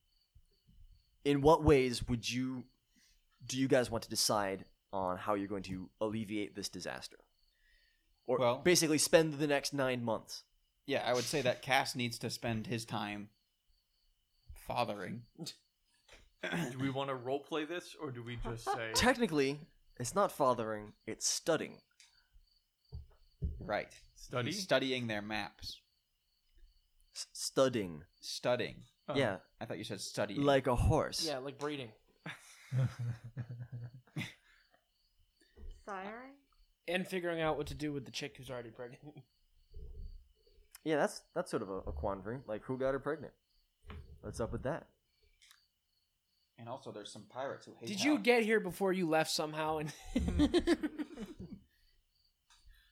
Speaker 1: in what ways would you do you guys want to decide on how you're going to alleviate this disaster? Or
Speaker 5: Well-
Speaker 1: basically spend the next nine months.
Speaker 5: Yeah, I would say that Cass needs to spend his time fathering.
Speaker 8: Do we want to role play this, or do we just say
Speaker 1: Technically, it's not fathering, it's studying.
Speaker 5: Right.
Speaker 8: study?
Speaker 5: He's studying their maps.
Speaker 1: S- studying.
Speaker 5: Studying.
Speaker 8: Oh.
Speaker 1: yeah,
Speaker 5: I thought you said studying.
Speaker 1: like a horse.
Speaker 7: yeah, like breeding.
Speaker 3: Siring?
Speaker 7: And figuring out what to do with the chick who's already pregnant.
Speaker 1: Yeah, that's that's sort of a, a quandary. Like, who got her pregnant? What's up with that?
Speaker 5: and also, there's some pirates who hate.
Speaker 7: Did
Speaker 5: how-
Speaker 7: you get here before you left somehow? And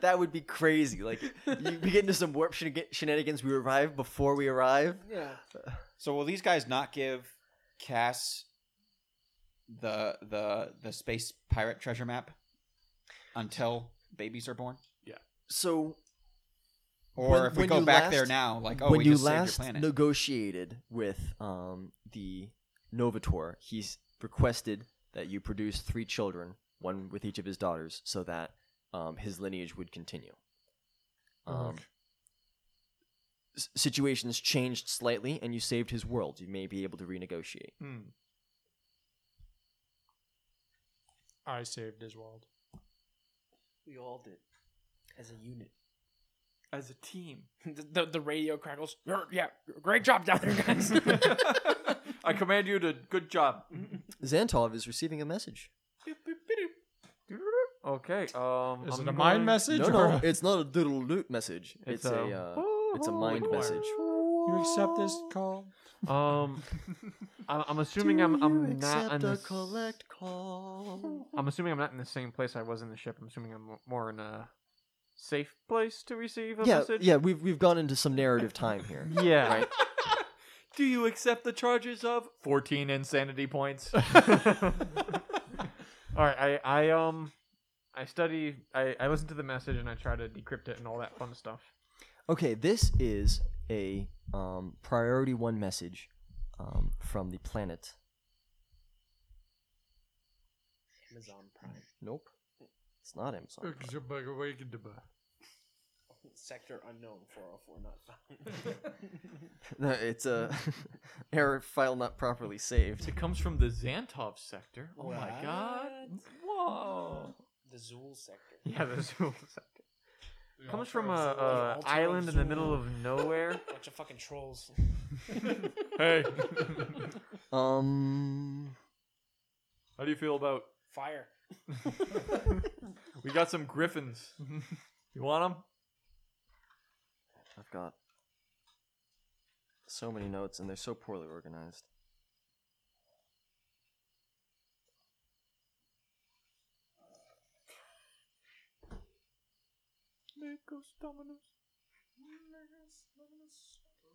Speaker 1: That would be crazy. Like, you we get into some warp shene- shenanigans. We arrive before we arrive.
Speaker 7: yeah,
Speaker 5: So will these guys not give Cass the the the space pirate treasure map until babies are born?
Speaker 1: So,
Speaker 5: Or
Speaker 1: When-
Speaker 5: if we
Speaker 1: when
Speaker 5: go
Speaker 1: you
Speaker 5: back
Speaker 1: last-
Speaker 5: there now, like oh,
Speaker 1: when
Speaker 5: we
Speaker 1: you
Speaker 5: just
Speaker 1: last
Speaker 5: saved your planet.
Speaker 1: negotiated with um, the Novator, he's requested that you produce three children, one with each of his daughters, so that um, his lineage would continue. Um, s- situations changed slightly, and you saved his world. You may be able to renegotiate.
Speaker 8: Hmm.
Speaker 4: I saved his world.
Speaker 7: we all did as a unit.
Speaker 8: As a team.
Speaker 7: The, the, the radio crackles. "Grr, Yeah, great job down there, guys.
Speaker 8: I command you to good job.
Speaker 1: Xantov is receiving a message.
Speaker 2: Okay. Um,
Speaker 4: Is
Speaker 2: I'm
Speaker 4: it a mind
Speaker 2: going-
Speaker 4: message?
Speaker 1: No,
Speaker 4: or
Speaker 1: no, it's not a diddle loot message. It's,
Speaker 2: It's
Speaker 1: a,
Speaker 2: a-
Speaker 1: uh, it's a mind message.
Speaker 4: you accept this call?
Speaker 2: Um, I'm, I'm assuming I'm I'm not in the s-
Speaker 1: call.
Speaker 2: I'm assuming I'm not in the same place I was in the ship. I'm assuming I'm mo- more in a safe place to receive a
Speaker 1: Yeah,
Speaker 2: message.
Speaker 1: yeah, we've we've gone into some narrative time here.
Speaker 2: yeah.
Speaker 1: Right.
Speaker 8: Do you accept the charges of 14 insanity points?
Speaker 2: All right. I I um I study. I I listen to the message and I try to decrypt it and all that fun stuff.
Speaker 1: Okay, this is a um, priority one message um, from the planet.
Speaker 7: Amazon Prime
Speaker 1: Nope, it's not Amazon.
Speaker 7: sector unknown four hundred four not found.
Speaker 1: No, it's a error file not properly saved.
Speaker 8: it comes from the Xantov sector. Oh my
Speaker 7: What?
Speaker 8: god. Whoa.
Speaker 7: the Zool sector.
Speaker 2: Yeah, the Zool sector comes from a,
Speaker 7: Zool,
Speaker 2: a
Speaker 7: Ultron
Speaker 2: Uh, island in the middle
Speaker 7: Zool.
Speaker 2: of nowhere.
Speaker 7: Bunch of fucking trolls.
Speaker 8: Hey.
Speaker 1: Um,
Speaker 8: How do you feel about?
Speaker 7: Fire.
Speaker 8: We got some griffins. you want them?
Speaker 1: I've got so many notes, and they're so poorly organized.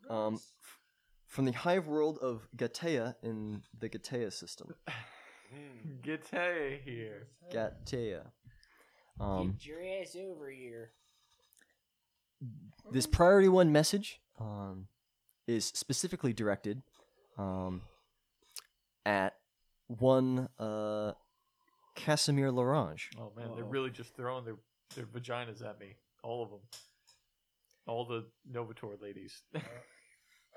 Speaker 1: Um, from the hive world of Gatea in the Gatea system.
Speaker 8: Get hey here.
Speaker 1: Gatea. Um,
Speaker 7: Get your ass over here.
Speaker 1: this priority one message um, is specifically directed um, at one uh, Casimir Larange.
Speaker 8: Oh man, they're really just throwing their their vaginas at me. All of them. All the Novator ladies.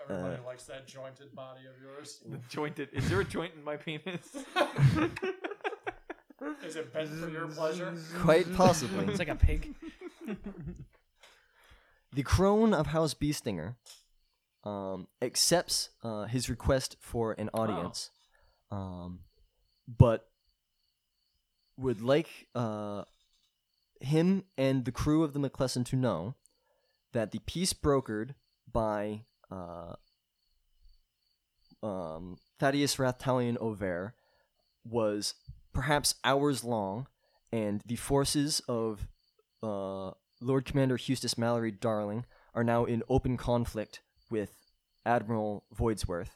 Speaker 8: Uh,
Speaker 10: Everybody likes that jointed body of yours.
Speaker 8: the jointed. Is there a joint in my penis?
Speaker 10: Is it bent for your pleasure?
Speaker 1: Quite possibly.
Speaker 7: It's like a pig.
Speaker 1: The crone of House Beestinger um, accepts uh, his request for an audience, um, but would like uh, him and the crew of the McClellan to know that the peace brokered by uh, um, Thaddeus Rathtalion Over was perhaps hours long, and the forces of uh, Lord Commander Eustace Mallory Darling are now in open conflict with Admiral Voidsworth,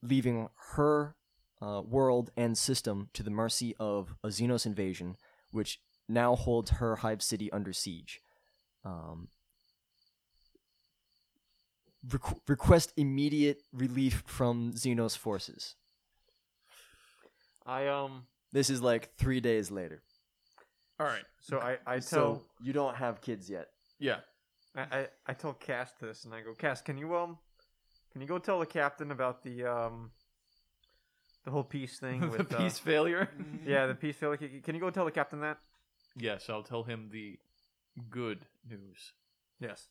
Speaker 1: leaving her uh, world and system to the mercy of a Xenos invasion, which now holds her hive city under siege. Um, requ- request immediate relief from Xenos forces.
Speaker 8: I um.
Speaker 1: This is like three days later.
Speaker 2: All right. So I, I tell
Speaker 1: so you don't have kids yet.
Speaker 8: Yeah.
Speaker 2: I, I I tell Cass this, and I go, Cass, can you um, can you go tell the captain about the um, the whole peace thing
Speaker 8: the
Speaker 2: with uh,
Speaker 8: peace failure.
Speaker 2: yeah, the peace failure. Can- Can you go tell the captain that?
Speaker 8: Yes, I'll tell him the good news.
Speaker 2: Yes.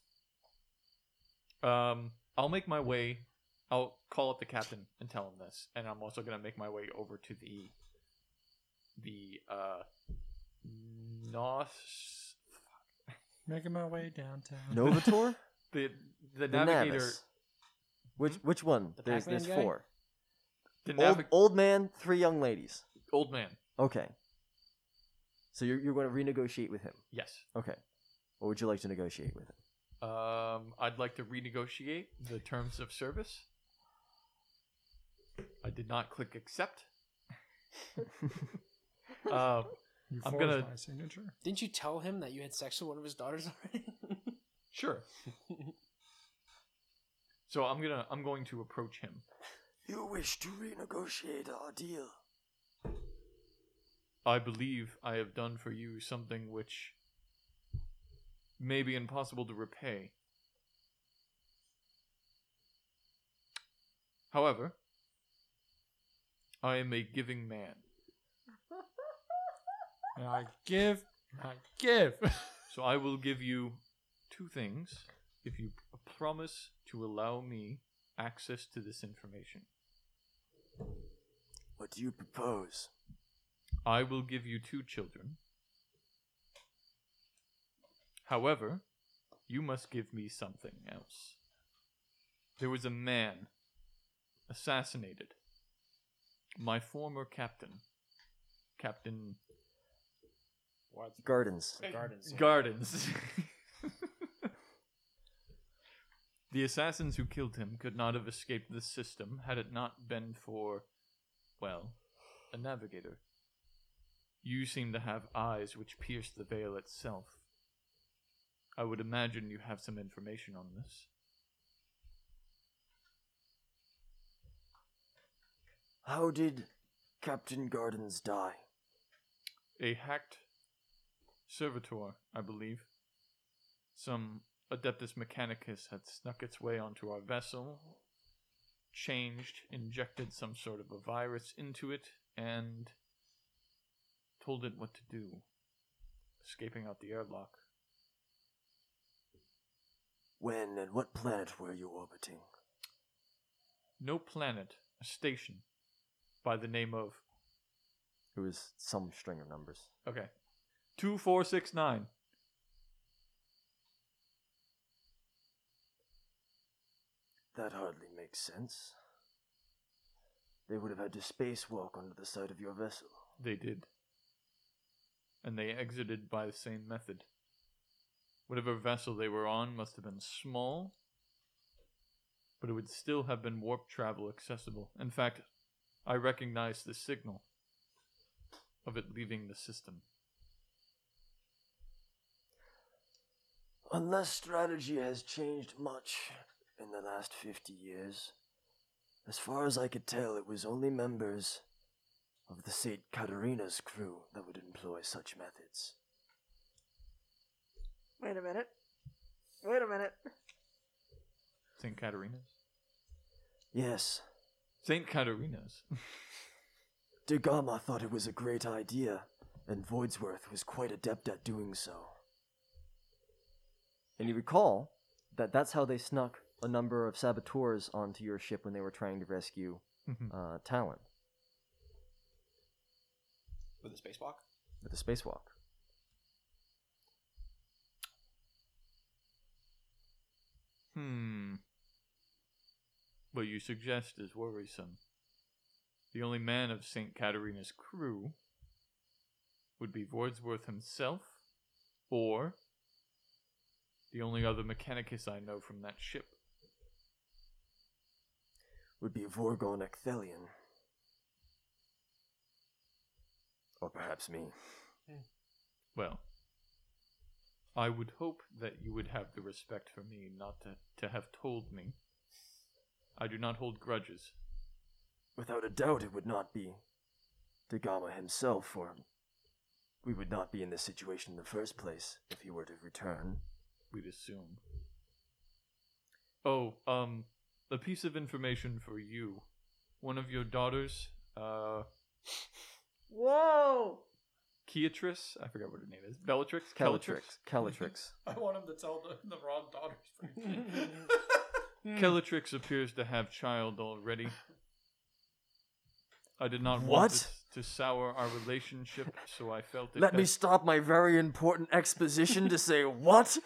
Speaker 8: Um, I'll make my way. I'll call up the captain and tell him this, and I'm also gonna make my way over to the the uh Nos
Speaker 4: Making my way downtown.
Speaker 1: Novator?
Speaker 8: the
Speaker 1: The
Speaker 8: the navigator
Speaker 1: Navis. Which which one?
Speaker 7: The
Speaker 1: there's
Speaker 7: Pac-Man
Speaker 1: there's
Speaker 7: guy?
Speaker 1: four.
Speaker 8: the
Speaker 1: Old,
Speaker 8: navi-
Speaker 1: old man, three young ladies.
Speaker 8: old man.
Speaker 1: Okay. So you're you're going to renegotiate with him.
Speaker 8: Yes.
Speaker 1: Okay. What would you like to negotiate with him?
Speaker 8: Um, I'd like to renegotiate the terms of service. I did not click accept. um,
Speaker 4: You
Speaker 8: I'm
Speaker 4: forged
Speaker 8: gonna-
Speaker 4: my signature.
Speaker 7: Didn't you tell him that you had sex with one of his daughters already?
Speaker 8: sure. So I'm gonna I'm going to approach him.
Speaker 1: You wish to renegotiate our deal.
Speaker 8: I believe I have done for you something which may be impossible to repay. However, I am a giving man,
Speaker 4: And I give, I give.
Speaker 8: so I will give you two things if you promise to allow me access to this information.
Speaker 1: What do you propose?
Speaker 8: I will give you two children. However, you must give me something else. There was a man assassinated. My former captain, Captain
Speaker 1: Gardens.
Speaker 7: Gardens.
Speaker 8: Gardens. the assassins who killed him could not have escaped this system had it not been for, well, a navigator. You seem to have eyes which pierce the veil itself. I would imagine you have some information on this.
Speaker 1: How did Captain Gardens die?
Speaker 8: A hacked servitor, I believe. Some Adeptus Mechanicus had snuck its way onto our vessel, changed, injected some sort of a virus into it, and told it what to do, escaping out the airlock.
Speaker 1: When and what planet were you orbiting?
Speaker 8: No planet, a station, by the name of
Speaker 1: It was some string of numbers.
Speaker 8: Okay. Two, four, six, nine.
Speaker 1: That hardly makes sense. They would have had to spacewalk onto the side of your vessel.
Speaker 8: They did. And they exited by the same method. Whatever vessel they were on must have been small, but it would still have been warp travel accessible. In fact, I recognized the signal of it leaving the system.
Speaker 1: Unless strategy has changed much in the last 50 years, as far as I could tell, it was only members of the St. Katerina's crew that would employ such methods.
Speaker 3: Wait a minute. Wait a minute.
Speaker 8: St. Katerina's?
Speaker 1: Yes,
Speaker 8: St. Katerina's.
Speaker 1: De Gama thought it was a great idea, and Voidsworth was quite adept at doing so. And you recall that that's how they snuck a number of saboteurs onto your ship when they were trying to rescue uh, Talon
Speaker 5: With a spacewalk?
Speaker 1: with the spacewalk.
Speaker 8: Hmm. What you suggest is worrisome. The only man of St. Katerina's crew would be Wordsworth himself, or the only other mechanicus I know from that ship.
Speaker 1: Would be Vorgon Ecthelion. Or perhaps me.
Speaker 8: Well, I would hope that you would have the respect for me not to, to have told me. I do not hold grudges.
Speaker 1: Without a doubt, it would not be De Gama himself, or we would not be in this situation in the first place if he were to return.
Speaker 8: we'd assume. Oh, um, a piece of information for you. One of your daughters, uh,
Speaker 3: Whoa!
Speaker 8: Keatrice, I forgot what her name is, Bellatrix,
Speaker 1: Calatrix. Calatrix.
Speaker 10: I want him to tell the, the wrong daughters. for me.
Speaker 8: Kellatrix appears to have child already. I did not
Speaker 1: What?
Speaker 8: want this to sour our relationship, so I felt it.
Speaker 1: Let me
Speaker 8: best-
Speaker 1: stop my very important exposition to say what?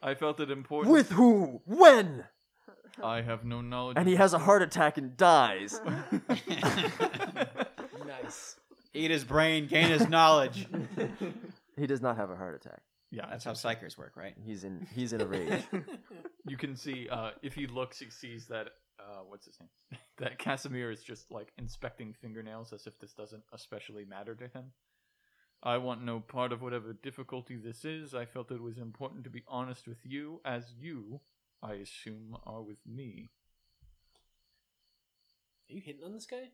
Speaker 8: I felt it important.
Speaker 1: With who? When?
Speaker 8: I have no knowledge.
Speaker 1: And he
Speaker 8: of-
Speaker 1: has a heart attack and dies.
Speaker 7: Nice.
Speaker 5: Eat his brain, gain his knowledge.
Speaker 1: he does not have a heart attack.
Speaker 8: Yeah,
Speaker 5: That's how psychers work, right?
Speaker 1: He's in he's in a rage.
Speaker 8: you can see uh, if he looks, he sees that uh, what's his name? that Casimir is just like inspecting fingernails as if this doesn't especially matter to him. I want no part of whatever difficulty this is. I felt it was important to be honest with you, as you, I assume, are with me.
Speaker 7: Are you hitting on this guy?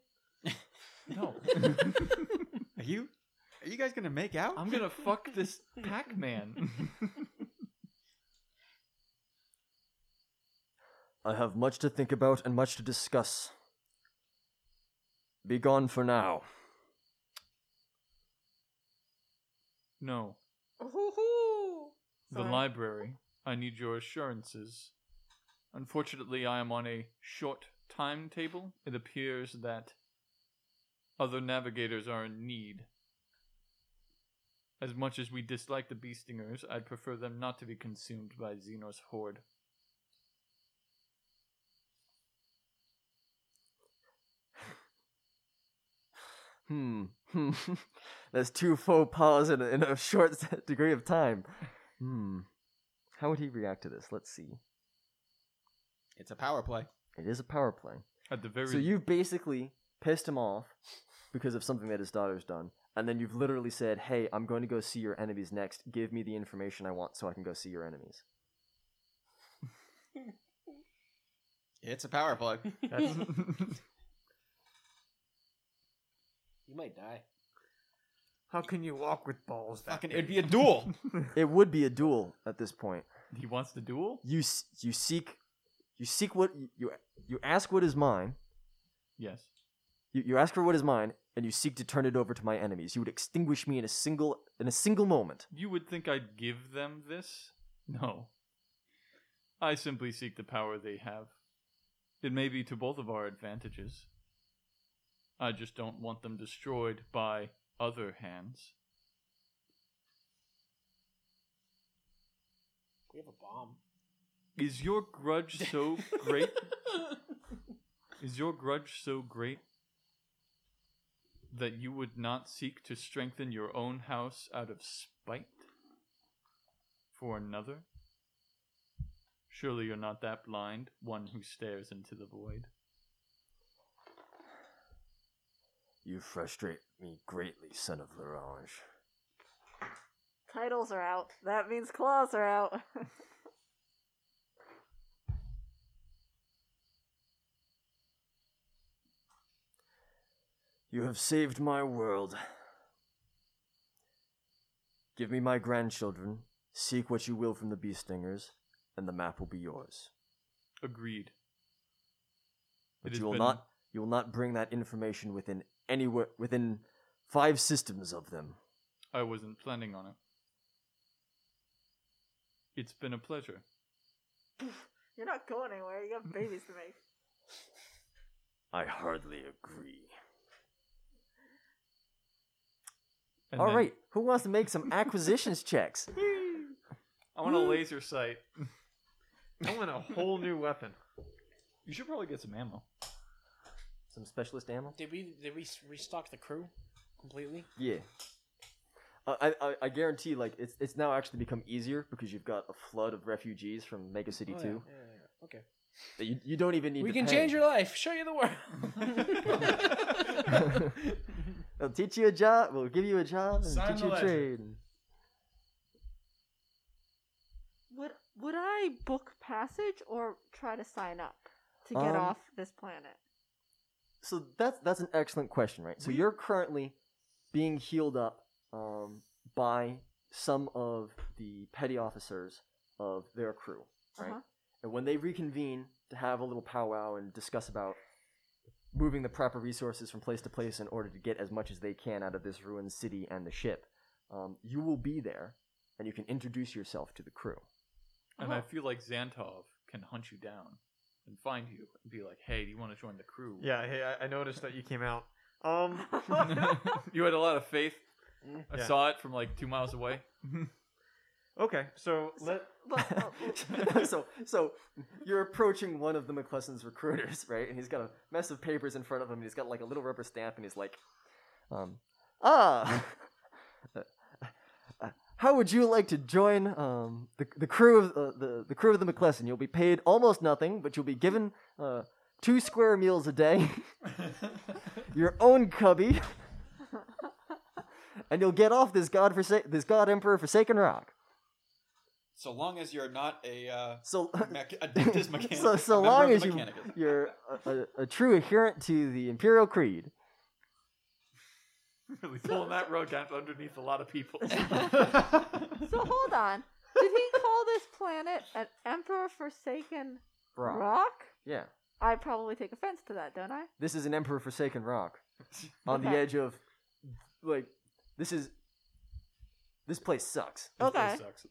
Speaker 8: No,
Speaker 5: Are you? Are you guys gonna make out?
Speaker 8: I'm gonna fuck this Pac-Man.
Speaker 1: I have much to think about and much to discuss. Be gone for now.
Speaker 8: no,
Speaker 3: Hoo-hoo!
Speaker 8: the library. I need your assurances. Unfortunately, I am on a short timetable. It appears that other navigators are in need. As much as we dislike the bee stingers, I'd prefer them not to be consumed by Xenor's horde.
Speaker 1: Hmm. Hmm. That's two faux pas in a, in a short degree of time. Hmm. How would he react to this? Let's see.
Speaker 5: It's a power play.
Speaker 1: It is a power play.
Speaker 8: At the very
Speaker 1: So you've basically pissed him off because of something that his daughter's done, and then you've literally said, "Hey, I'm going to go see your enemies next. Give me the information I want so I can go see your enemies."
Speaker 5: It's a power play.
Speaker 7: You might die.
Speaker 2: How can you walk with balls? That
Speaker 5: Fucking,
Speaker 2: big?
Speaker 5: it'd be a duel.
Speaker 1: It would be a duel at this point.
Speaker 8: he wants the duel?
Speaker 1: You s- you seek you seek what you you ask what is mine.
Speaker 8: Yes.
Speaker 1: You, you ask for what is mine, and you seek to turn it over to my enemies. You would extinguish me in a single in a single moment.
Speaker 8: You would think I'd give them this? No. I simply seek the power they have. It may be to both of our advantages. I just don't want them destroyed by other hands.
Speaker 7: We have a bomb.
Speaker 8: Is your grudge so great? Is your grudge so great that you would not seek to strengthen your own house out of spite for another? Surely you're not that blind, one who stares into the void.
Speaker 1: You frustrate me greatly, son of Larange.
Speaker 3: Titles are out. That means claws are out.
Speaker 1: You have saved my world. Give me my grandchildren, seek what you will from the bee stingers, and the map will be yours.
Speaker 8: Agreed. It
Speaker 1: But
Speaker 8: has
Speaker 1: you will
Speaker 8: been-
Speaker 1: not you will not bring that information within anywhere within five systems of them.
Speaker 8: I wasn't planning on it. It's been a pleasure.
Speaker 3: You're not going anywhere. You got babies to make.
Speaker 1: I hardly agree.
Speaker 8: And
Speaker 1: All right,
Speaker 8: then
Speaker 1: who wants to make some acquisitions checks?
Speaker 8: I want a
Speaker 1: Mm.
Speaker 8: laser sight.
Speaker 2: I want a whole new weapon.
Speaker 8: You should probably get some ammo.
Speaker 1: Some specialist ammo?
Speaker 7: Did we did we s- restock the crew completely?
Speaker 1: Yeah. Uh, I, I I guarantee like it's it's now actually become easier because you've got a flood of refugees from Mega City
Speaker 7: Oh,
Speaker 1: 2
Speaker 7: yeah, yeah, yeah, yeah. Okay.
Speaker 1: that you, you don't even need
Speaker 7: we
Speaker 1: to
Speaker 7: can
Speaker 1: pay.
Speaker 7: change your life. Show you the world.
Speaker 1: They'll teach you a job. We'll give you a job and
Speaker 4: Sign
Speaker 1: teach
Speaker 4: the
Speaker 1: you a
Speaker 4: ledger.
Speaker 1: trade.
Speaker 3: Would would I book passage or try to sign up to
Speaker 1: Um,
Speaker 3: get off this planet?
Speaker 1: So that's that's an excellent question, right? So you're currently being healed up um, by some of the petty officers of their crew, right?
Speaker 3: Uh-huh.
Speaker 1: And when they reconvene to have a little powwow and discuss about moving the proper resources from place to place in order to get as much as they can out of this ruined city and the ship, um, you will be there, and you can introduce yourself to the crew.
Speaker 8: And I feel like Xantov can hunt you down and find you and be like, hey, do you want to join the crew?
Speaker 2: Yeah, hey, I, I noticed that you came out. Um,
Speaker 8: you had a lot of faith. I
Speaker 2: Mm. Yeah.
Speaker 8: saw it from like two miles away.
Speaker 2: okay, so let
Speaker 3: Well, oh, oh,
Speaker 1: so so you're approaching one of the McClesson's recruiters, right? And he's got a mess of papers in front of him. And he's got like a little rubber stamp, and he's like, um, ah, uh, how would you like to join um, the the crew of uh, the the crew of the McClesson? You'll be paid almost nothing, but you'll be given uh, two square meals a day, your own cubby. And you'll get off this god this god emperor forsaken rock.
Speaker 5: So long as you're not a uh,
Speaker 1: So
Speaker 5: mecha- addictus mechanicus.
Speaker 1: so
Speaker 5: a
Speaker 1: so
Speaker 5: member
Speaker 1: long
Speaker 5: of
Speaker 1: as
Speaker 5: the
Speaker 1: you
Speaker 5: mechanicus.
Speaker 1: you're a, a, a true adherent to the imperial creed.
Speaker 8: really pulling that rug out underneath a lot of people.
Speaker 3: so hold on. Did he call this planet an emperor forsaken rock?
Speaker 1: Yeah,
Speaker 3: I probably take offense to that, don't I?
Speaker 1: this is an emperor forsaken rock on the
Speaker 3: Okay.
Speaker 1: edge of like this is this place sucks.
Speaker 3: Okay.
Speaker 8: sucks.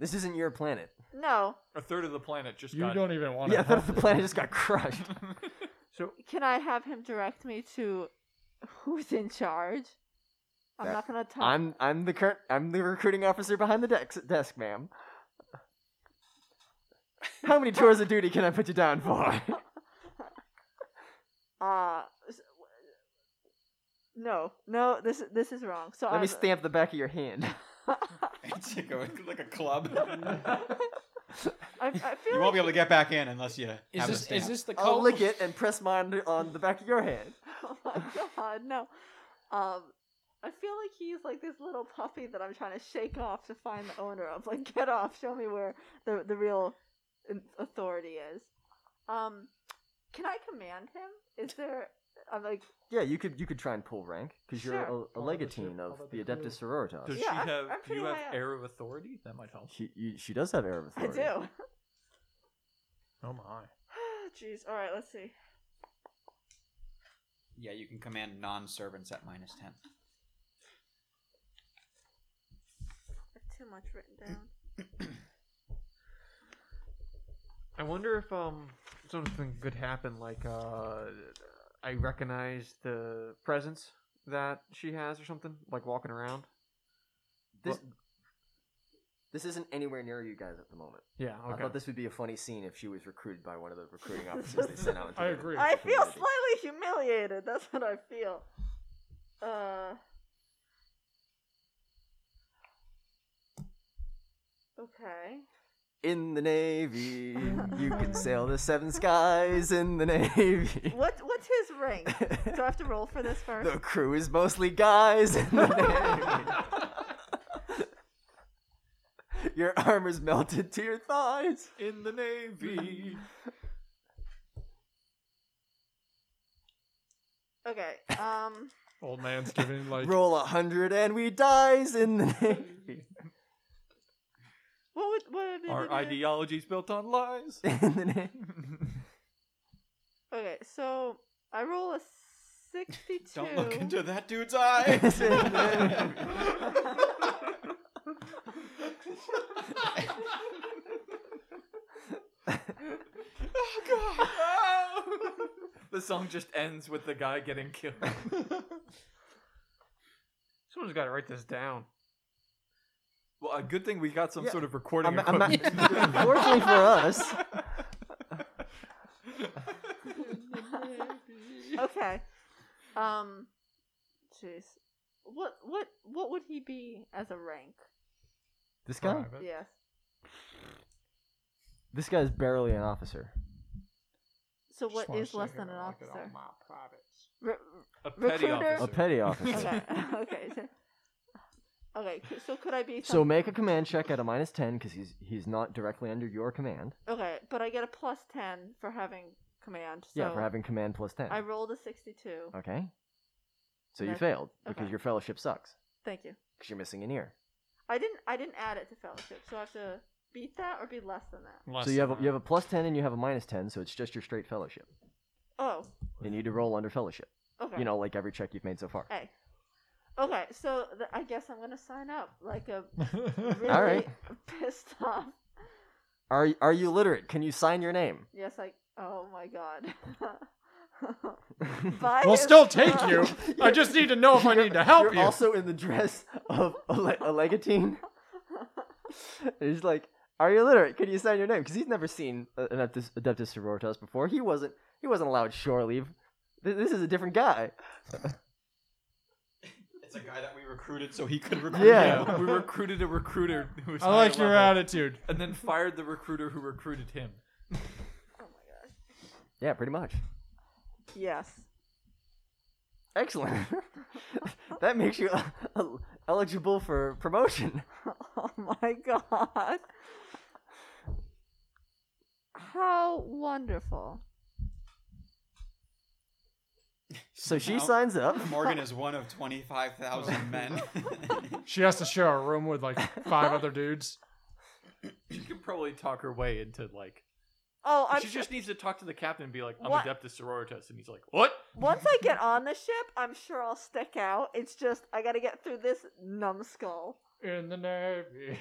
Speaker 1: This isn't your planet.
Speaker 3: No.
Speaker 8: A third of the planet just
Speaker 4: You
Speaker 8: got.
Speaker 4: don't even want
Speaker 1: yeah,
Speaker 4: to. help
Speaker 1: the planet just got crushed.
Speaker 3: Can I have him direct me to who's in charge? I'm
Speaker 1: That-
Speaker 3: not gonna talk.
Speaker 1: I'm I'm the current I'm the recruiting officer behind the dex- desk, ma'am. How many tours of duty can I put you down for?
Speaker 3: Uh, s- no, no. This this is wrong. So
Speaker 1: Let me
Speaker 3: I'm-
Speaker 1: stamp the back of your hand.
Speaker 5: It's like a, like a club.
Speaker 3: I, I feel
Speaker 5: you
Speaker 3: like
Speaker 5: won't be able to get back in unless you
Speaker 7: is
Speaker 5: have a
Speaker 7: this
Speaker 5: stamp.
Speaker 7: is this the
Speaker 1: I'll
Speaker 7: cult?
Speaker 1: lick it and press mine on the back of your hand.
Speaker 3: oh my god, no. Um, I feel like he's like this little puppy that I'm trying to shake off to find the owner of. Like, get off, show me where the the real in- authority is. Um, can I command him? Is there? I'm like,
Speaker 1: Yeah, you could you could try and pull rank because you're
Speaker 3: Sure.
Speaker 1: a, a legatine of the Adeptus Sororitas.
Speaker 8: Does
Speaker 3: Yeah, I'm-
Speaker 8: she have?
Speaker 3: I'm
Speaker 8: do you
Speaker 3: pretty
Speaker 8: have
Speaker 3: high up.
Speaker 8: air of authority? That might help.
Speaker 1: She you, she does have air of
Speaker 3: I
Speaker 1: authority.
Speaker 3: do.
Speaker 4: Oh my.
Speaker 3: Jeez. All right, let's see.
Speaker 5: Yeah, you can command non-servants at minus ten.
Speaker 3: I have too much written down.
Speaker 2: I wonder if um something could happen. Like uh, I I recognize the presence that she has or something, like walking around.
Speaker 1: This this isn't anywhere near you guys at the moment.
Speaker 2: Yeah,
Speaker 1: I
Speaker 2: okay.
Speaker 1: thought this would be a funny scene if she was recruited by one of the recruiting officers they sent out. Into
Speaker 4: I
Speaker 1: the-
Speaker 4: agree.
Speaker 3: I
Speaker 1: the
Speaker 3: feel
Speaker 1: community.
Speaker 3: slightly humiliated. That's what I feel. Uh. Okay.
Speaker 1: In the navy, you can sail the seven skies. In the navy,
Speaker 3: What what's his rank? Do I have to roll for this first?
Speaker 1: the crew is mostly guys. In the navy, your armor's melted to your thighs.
Speaker 8: In the Navy.
Speaker 3: Okay. Um.
Speaker 4: Old man's giving like
Speaker 1: Roll a hundred and we dies. In the navy,
Speaker 3: What would what would be
Speaker 8: Our
Speaker 3: the name?
Speaker 8: ideology's built on lies.
Speaker 1: in the navy.
Speaker 3: Okay, so I roll a sixty-two.
Speaker 5: Don't look into that dude's eyes.
Speaker 8: the song just ends with the guy getting killed.
Speaker 2: Someone's got to write this down.
Speaker 8: Well, a good thing we got some
Speaker 1: Yeah.
Speaker 8: sort of recording
Speaker 1: I'm- I'm not-
Speaker 8: equipment.
Speaker 1: Fortunately for us,
Speaker 3: okay. Um. Jeez. What what what would he be as a rank?
Speaker 1: this guy,
Speaker 3: Yes.
Speaker 1: this guy's barely an officer.
Speaker 3: So what
Speaker 10: wanna
Speaker 3: is
Speaker 10: sit
Speaker 3: less
Speaker 10: here
Speaker 3: than an
Speaker 10: and look at all
Speaker 3: officer?
Speaker 10: my privates.
Speaker 3: Re-
Speaker 8: a petty
Speaker 3: Recruiter.
Speaker 8: officer.
Speaker 1: A petty officer.
Speaker 3: okay. okay. So, okay. c- So could I be?
Speaker 1: So
Speaker 3: some-
Speaker 1: make a command check at a minus ten because he's he's not directly under your command.
Speaker 3: Okay, but I get a plus ten for having command. So
Speaker 1: yeah, for having command plus ten.
Speaker 3: I rolled a sixty-two.
Speaker 1: Okay. So
Speaker 3: And
Speaker 1: you
Speaker 3: I-
Speaker 1: failed because
Speaker 3: okay.
Speaker 1: your fellowship sucks
Speaker 3: Thank you.
Speaker 1: because you're missing an ear.
Speaker 3: I didn't. I didn't add it to fellowship, so I have to beat that or be less than that.
Speaker 1: so you have a,
Speaker 4: uh,
Speaker 1: you have a plus ten and you have a minus ten, so it's just your straight fellowship.
Speaker 3: Oh,
Speaker 1: You need to roll under fellowship.
Speaker 3: okay.
Speaker 1: You know, like every check you've made so far.
Speaker 3: Hey. Okay, so th- I guess I'm gonna sign up like a really
Speaker 1: All right.
Speaker 3: pissed off.
Speaker 1: Are y- are you literate? Can you sign your name?
Speaker 3: Yes, I. Oh my god. By
Speaker 4: We'll
Speaker 3: his
Speaker 4: still take
Speaker 3: blood.
Speaker 4: you. I just need to know if I need to help
Speaker 1: you're
Speaker 4: you.
Speaker 1: also in the dress of a, le- a legatine. And he's like, "Are you literate? Can you sign your name?" Because he's never seen a- an Adeptus, Adeptus Sororitas before. He wasn't. He wasn't allowed shore leave. Th- This is a different guy.
Speaker 5: it's a guy that we recruited so he could recruit.
Speaker 1: Yeah.
Speaker 8: we recruited a recruiter who was
Speaker 4: I like
Speaker 8: higher
Speaker 4: your
Speaker 8: level,
Speaker 4: attitude.
Speaker 8: and then fired the recruiter who recruited him.
Speaker 3: Oh my
Speaker 1: Yeah, pretty much.
Speaker 3: gosh. Yes.
Speaker 1: Excellent. that makes you uh, uh, eligible for promotion.
Speaker 3: Oh my god. How wonderful.
Speaker 1: So she
Speaker 5: Somehow.
Speaker 1: signs up.
Speaker 5: Morgan is one of 25,000 men.
Speaker 4: She has to share a room with like five other dudes.
Speaker 8: She can probably talk her way into like.
Speaker 3: Oh, I'm
Speaker 8: she just needs to talk to the captain and be like, "I'm
Speaker 3: What?
Speaker 8: Adeptus Sororitas," and he's like, "What?"
Speaker 3: once I get on the ship, I'm sure I'll stick out. It's just I gotta get through this numbskull.
Speaker 4: In the Navy.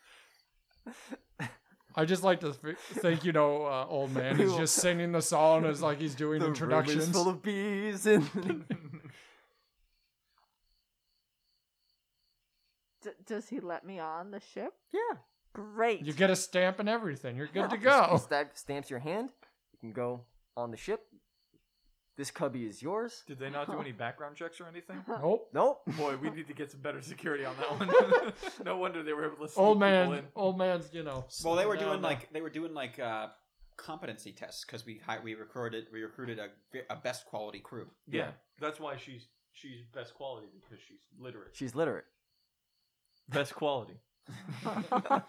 Speaker 4: I just like to th- think, you know, uh, old man. He's just singing the song as like he's doing
Speaker 1: The room
Speaker 4: introductions.
Speaker 1: is full of bees and
Speaker 3: D- does he let me on the ship?
Speaker 1: Yeah.
Speaker 3: Great.
Speaker 4: You get a stamp and everything. You're good to go.
Speaker 1: Stab- stamps your hand. You can go on the ship. This cubby is yours.
Speaker 8: Did they not do any background checks or anything?
Speaker 4: Nope.
Speaker 1: Nope.
Speaker 8: Boy, we need to get some better security on that one. no wonder they were able to sneak
Speaker 2: Oh,
Speaker 4: Old
Speaker 8: people
Speaker 4: man.
Speaker 8: in.
Speaker 4: Old man's, you know.
Speaker 5: well, they were
Speaker 4: down
Speaker 5: doing
Speaker 4: the-
Speaker 5: like they were doing like uh, competency tests because we hi- we recruited we recruited a, a best quality crew.
Speaker 8: Yeah, that's why she's she's best quality because she's literate.
Speaker 1: She's literate.
Speaker 8: Best quality.
Speaker 3: I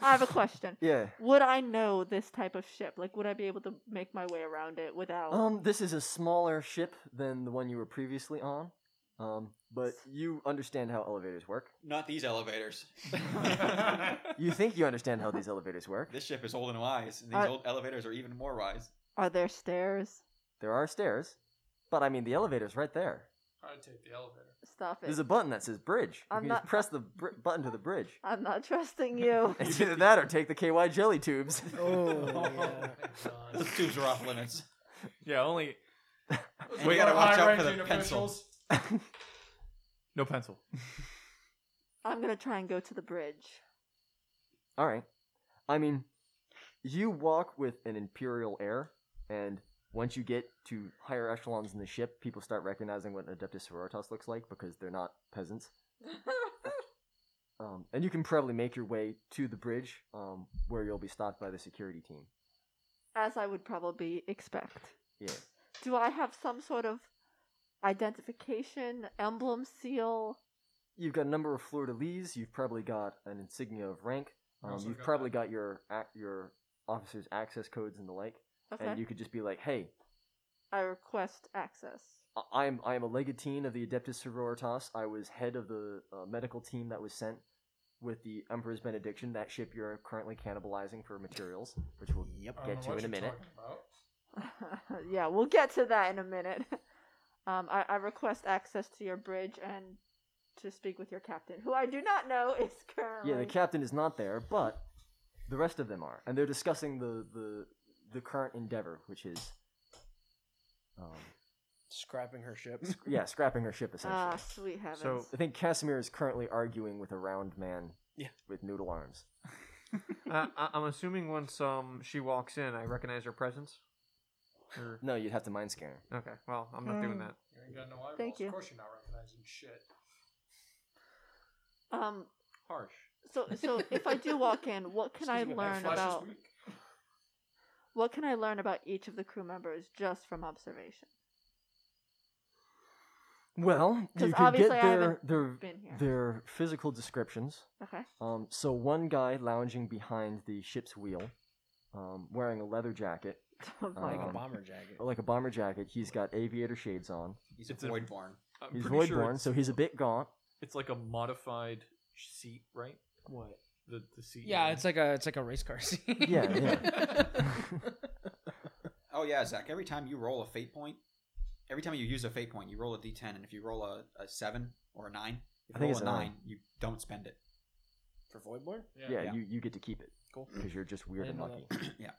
Speaker 3: have a question.
Speaker 1: Yeah.
Speaker 3: Would I know this type of ship? Like, would I be able to make my way around it without?
Speaker 1: Um, this is a smaller ship than the one you were previously on. Um, but you understand how elevators work.
Speaker 5: Not these elevators.
Speaker 1: You think you understand how these elevators work.
Speaker 5: this ship is old and wise, and these
Speaker 3: I-
Speaker 5: old elevators are even more wise.
Speaker 3: Are there stairs?
Speaker 1: There are stairs, but I mean the elevator's right there.
Speaker 10: I'd take the elevator.
Speaker 3: Stop it.
Speaker 1: There's a button that says bridge. You
Speaker 3: I'm
Speaker 1: can
Speaker 3: not-
Speaker 1: just press the br- button to the bridge.
Speaker 3: I'm not trusting you.
Speaker 1: It's either that or take the KY jelly tubes.
Speaker 7: Oh, yeah.
Speaker 5: Those tubes are off limits.
Speaker 8: Yeah, only
Speaker 5: We gotta watch out for the
Speaker 10: High-ranking
Speaker 5: pencil.
Speaker 10: officials.
Speaker 8: no pencil.
Speaker 3: I'm gonna try and go to the bridge.
Speaker 1: All right. I mean, you walk with an imperial air, and once you get to higher echelons in the ship, people start recognizing what an Adeptus Sororitas looks like because they're not peasants. Um, and you can probably make your way to the bridge, um, where you'll be stopped by the security team.
Speaker 3: As I would probably expect.
Speaker 1: Yeah.
Speaker 3: Do I have some sort of identification, emblem, seal?
Speaker 1: You've got a number of fleur de lis. You've probably got an insignia of rank. Um,
Speaker 10: Also
Speaker 1: you've
Speaker 10: got
Speaker 1: probably
Speaker 10: that.
Speaker 1: got your ac- your officers' access codes and the like.
Speaker 3: Okay.
Speaker 1: And you could just be like, "Hey,
Speaker 3: I request access.
Speaker 1: I- I'm I am a legatine of the Adeptus Sororitas. I was head of the uh, medical team that was sent with the Emperor's Benediction. That ship you're currently cannibalizing for materials, which we'll
Speaker 5: Yep.
Speaker 10: I don't
Speaker 1: get
Speaker 10: know
Speaker 1: to in
Speaker 10: what
Speaker 1: a
Speaker 10: you're
Speaker 1: minute.
Speaker 10: talking about.
Speaker 3: yeah, we'll get to that in a minute. Um, I, I request access to your bridge and to speak with your captain, who I do not know is currently.
Speaker 1: Yeah, the captain is not there, but the rest of them are, and they're discussing the the the current endeavor, which is um,
Speaker 7: Scrapping her ship.
Speaker 1: yeah, scrapping her ship essentially.
Speaker 3: Ah, sweet heavens.
Speaker 8: So-
Speaker 1: I think Casimir is currently arguing with a round man
Speaker 7: Yeah.
Speaker 1: with noodle arms.
Speaker 2: I, I- I'm assuming once um she walks in, I recognize her presence. Or-
Speaker 1: No, you'd have to mind scan her.
Speaker 2: okay, well I'm not doing that.
Speaker 10: You ain't got no eyeballs.
Speaker 3: Thank you.
Speaker 10: Of course you're not recognizing shit.
Speaker 3: um,
Speaker 10: Harsh.
Speaker 3: so so if I do walk in, what can I
Speaker 10: Excuse me, my
Speaker 3: learn
Speaker 10: flesh is
Speaker 3: about
Speaker 10: weak.
Speaker 3: what can I learn about each of the crew members just from observation?
Speaker 1: Well, you
Speaker 3: 'Cause
Speaker 1: could get
Speaker 3: obviously I
Speaker 1: their
Speaker 3: haven't
Speaker 1: their
Speaker 3: Been here.
Speaker 1: their physical descriptions.
Speaker 3: Okay.
Speaker 1: Um, so one guy lounging behind the ship's wheel, um, wearing a leather jacket,
Speaker 3: Oh my
Speaker 1: Um,
Speaker 3: god.
Speaker 7: Bomber jacket.
Speaker 1: like a bomber jacket. He's got aviator shades on.
Speaker 5: He's a
Speaker 8: It's a-
Speaker 5: voidborn.
Speaker 8: I'm
Speaker 1: He's
Speaker 8: pretty
Speaker 1: voidborn,
Speaker 8: sure it's-
Speaker 1: so he's a bit gaunt.
Speaker 8: It's like a modified seat, right?
Speaker 7: What?
Speaker 8: The the seat.
Speaker 7: Yeah, it's like a it's like a race car scene.
Speaker 1: Yeah, yeah.
Speaker 5: Oh yeah, Zach. Every time you roll a fate point, every time you use a fate point, you roll a d10, and if you roll a, a seven or a nine, if
Speaker 1: I
Speaker 5: you
Speaker 1: think
Speaker 5: roll
Speaker 1: it's
Speaker 5: a
Speaker 1: a
Speaker 5: nine,
Speaker 1: nine.
Speaker 5: you don't spend it.
Speaker 7: For Voidborn?
Speaker 1: Yeah,
Speaker 5: Yeah.
Speaker 1: You, you get to keep it
Speaker 7: Cool.
Speaker 1: because you're just weird
Speaker 7: I
Speaker 1: and
Speaker 7: didn't know
Speaker 1: lucky.
Speaker 5: yeah.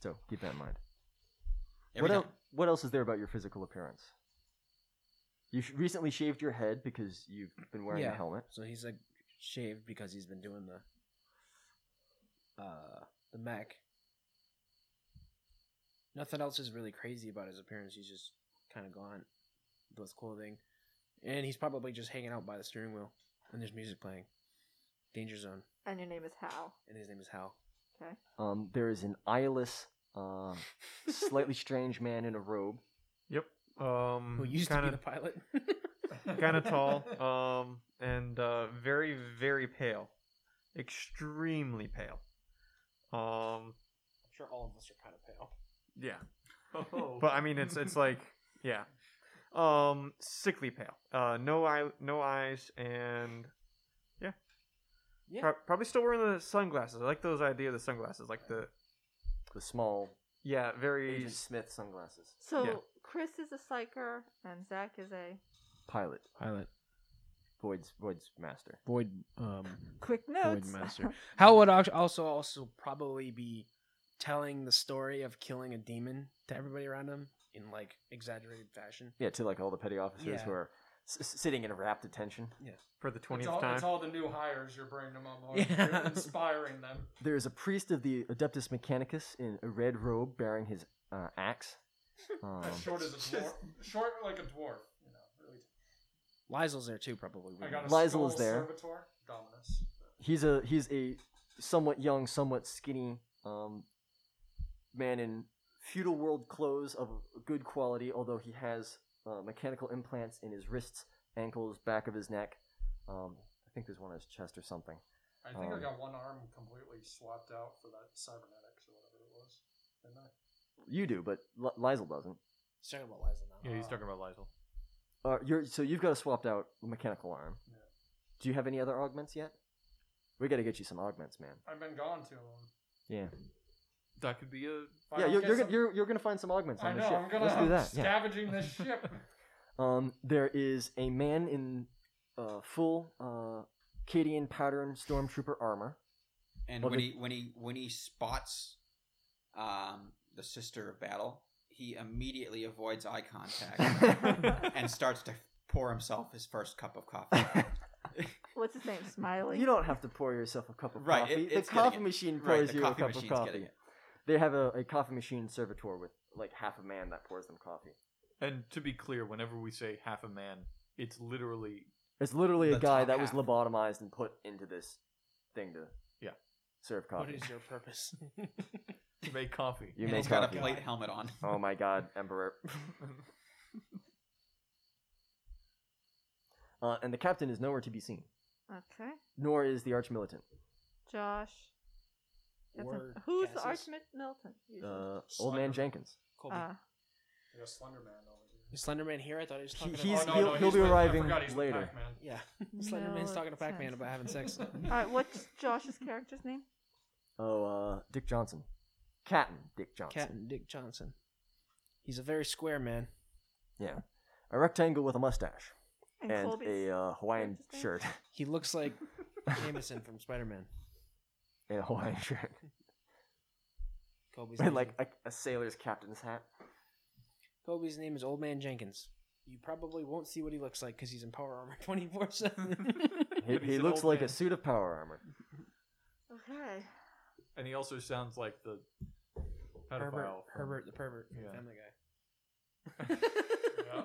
Speaker 1: So keep that in mind.
Speaker 5: Every
Speaker 1: what,
Speaker 5: time.
Speaker 1: el- what else is there about your physical appearance? You sh- recently shaved your head because you've been wearing
Speaker 7: Yeah.
Speaker 1: a helmet.
Speaker 7: So he's like shaved because he's been doing the uh the Mac. Nothing else is really crazy about his appearance. He's just kind of gone with clothing, and he's probably just hanging out by the steering wheel. And there's music playing. Danger Zone,
Speaker 3: And your name is Hal.
Speaker 7: and his name is Hal.
Speaker 3: Okay.
Speaker 1: Um, there is an eyeless, uh, slightly strange man in a robe.
Speaker 2: Yep. Um
Speaker 1: Mm,
Speaker 7: Who used
Speaker 2: kinda,
Speaker 7: to be the pilot?
Speaker 2: kind of tall um and uh very very pale extremely pale um
Speaker 7: I'm sure all of us are kind of pale. Oh.
Speaker 2: yeah but i mean it's it's like yeah um sickly pale uh no eye no eyes and yeah
Speaker 7: Yeah.
Speaker 2: Pro- probably still wearing the sunglasses i like those idea of the sunglasses like the
Speaker 1: The small
Speaker 2: yeah very
Speaker 1: Agent Smith sunglasses.
Speaker 3: So
Speaker 2: Yeah.
Speaker 3: Chris is a psyker and Zach is a
Speaker 1: Pilot.
Speaker 7: Pilot
Speaker 1: Void's Void's master.
Speaker 7: Void. Um,
Speaker 3: quick notes.
Speaker 7: Master. Hal would al- also also probably be telling the story of killing a demon to everybody around him in like exaggerated fashion.
Speaker 1: Yeah, to like all the petty officers
Speaker 7: Yeah.
Speaker 1: who are s- s- sitting in rapt attention.
Speaker 2: for the 20th
Speaker 10: It's all,
Speaker 2: time
Speaker 10: it's all the new hires you're bringing them on board.
Speaker 7: Yeah.
Speaker 10: You're inspiring them.
Speaker 1: There is a priest of the Adeptus Mechanicus in a red robe bearing his uh, axe. Um,
Speaker 10: As short as a dwarf. Short like a dwarf. You know, really.
Speaker 7: Lysel's there too, probably. We
Speaker 10: I
Speaker 7: don't
Speaker 10: got a
Speaker 7: know.
Speaker 1: Lysel is
Speaker 10: skull
Speaker 1: there.
Speaker 10: Servitor. Dominus.
Speaker 1: he's a he's a somewhat young, somewhat skinny um, man in feudal world clothes of good quality, although he has uh, mechanical implants in his wrists, ankles, back of his neck. Um, I think there's one on his chest or something.
Speaker 10: I think I
Speaker 1: Um,
Speaker 10: got one arm completely swapped out for that cybernetics or whatever it was. Didn't I?
Speaker 1: You do, but L- Lizel doesn't.
Speaker 7: He's talking about Lysel now.
Speaker 8: Yeah, he's talking about Lysel.
Speaker 1: Uh, you're, so you've got a swapped out mechanical arm.
Speaker 10: Yeah.
Speaker 1: Do you have any other augments yet? We got to get you some augments, man.
Speaker 10: I've been gone too long.
Speaker 1: Yeah.
Speaker 8: That could be a
Speaker 10: If I
Speaker 1: yeah, you're
Speaker 10: don't get
Speaker 1: you're,
Speaker 10: some-
Speaker 1: gonna- you're you're gonna find some augments
Speaker 10: I
Speaker 1: on the
Speaker 10: know.
Speaker 1: ship.
Speaker 10: I'm gonna
Speaker 1: Let's do
Speaker 10: I'm
Speaker 1: that. Yeah.
Speaker 10: scavenging this ship.
Speaker 1: Um, there is a man in uh, full uh, Cadian pattern stormtrooper armor.
Speaker 5: And
Speaker 1: Well,
Speaker 5: when
Speaker 1: the-
Speaker 5: he when he when he spots um, the sister of battle, he immediately avoids eye contact and starts to pour himself his first cup of coffee.
Speaker 3: What's his name? Smiley.
Speaker 1: you don't have to pour yourself a cup of
Speaker 5: Right,
Speaker 1: coffee.
Speaker 5: it- it's
Speaker 1: the
Speaker 5: getting
Speaker 1: coffee
Speaker 5: it.
Speaker 1: machine
Speaker 5: Right,
Speaker 1: pours
Speaker 5: the
Speaker 1: you
Speaker 5: coffee
Speaker 1: a cup of
Speaker 5: machine's
Speaker 1: coffee.
Speaker 5: getting it.
Speaker 1: They have a, a coffee machine servitor with like half a man that pours them coffee.
Speaker 8: And to be clear, whenever we say half a man, it's literally
Speaker 1: It's literally a
Speaker 5: The
Speaker 1: guy
Speaker 5: top
Speaker 1: that was
Speaker 5: half.
Speaker 1: lobotomized and put into this thing to
Speaker 8: Yeah.
Speaker 1: serve
Speaker 7: What
Speaker 1: coffee.
Speaker 7: is your purpose?
Speaker 8: to make coffee.
Speaker 1: you
Speaker 5: and
Speaker 1: make
Speaker 5: he's got a
Speaker 1: coffee.
Speaker 5: plate helmet on.
Speaker 1: Oh my god, Emperor. uh, and the captain is nowhere to be seen,
Speaker 3: Okay.
Speaker 1: nor is the archmilitant.
Speaker 3: Josh. That's a-
Speaker 7: Word
Speaker 3: Who's the
Speaker 7: gases.
Speaker 3: Archmit Milton? usually?
Speaker 1: Uh, old man
Speaker 10: Slender.
Speaker 1: Jenkins.
Speaker 7: Colby.
Speaker 3: Ah.
Speaker 10: We got Slender Man over here.
Speaker 7: Is Slenderman here? I thought he was talking. to-
Speaker 1: he's-
Speaker 7: oh, no,
Speaker 1: he'll-
Speaker 7: no,
Speaker 1: he'll
Speaker 7: he's
Speaker 1: be
Speaker 7: with-
Speaker 1: arriving
Speaker 10: I forgot he's with
Speaker 1: later.
Speaker 10: Pac-Man.
Speaker 7: Yeah, Slenderman's talking
Speaker 3: Milton.
Speaker 7: to Pac-Man about having sex.
Speaker 3: All right, what's Josh's character's name?
Speaker 1: Oh, uh, Dick Johnson. Captain Dick Johnson.
Speaker 7: Captain Dick Johnson. He's a very square man.
Speaker 1: Yeah. A rectangle with a mustache
Speaker 3: And,
Speaker 1: and,
Speaker 3: Colby's.
Speaker 1: a uh, Hawaiian
Speaker 3: character's name?
Speaker 1: shirt.
Speaker 7: He looks like Jameson from Spider-Man.
Speaker 1: and a Hawaiian shirt.
Speaker 7: Colby's
Speaker 1: and
Speaker 7: name-
Speaker 1: like a, a sailor's captain's hat.
Speaker 7: Colby's name is Old Man Jenkins. You probably won't see what he looks like because he's in power armor twenty four seven.
Speaker 1: He,
Speaker 8: But he's
Speaker 1: he
Speaker 8: an
Speaker 1: looks
Speaker 8: old
Speaker 1: like a
Speaker 8: man.
Speaker 1: suit of power armor.
Speaker 3: okay.
Speaker 8: And he also sounds like the pedophile.
Speaker 7: Herbert,
Speaker 8: from-
Speaker 7: Herbert the pervert, from
Speaker 8: Yeah.
Speaker 7: Family Guy.
Speaker 10: Yeah.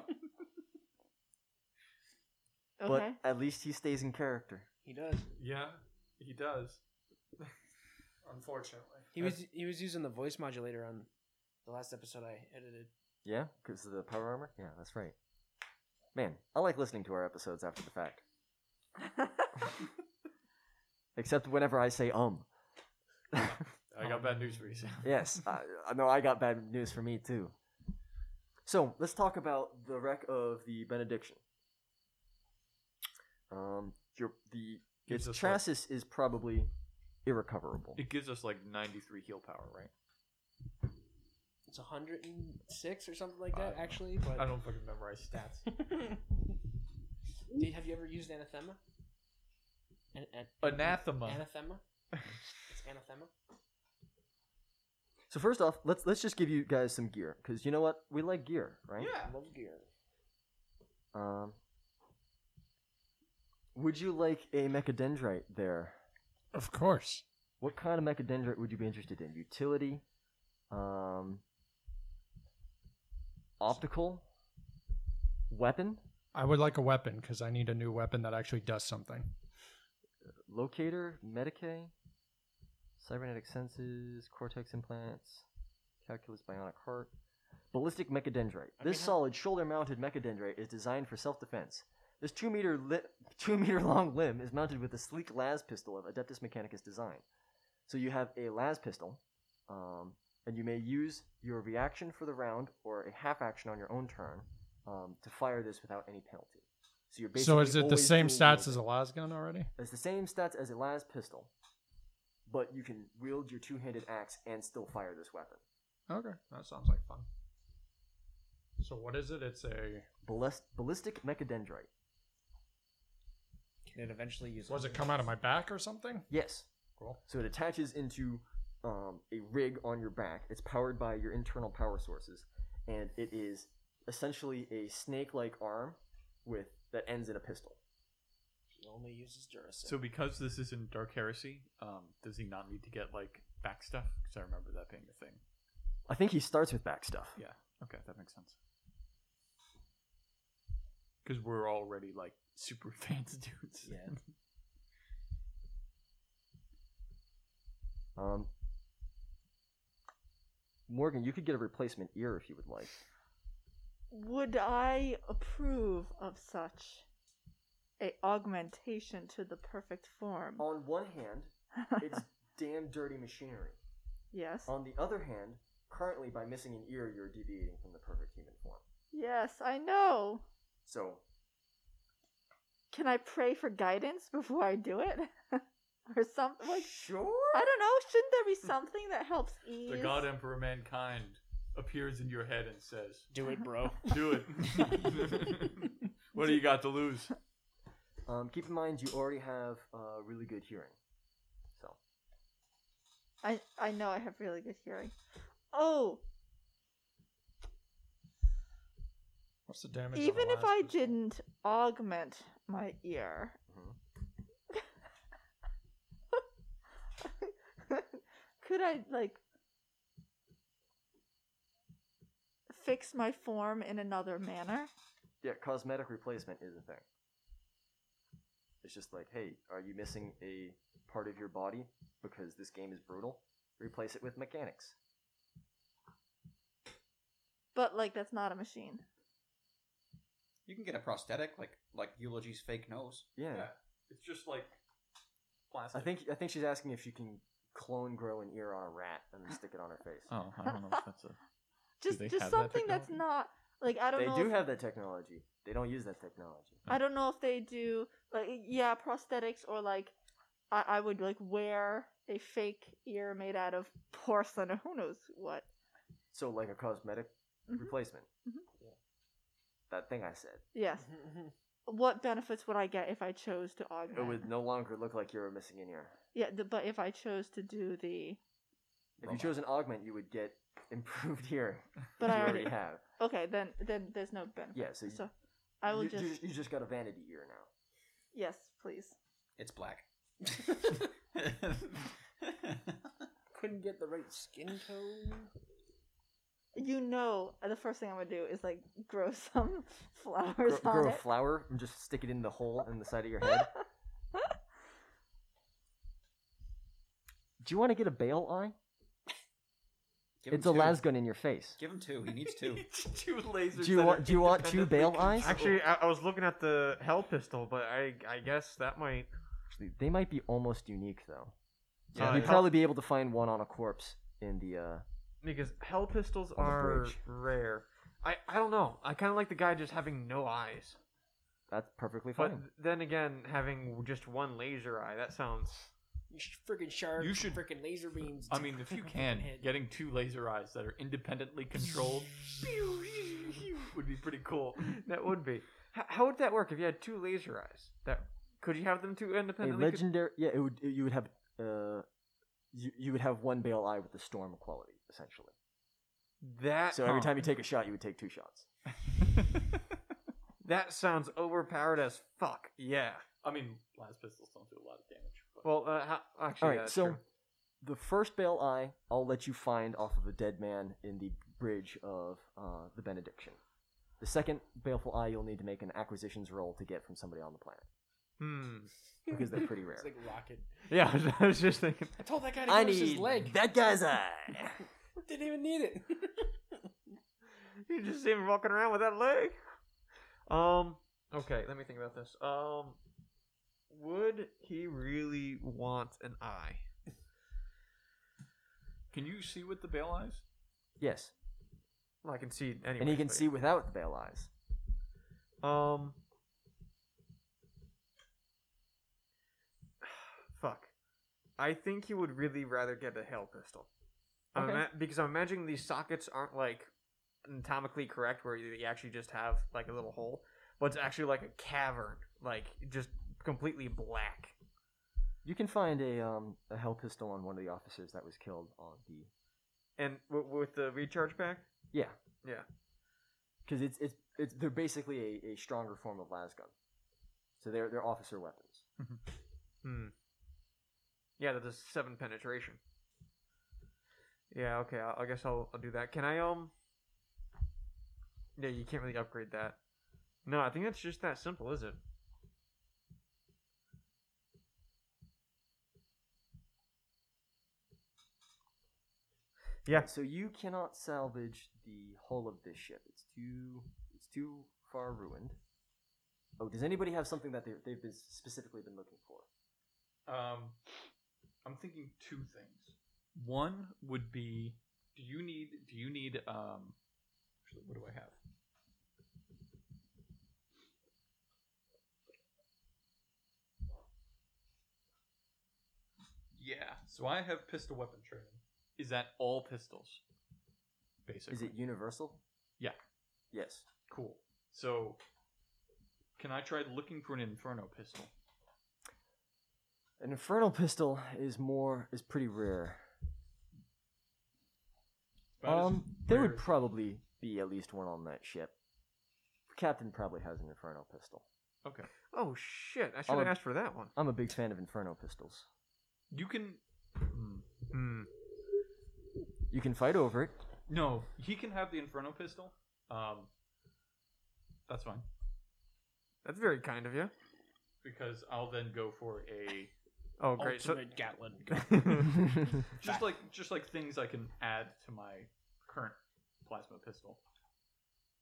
Speaker 3: Okay.
Speaker 1: But at least he stays in character.
Speaker 7: He does.
Speaker 8: Yeah, he does.
Speaker 10: Unfortunately.
Speaker 7: He was he was using the voice modulator on the last episode I edited.
Speaker 1: Yeah? Because of the power armor? Yeah, that's right. Man, I like listening to our episodes after the fact. Except whenever I say um.
Speaker 8: I got bad news for you. Sam.
Speaker 1: Yes, I, I know I got bad news for me too. So let's talk about the wreck of the benediction. Um, your, the
Speaker 8: Gives
Speaker 1: its
Speaker 8: us
Speaker 1: chassis is probably irrecoverable.
Speaker 8: It gives us like 93 heal power, right?
Speaker 7: It's hundred and six or something like
Speaker 8: I
Speaker 7: that,
Speaker 8: don't know.
Speaker 7: actually. But
Speaker 8: I don't fucking memorize stats.
Speaker 7: Did, have you ever used anathema? An, an,
Speaker 8: Anathema.
Speaker 7: anathema. It's anathema.
Speaker 1: So first off, let's let's just give you guys some gear because you know what we like gear, right?
Speaker 7: I love gear.
Speaker 1: Um, would you like a mechadendrite there?
Speaker 4: Of course.
Speaker 1: What kind of mechadendrite would you be interested in? Utility, um, optical, weapon,
Speaker 4: I would like a weapon because I need a new weapon that actually does something.
Speaker 1: locator, Medicaid, cybernetic senses, cortex implants, calculus bionic heart, ballistic mechadendrite. This solid shoulder-mounted mechadendrite is designed for self-defense. This two-meter li- two-meter-long limb is mounted with a sleek las pistol of Adeptus Mechanicus design. So you have a las pistol, um, and you may use your reaction for the round or a half action on your own turn um, to fire this without any penalty. So you're basically
Speaker 4: So is it the
Speaker 1: always
Speaker 4: same
Speaker 1: doing
Speaker 4: stats
Speaker 1: damage.
Speaker 4: as a las gun already?
Speaker 1: It's the same stats as a las pistol, but you can wield your two-handed axe and still fire this weapon.
Speaker 4: Okay, that sounds like fun. So what is it? It's a
Speaker 1: Ballist- ballistic mechadendrite.
Speaker 7: Can it eventually use?
Speaker 4: was it come out of my back or something?
Speaker 1: Yes.
Speaker 4: Cool.
Speaker 1: So it attaches into um, a rig on your back. It's powered by your internal power sources, and it is essentially a snake-like arm with that ends in a pistol.
Speaker 7: He only uses Duracell.
Speaker 8: So because this is in Dark Heresy, um, does he not need to get like back stuff? Because I remember that being a thing.
Speaker 1: I think he starts with back stuff.
Speaker 8: Yeah. Okay, that makes sense. Because we're already like super advanced dudes.
Speaker 7: yeah.
Speaker 1: Um, Morgan, you could get a replacement ear if you would like.
Speaker 3: Would I approve of such a augmentation to the perfect form?
Speaker 1: On one hand, it's damn dirty machinery.
Speaker 3: yes.
Speaker 1: On the other hand, currently by missing an ear, you're deviating from the perfect human form.
Speaker 3: Yes, I know.
Speaker 1: So
Speaker 3: Can I pray for guidance before I do it? or something like
Speaker 1: sure.
Speaker 3: I don't know, shouldn't there be something that helps ease?
Speaker 8: The God Emperor Mankind appears in your head and says,
Speaker 7: Do it, bro.
Speaker 8: "Do it." what do you got to lose?
Speaker 1: Um, keep in mind you already have uh, really good hearing. So
Speaker 3: I I know I have really good hearing. Oh,
Speaker 10: What's the damage? on the
Speaker 3: even if
Speaker 10: last
Speaker 3: I
Speaker 10: pistol?
Speaker 3: didn't augment my ear. Could I like fix my form in another manner?
Speaker 1: yeah, cosmetic replacement is a thing. It's just like, hey, are you missing a part of your body because this game is brutal? Replace it with mechanics.
Speaker 3: But like that's not a machine.
Speaker 5: You can get a prosthetic, like like Eulogy's fake nose.
Speaker 1: Yeah.
Speaker 10: Yeah. It's just like
Speaker 1: I
Speaker 10: plastic.
Speaker 1: think I think she's asking if you can clone grow an ear on a rat and then stick it on her face.
Speaker 8: Oh, I don't know if that's a.
Speaker 3: Just
Speaker 8: they
Speaker 3: just
Speaker 8: have that
Speaker 3: something that's
Speaker 8: technology?
Speaker 3: not like I don't
Speaker 1: They
Speaker 3: know.
Speaker 1: do
Speaker 3: if-
Speaker 1: have that technology. They don't use that technology.
Speaker 3: I don't know if they do like yeah prosthetics or like I, I would like wear a fake ear made out of porcelain or who knows what.
Speaker 1: So like a cosmetic
Speaker 3: Mhm.
Speaker 1: replacement.
Speaker 3: Mhm.
Speaker 1: That thing I said.
Speaker 3: Yes. What benefits would I get if I chose to
Speaker 1: It
Speaker 3: augment?
Speaker 1: would no longer look like you were missing an ear.
Speaker 3: Yeah, the, but if I chose to do the
Speaker 1: If you chose an augment, you would get improved hearing.
Speaker 3: but
Speaker 1: you
Speaker 3: I already
Speaker 1: have.
Speaker 3: okay then then there's no benefit.
Speaker 1: Yeah, so, you-
Speaker 3: So I will
Speaker 1: you,
Speaker 3: just
Speaker 1: you you just got a vanity ear now.
Speaker 3: yes please.
Speaker 5: It's black.
Speaker 7: Couldn't get the right skin tone.
Speaker 3: You know the first thing I'm gonna do is like grow some
Speaker 1: grow,
Speaker 3: flowers on
Speaker 1: grow a
Speaker 3: it.
Speaker 1: flower and just stick it in the hole in the side of your head. Do you want to get a bale eye?
Speaker 5: Give him
Speaker 1: it's a
Speaker 5: two.
Speaker 1: lasgun in your face.
Speaker 5: Give him two. He needs two.
Speaker 6: two lasers.
Speaker 1: Do you
Speaker 6: that
Speaker 1: want
Speaker 6: are
Speaker 1: do you want two bale
Speaker 6: independently
Speaker 1: eyes?
Speaker 2: Actually, I, I was looking at the hell pistol, but I I guess that might.
Speaker 1: Actually, they might be almost unique though.
Speaker 2: Yeah,
Speaker 1: You'd
Speaker 2: yeah.
Speaker 1: probably be able to find one on a corpse in the uh
Speaker 2: Because hell pistols
Speaker 1: the
Speaker 2: are
Speaker 1: bridge.
Speaker 2: rare. I, I don't know. I kind of like the guy just having no eyes.
Speaker 1: that's perfectly
Speaker 2: But
Speaker 1: fine.
Speaker 2: then again, having just one laser eye, that sounds.
Speaker 7: You should freaking sharp.
Speaker 8: You should-
Speaker 7: freaking laser beams.
Speaker 8: I mean, if you can, getting two laser eyes that are independently controlled would be pretty cool.
Speaker 2: That would be. How, how would that work if you had two laser eyes? That Could you have them two
Speaker 1: a
Speaker 2: independently? con-
Speaker 1: legendary yeah, it would you would have uh you, you would have one bale eye with the storm quality essentially.
Speaker 2: that
Speaker 1: So every time you take a shot, you would take two shots.
Speaker 2: that sounds overpowered as fuck. Yeah.
Speaker 8: I mean, blast pistols don't do a lot of damage. But...
Speaker 2: Well, uh, how, actually,
Speaker 1: All
Speaker 2: yeah,
Speaker 1: right,
Speaker 2: that's
Speaker 1: so
Speaker 2: true.
Speaker 1: the first bale eye I'll let you find off of a dead man in the bridge of uh, the benediction. The second baleful eye you'll need to make an acquisitions roll to get from somebody on the planet
Speaker 2: Hmm.
Speaker 1: because they're pretty rare.
Speaker 7: It's like rocket.
Speaker 2: Yeah, I was, I was just thinking.
Speaker 7: I told that guy to
Speaker 1: I
Speaker 7: give us his
Speaker 1: need
Speaker 7: leg.
Speaker 1: that guy's eye.
Speaker 7: Didn't even need it.
Speaker 2: You just see him walking around with that leg. Um. Okay, let me think about this. Um. Would he really want an eye?
Speaker 8: Can you see with the bail eyes?
Speaker 1: yes,
Speaker 2: Well, I can see anyway.
Speaker 1: and he can see without the bale eyes.
Speaker 2: Um. Fuck. I think he would really rather get a hail pistol. I'm
Speaker 8: Okay.
Speaker 2: ima- because I'm imagining these sockets aren't like anatomically correct, where you actually just have like a little hole, but it's actually like a cavern, like just completely black.
Speaker 1: You can find a um a hell pistol on one of the officers that was killed on the
Speaker 2: And w- with the recharge pack,
Speaker 1: yeah
Speaker 2: Yeah.
Speaker 1: because it's it's it's they're basically a, a stronger form of lasgun, so they're they're officer weapons.
Speaker 2: hmm. Yeah, that does seven penetration. Yeah, okay. I, I guess I'll, I'll do that. Can I um? Yeah, you can't really upgrade that. No, I think that's just that simple, is it? Yeah.
Speaker 1: So you cannot salvage the hull of this ship. It's too it's too far ruined. Oh, does anybody have something that they they've been specifically been looking for?
Speaker 10: Um, I'm thinking two things.
Speaker 8: One would be do you need do you need um actually what do I have?
Speaker 10: Yeah. So I have pistol weapon training.
Speaker 8: Is that all pistols? basically.
Speaker 1: Is it universal?
Speaker 8: Yeah.
Speaker 1: Yes.
Speaker 8: Cool. So, can I try looking for an Inferno pistol?
Speaker 1: An infernal pistol is more is pretty rare.
Speaker 8: About as
Speaker 1: um, there
Speaker 8: rare
Speaker 1: would
Speaker 8: as-
Speaker 1: probably be at least one on that ship. Captain probably has an inferno pistol.
Speaker 8: Okay.
Speaker 2: Oh shit! I should
Speaker 1: Oh,
Speaker 2: have
Speaker 1: it-
Speaker 2: asked for that one.
Speaker 1: I'm a big fan of inferno pistols.
Speaker 8: You can.
Speaker 1: You can fight over it.
Speaker 8: No, he can have the Inferno pistol. Um, that's fine
Speaker 2: That's very kind of you.
Speaker 8: because I'll then go for a
Speaker 2: Oh great! So
Speaker 7: Ultimate Gatlin.
Speaker 8: just like just like things I can add to my current plasma pistol.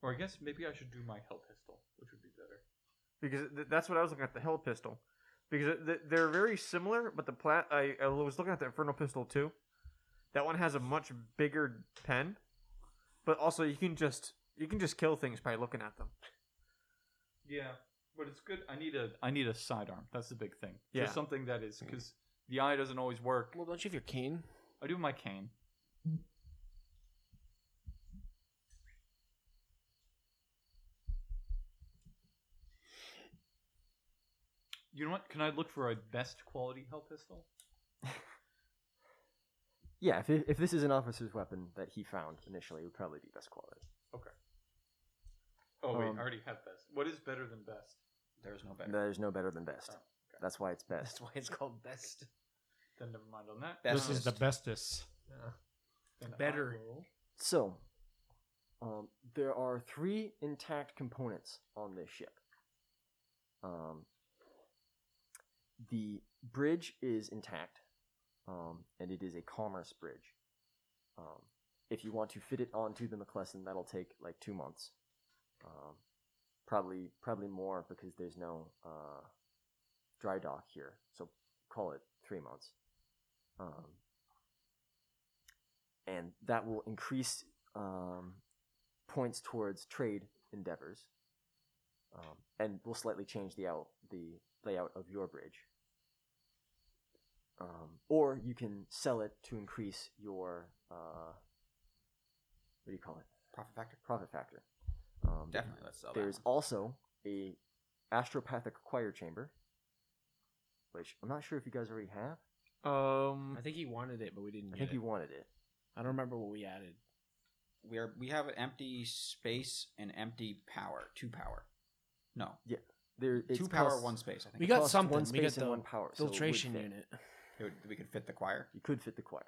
Speaker 8: Or I guess maybe I should do my hell pistol, which would be better.
Speaker 2: because th- that's what I was looking at the hell pistol, because it- th- they're very similar. But the plat I, I was looking at the infernal pistol too. That one has a much bigger pen, but also you can just you can just kill things by looking at them.
Speaker 8: Yeah, but it's good. I need a I need a sidearm. That's the big thing.
Speaker 2: Yeah.
Speaker 8: Just something that is because the eye doesn't always work.
Speaker 7: Well, don't you have your cane?
Speaker 8: I do my cane. You know what? Can I look for a best quality hell pistol?
Speaker 1: yeah, if, it, if this is an officer's weapon that he found initially, it would probably be best quality.
Speaker 8: Oh wait,
Speaker 1: Um,
Speaker 8: I already have best. What is better than best?
Speaker 5: There's no better.
Speaker 1: There's no better than best.
Speaker 8: Oh, okay.
Speaker 1: That's why it's best.
Speaker 7: That's why it's called best.
Speaker 8: Then never mind on that. Uh,
Speaker 5: Best
Speaker 4: This is the bestest.
Speaker 8: Then I
Speaker 7: better.
Speaker 8: will-
Speaker 1: So, um, there are three intact components on this ship. Um, the bridge is intact, um, and it is a commerce bridge. Um, if you want to fit it onto the McClellan, that'll take like two months. Um, probably, probably more because there's no uh, dry dock here, so call it three months. Um, and that will increase um, points towards trade endeavors, um, and will slightly change the out the layout of your bridge. Um, or you can sell it to increase your uh, what do you call it
Speaker 5: Profit factor.
Speaker 1: profit factor. Um,
Speaker 5: Definitely, let's sell
Speaker 1: There's
Speaker 5: that.
Speaker 1: also a astropathic choir chamber, which I'm not sure if you guys already have.
Speaker 2: Um,
Speaker 7: I think he wanted it, but we didn't.
Speaker 1: I
Speaker 7: get
Speaker 1: think
Speaker 7: it.
Speaker 1: you wanted it.
Speaker 7: I don't remember what we added.
Speaker 5: We are we have empty space and empty power. Two power. No,
Speaker 1: There, it's
Speaker 5: two power,
Speaker 1: cost-
Speaker 5: one space. I think
Speaker 7: We got
Speaker 1: costs
Speaker 7: something.
Speaker 1: One
Speaker 7: We got
Speaker 1: space and
Speaker 7: the
Speaker 1: one power. so it would
Speaker 7: Filtration
Speaker 1: fit.
Speaker 7: unit.
Speaker 5: It would- we could fit the choir.
Speaker 1: You could fit the choir.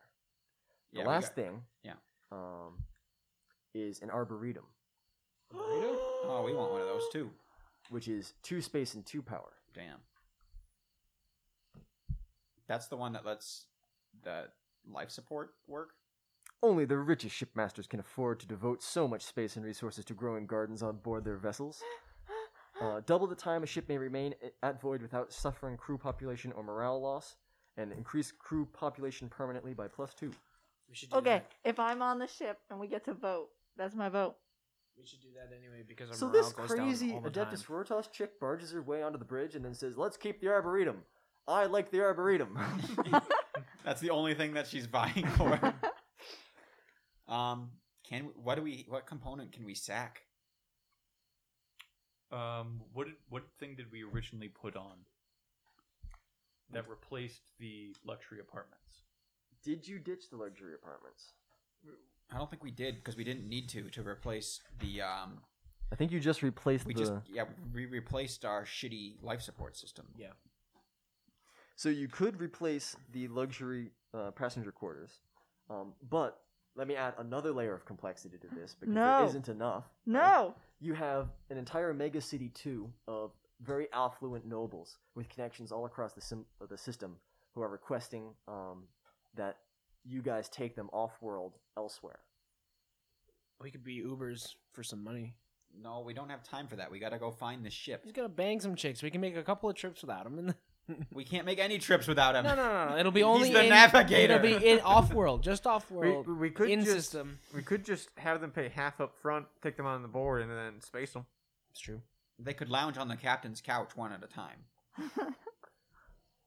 Speaker 1: The
Speaker 5: Yeah, we
Speaker 1: last
Speaker 5: got-
Speaker 1: thing,
Speaker 5: yeah.
Speaker 1: um, is an arboretum,
Speaker 5: Oh, we want one of those too.
Speaker 1: which is two space and two power.
Speaker 5: Damn. That's the one that lets the life support work.
Speaker 1: Only the richest shipmasters can afford to devote so much space and resources to growing gardens on board their vessels. Uh, double the time a ship may remain i- at void without suffering crew population or morale loss, and increase crew population permanently by plus two.
Speaker 7: We should do
Speaker 3: Okay,
Speaker 7: That.
Speaker 3: if I'm on the ship and we get to vote, that's my vote.
Speaker 7: We should do that anyway because our
Speaker 1: So
Speaker 7: morale
Speaker 1: this
Speaker 7: goes
Speaker 1: crazy
Speaker 7: down all the
Speaker 1: Adeptus
Speaker 7: time.
Speaker 1: Rotos chick barges her way onto the bridge and then says, "Let's keep the arboretum." I like the arboretum.
Speaker 5: That's the only thing that she's buying for. um, can what do we? What component can we sack?
Speaker 8: Um, what did, what thing did we originally put on that replaced the luxury apartments?
Speaker 1: Did you ditch the luxury apartments?
Speaker 5: I don't think we did because we didn't need to to replace the. Um,
Speaker 1: I think you just replaced
Speaker 5: we
Speaker 1: the.
Speaker 5: just yeah we replaced our shitty life support system.
Speaker 7: Yeah.
Speaker 1: So you could replace the luxury uh, passenger quarters, um, but let me add another layer of complexity to this because
Speaker 3: No.
Speaker 1: there isn't enough. right?
Speaker 3: No,
Speaker 1: You have an entire mega city too of very affluent nobles with connections all across the sim- uh, the system who are requesting um, that you guys take them off world elsewhere.
Speaker 7: We could be Ubers for some money.
Speaker 5: No, we don't have time for that. We gotta go find the ship.
Speaker 7: He's gonna bang some chicks. We can make a couple of trips without him. And
Speaker 5: We can't make any trips without him.
Speaker 7: no, no, no, no. It'll be
Speaker 5: He's
Speaker 7: only
Speaker 5: the
Speaker 7: in,
Speaker 5: navigator.
Speaker 7: It'll be in off world, just off
Speaker 2: we,
Speaker 7: world.
Speaker 2: we could
Speaker 7: in
Speaker 2: just
Speaker 7: system.
Speaker 2: we could just have them pay half up front, take them on the board, and then space them.
Speaker 7: It's true.
Speaker 5: They could lounge on the captain's couch one at a time.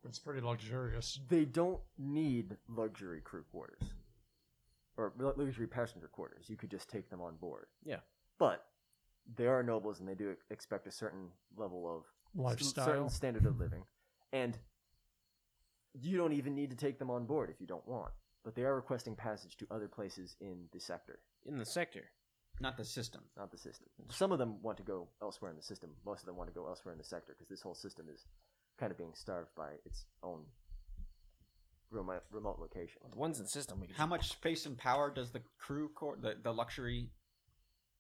Speaker 4: It's pretty luxurious.
Speaker 1: They don't need luxury crew quarters. or lu- luxury passenger quarters. You could just take them on board.
Speaker 7: Yeah.
Speaker 1: But they are nobles, and they do expect a certain level of certain
Speaker 4: Lifestyle.
Speaker 1: standard of living, and you don't even need to take them on board if you don't want. But they are requesting passage to other places in the sector,
Speaker 7: in the sector.
Speaker 5: Not the system.
Speaker 1: not the system. Some of them want to go elsewhere in the system. Most of them want to go elsewhere in the sector because this whole system is kind of being starved by its own remote, remote location.
Speaker 7: The ones in the system. We can
Speaker 5: How much space and power does the crew cor- the, the luxury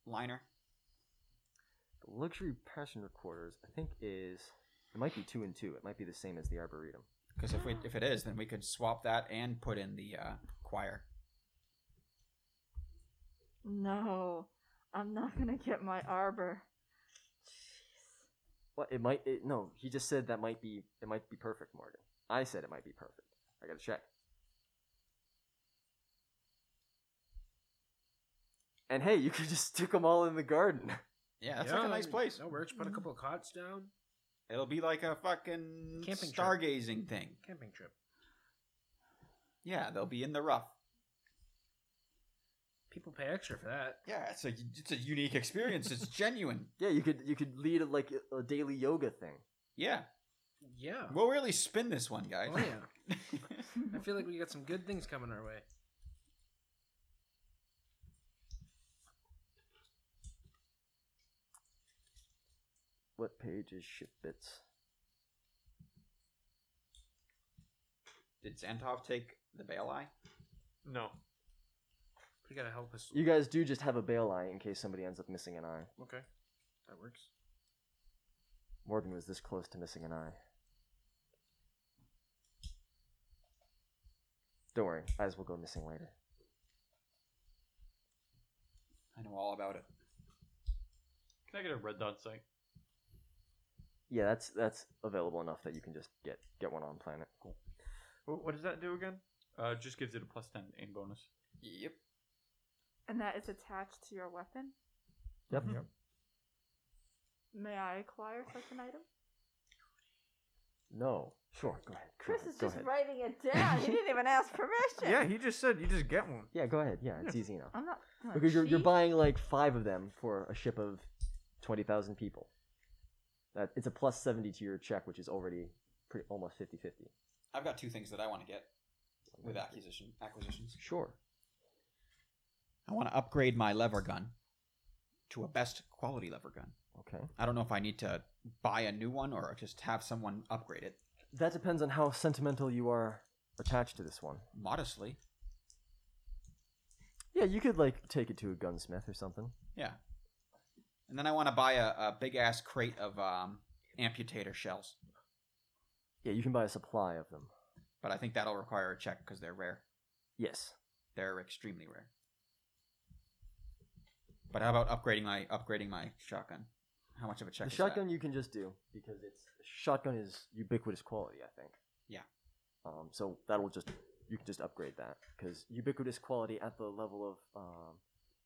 Speaker 5: liner?
Speaker 1: The luxury passenger quarters, I think, is it might be two and two. It might be the same as the arboretum.
Speaker 5: Because if we if it is, then we could swap that and put in the uh, choir.
Speaker 3: No, I'm not gonna get my arbor.
Speaker 1: Well, it might. It, no, he just said that might be. It might be perfect, Morgan. I said it might be perfect. I gotta check. And hey, you could just stick them all in the garden.
Speaker 5: Yeah, that's like a nice place.
Speaker 7: That works. Put a couple of cots down.
Speaker 5: It'll be like a fucking
Speaker 7: Camping trip.
Speaker 5: stargazing thing.
Speaker 7: Camping trip.
Speaker 5: Yeah, they'll be in the rough.
Speaker 7: People pay extra for that.
Speaker 5: Yeah, it's a it's a unique experience. It's genuine.
Speaker 1: Yeah, you could. You could lead a, like a daily yoga thing.
Speaker 5: Yeah,
Speaker 7: Yeah.
Speaker 5: we'll really spin this one, guys.
Speaker 7: Oh yeah. I feel like we got some good things coming our way.
Speaker 1: What page is ship bits?
Speaker 5: Did Santov take the bail eye?
Speaker 2: No.
Speaker 7: You gotta help us.
Speaker 1: You guys do just have a bail eye in case somebody ends up missing an eye.
Speaker 7: Okay. That works.
Speaker 1: Morgan was this close to missing an eye. Don't worry, eyes will go missing later.
Speaker 5: I know all about it.
Speaker 8: Can I get a red dot sight?
Speaker 1: Yeah, that's that's available enough that you can just get get one on planet.
Speaker 8: Wh- What does that do again? Uh, it just gives it a plus ten aim bonus.
Speaker 5: Yep.
Speaker 3: And that is attached to your weapon?
Speaker 1: Yep.
Speaker 3: May I acquire such an item?
Speaker 1: No. Sure. Go ahead.
Speaker 3: Chris
Speaker 1: go
Speaker 3: is
Speaker 1: ahead, go
Speaker 3: just
Speaker 1: ahead.
Speaker 3: writing it down. he didn't even ask permission.
Speaker 2: Yeah, he just said you just get one.
Speaker 1: Yeah, go ahead. Yeah, it's easy enough.
Speaker 3: I'm not. I'm not
Speaker 1: Because you're you're
Speaker 3: cheap.
Speaker 1: buying like five of them for a ship of twenty thousand people. That it's a plus seventy to your check, which is already pretty almost 50-50.
Speaker 5: I've got two things that I want to get with acquisition acquisitions.
Speaker 1: Sure.
Speaker 5: I want to upgrade my lever gun to a best quality lever gun.
Speaker 1: Okay.
Speaker 5: I don't know if I need to buy a new one or just have someone upgrade it
Speaker 1: That depends on how sentimental you are attached to this one.
Speaker 5: modestly.
Speaker 1: Yeah, you could like take it to a gunsmith or something.
Speaker 5: Yeah. And then I want to buy a, a big ass crate of um, amputator shells,
Speaker 1: Yeah, you can buy a supply of them.
Speaker 5: but I think that'll require a check because they're rare.
Speaker 1: Yes.
Speaker 5: They're extremely rare. But how about upgrading my upgrading my shotgun? How much of a check?
Speaker 1: The
Speaker 5: is that?
Speaker 1: shotgun you can just do because it's shotgun is ubiquitous quality, I think.
Speaker 5: Yeah.
Speaker 1: Um, so that'll just you can just upgrade that because ubiquitous quality at the level of um,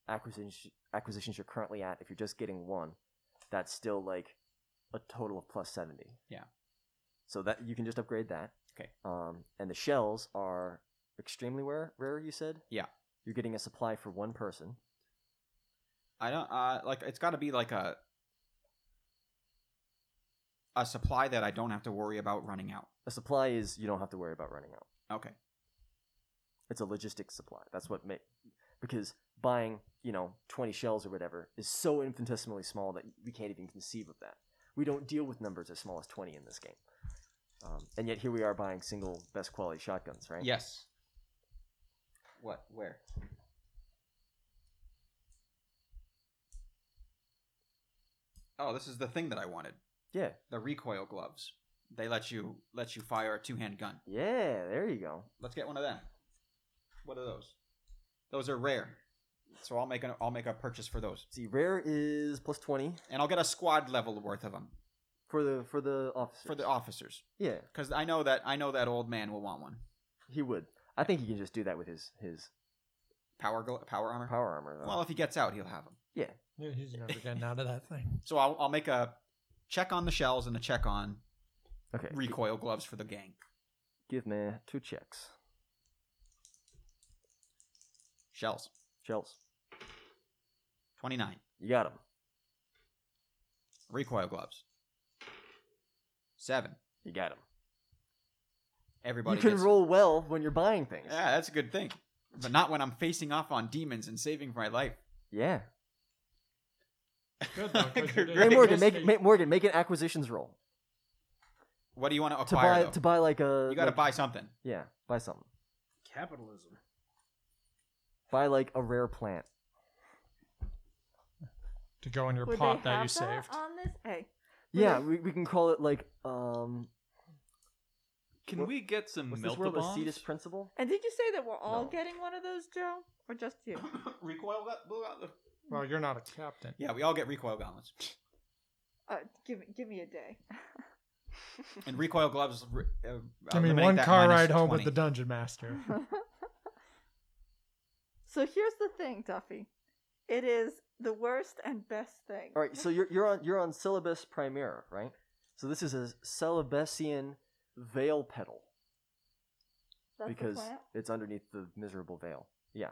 Speaker 1: acquisition acquisitions you're currently at. If you're just getting one, that's still like a total of plus seventy.
Speaker 5: Yeah.
Speaker 1: So that you can just upgrade that.
Speaker 5: Okay.
Speaker 1: Um, and the shells are extremely rare. Rare, you said.
Speaker 5: Yeah.
Speaker 1: You're getting a supply for one person.
Speaker 5: I don't uh like it's got to be like a a supply that I don't have to worry about running out.
Speaker 1: A supply is you don't have to worry about running out.
Speaker 5: Okay.
Speaker 1: It's a logistics supply. That's what make because buying you know twenty shells or whatever is so infinitesimally small that we can't even conceive of that. We don't deal with numbers as small as twenty in this game, um, and yet here we are buying single best quality shotguns, right?
Speaker 5: Yes. What? Where? Oh, this is the thing that I wanted.
Speaker 1: Yeah.
Speaker 5: The recoil gloves. They let you let you fire a two hand gun.
Speaker 1: Yeah. There you go.
Speaker 5: Let's get one of them. What are those? Those are rare. So I'll make an I'll make a purchase for those,
Speaker 1: See, rare is plus twenty
Speaker 5: and I'll get a squad level worth of them
Speaker 1: for the for the officer.
Speaker 5: for the officers,
Speaker 1: yeah,
Speaker 5: because I know that I know that old man will want one.
Speaker 1: he would. I think he can just do that with his his
Speaker 5: Power glo- power armor.
Speaker 1: power armor though.
Speaker 5: Well, if he gets out, he'll have them.
Speaker 11: Yeah, he's never getting out of that thing.
Speaker 5: So I'll, I'll make a check on the shells and a check on
Speaker 1: okay.
Speaker 5: recoil gloves for the gang.
Speaker 1: Give me two checks.
Speaker 5: Shells.
Speaker 1: Shells.
Speaker 5: 29.
Speaker 1: You got him.
Speaker 5: Recoil gloves. 7.
Speaker 1: You got him.
Speaker 5: Everybody
Speaker 1: you can
Speaker 5: gets-
Speaker 1: roll well when you're buying things.
Speaker 5: Yeah, that's a good thing. But not when I'm facing off on demons and saving my life.
Speaker 1: Yeah.
Speaker 4: Good though, 'cause you
Speaker 5: Great.
Speaker 4: did.
Speaker 1: Hey,
Speaker 4: Hey,
Speaker 1: Morgan,
Speaker 4: Chris,
Speaker 1: make,
Speaker 4: hey,
Speaker 1: make Morgan make an acquisitions roll
Speaker 5: What do you want
Speaker 1: to
Speaker 5: to acquire?
Speaker 1: buy
Speaker 5: though?
Speaker 1: to buy like a.
Speaker 5: you got to
Speaker 1: like-
Speaker 5: buy something.
Speaker 1: Yeah, buy something.
Speaker 7: Capitalism.
Speaker 1: Buy like a rare plant.
Speaker 4: to go in your
Speaker 3: Would
Speaker 4: pot
Speaker 3: they
Speaker 4: that you
Speaker 3: have
Speaker 4: saved.
Speaker 3: on this? Hey, Would
Speaker 1: Yeah,
Speaker 3: they-
Speaker 1: we, we can call it like um.
Speaker 8: Can
Speaker 1: What-
Speaker 8: we get some
Speaker 1: What's
Speaker 8: melt
Speaker 1: this word? Lacetus principle.
Speaker 3: and did you say that we're all
Speaker 1: No.
Speaker 3: getting one of those, Joe, or just you?
Speaker 5: recoil got, blew out the...
Speaker 4: Well, you're not a captain.
Speaker 5: Yeah, we all get recoil gauntlets.
Speaker 3: Uh, give me, give me a day.
Speaker 5: And recoil gloves. re- Uh,
Speaker 4: I mean,
Speaker 5: eliminate
Speaker 4: one
Speaker 5: that
Speaker 4: car
Speaker 5: minus
Speaker 4: ride home with
Speaker 5: 20.
Speaker 4: the dungeon master.
Speaker 3: so here's the thing, Duffy. It is the worst and best thing.
Speaker 1: All right, so you're you're on you're on syllabus primera, right? So this is a Celebusian veil petal
Speaker 3: That's the
Speaker 1: because
Speaker 3: plant?
Speaker 1: it's underneath the miserable veil. Yeah,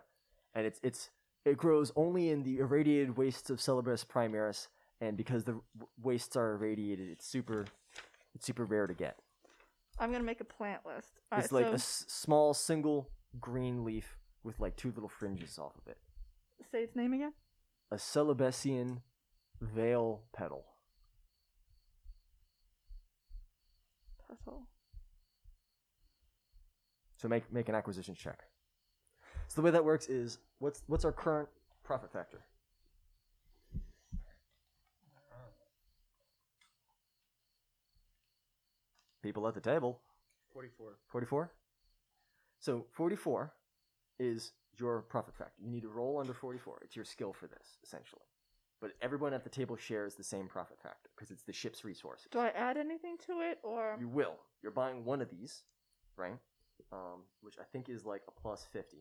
Speaker 1: and it's it's it grows only in the irradiated wastes of Celebus primaris, and because the w- wastes are irradiated, it's super it's super rare to get.
Speaker 3: I'm gonna make a plant list. All
Speaker 1: it's
Speaker 3: right,
Speaker 1: like
Speaker 3: so
Speaker 1: a s- small single green leaf with like two little fringes off of it.
Speaker 3: say its name again.
Speaker 1: A Celebesian veil petal.
Speaker 3: Petal.
Speaker 1: So make make an acquisition check. So the way that works is what's what's our current profit factor? People at the table.
Speaker 7: 44.
Speaker 1: 44? So 44 is your profit factor. You need to roll under 44. It's your skill for this, essentially. But everyone at the table shares the same profit factor because it's the ship's resources.
Speaker 3: Do I add anything to it, or
Speaker 1: You will. You're buying one of these, right? Um, which I think is like a plus 50.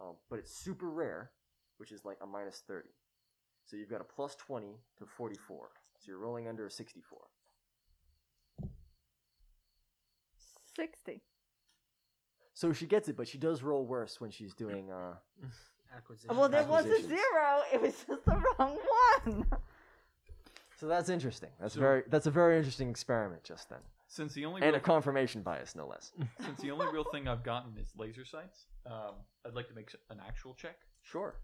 Speaker 1: Um, but it's super rare, which is like a minus 30. So you've got a plus 20 to 44. So you're rolling under a 64.
Speaker 3: sixty?
Speaker 1: So she gets it, but she does roll worse when she's doing. Uh,
Speaker 7: Acquisition.
Speaker 3: Well, there was a
Speaker 1: Acquisitions.
Speaker 3: zero. It was just the wrong one.
Speaker 1: so that's interesting. That's
Speaker 8: So-
Speaker 1: very. That's a very interesting experiment just then,
Speaker 8: Since the only
Speaker 1: and
Speaker 8: real,
Speaker 1: a confirmation bias, no less.
Speaker 8: since the only real thing I've gotten is laser sights, um, I'd like to make s- an actual check.
Speaker 1: Sure.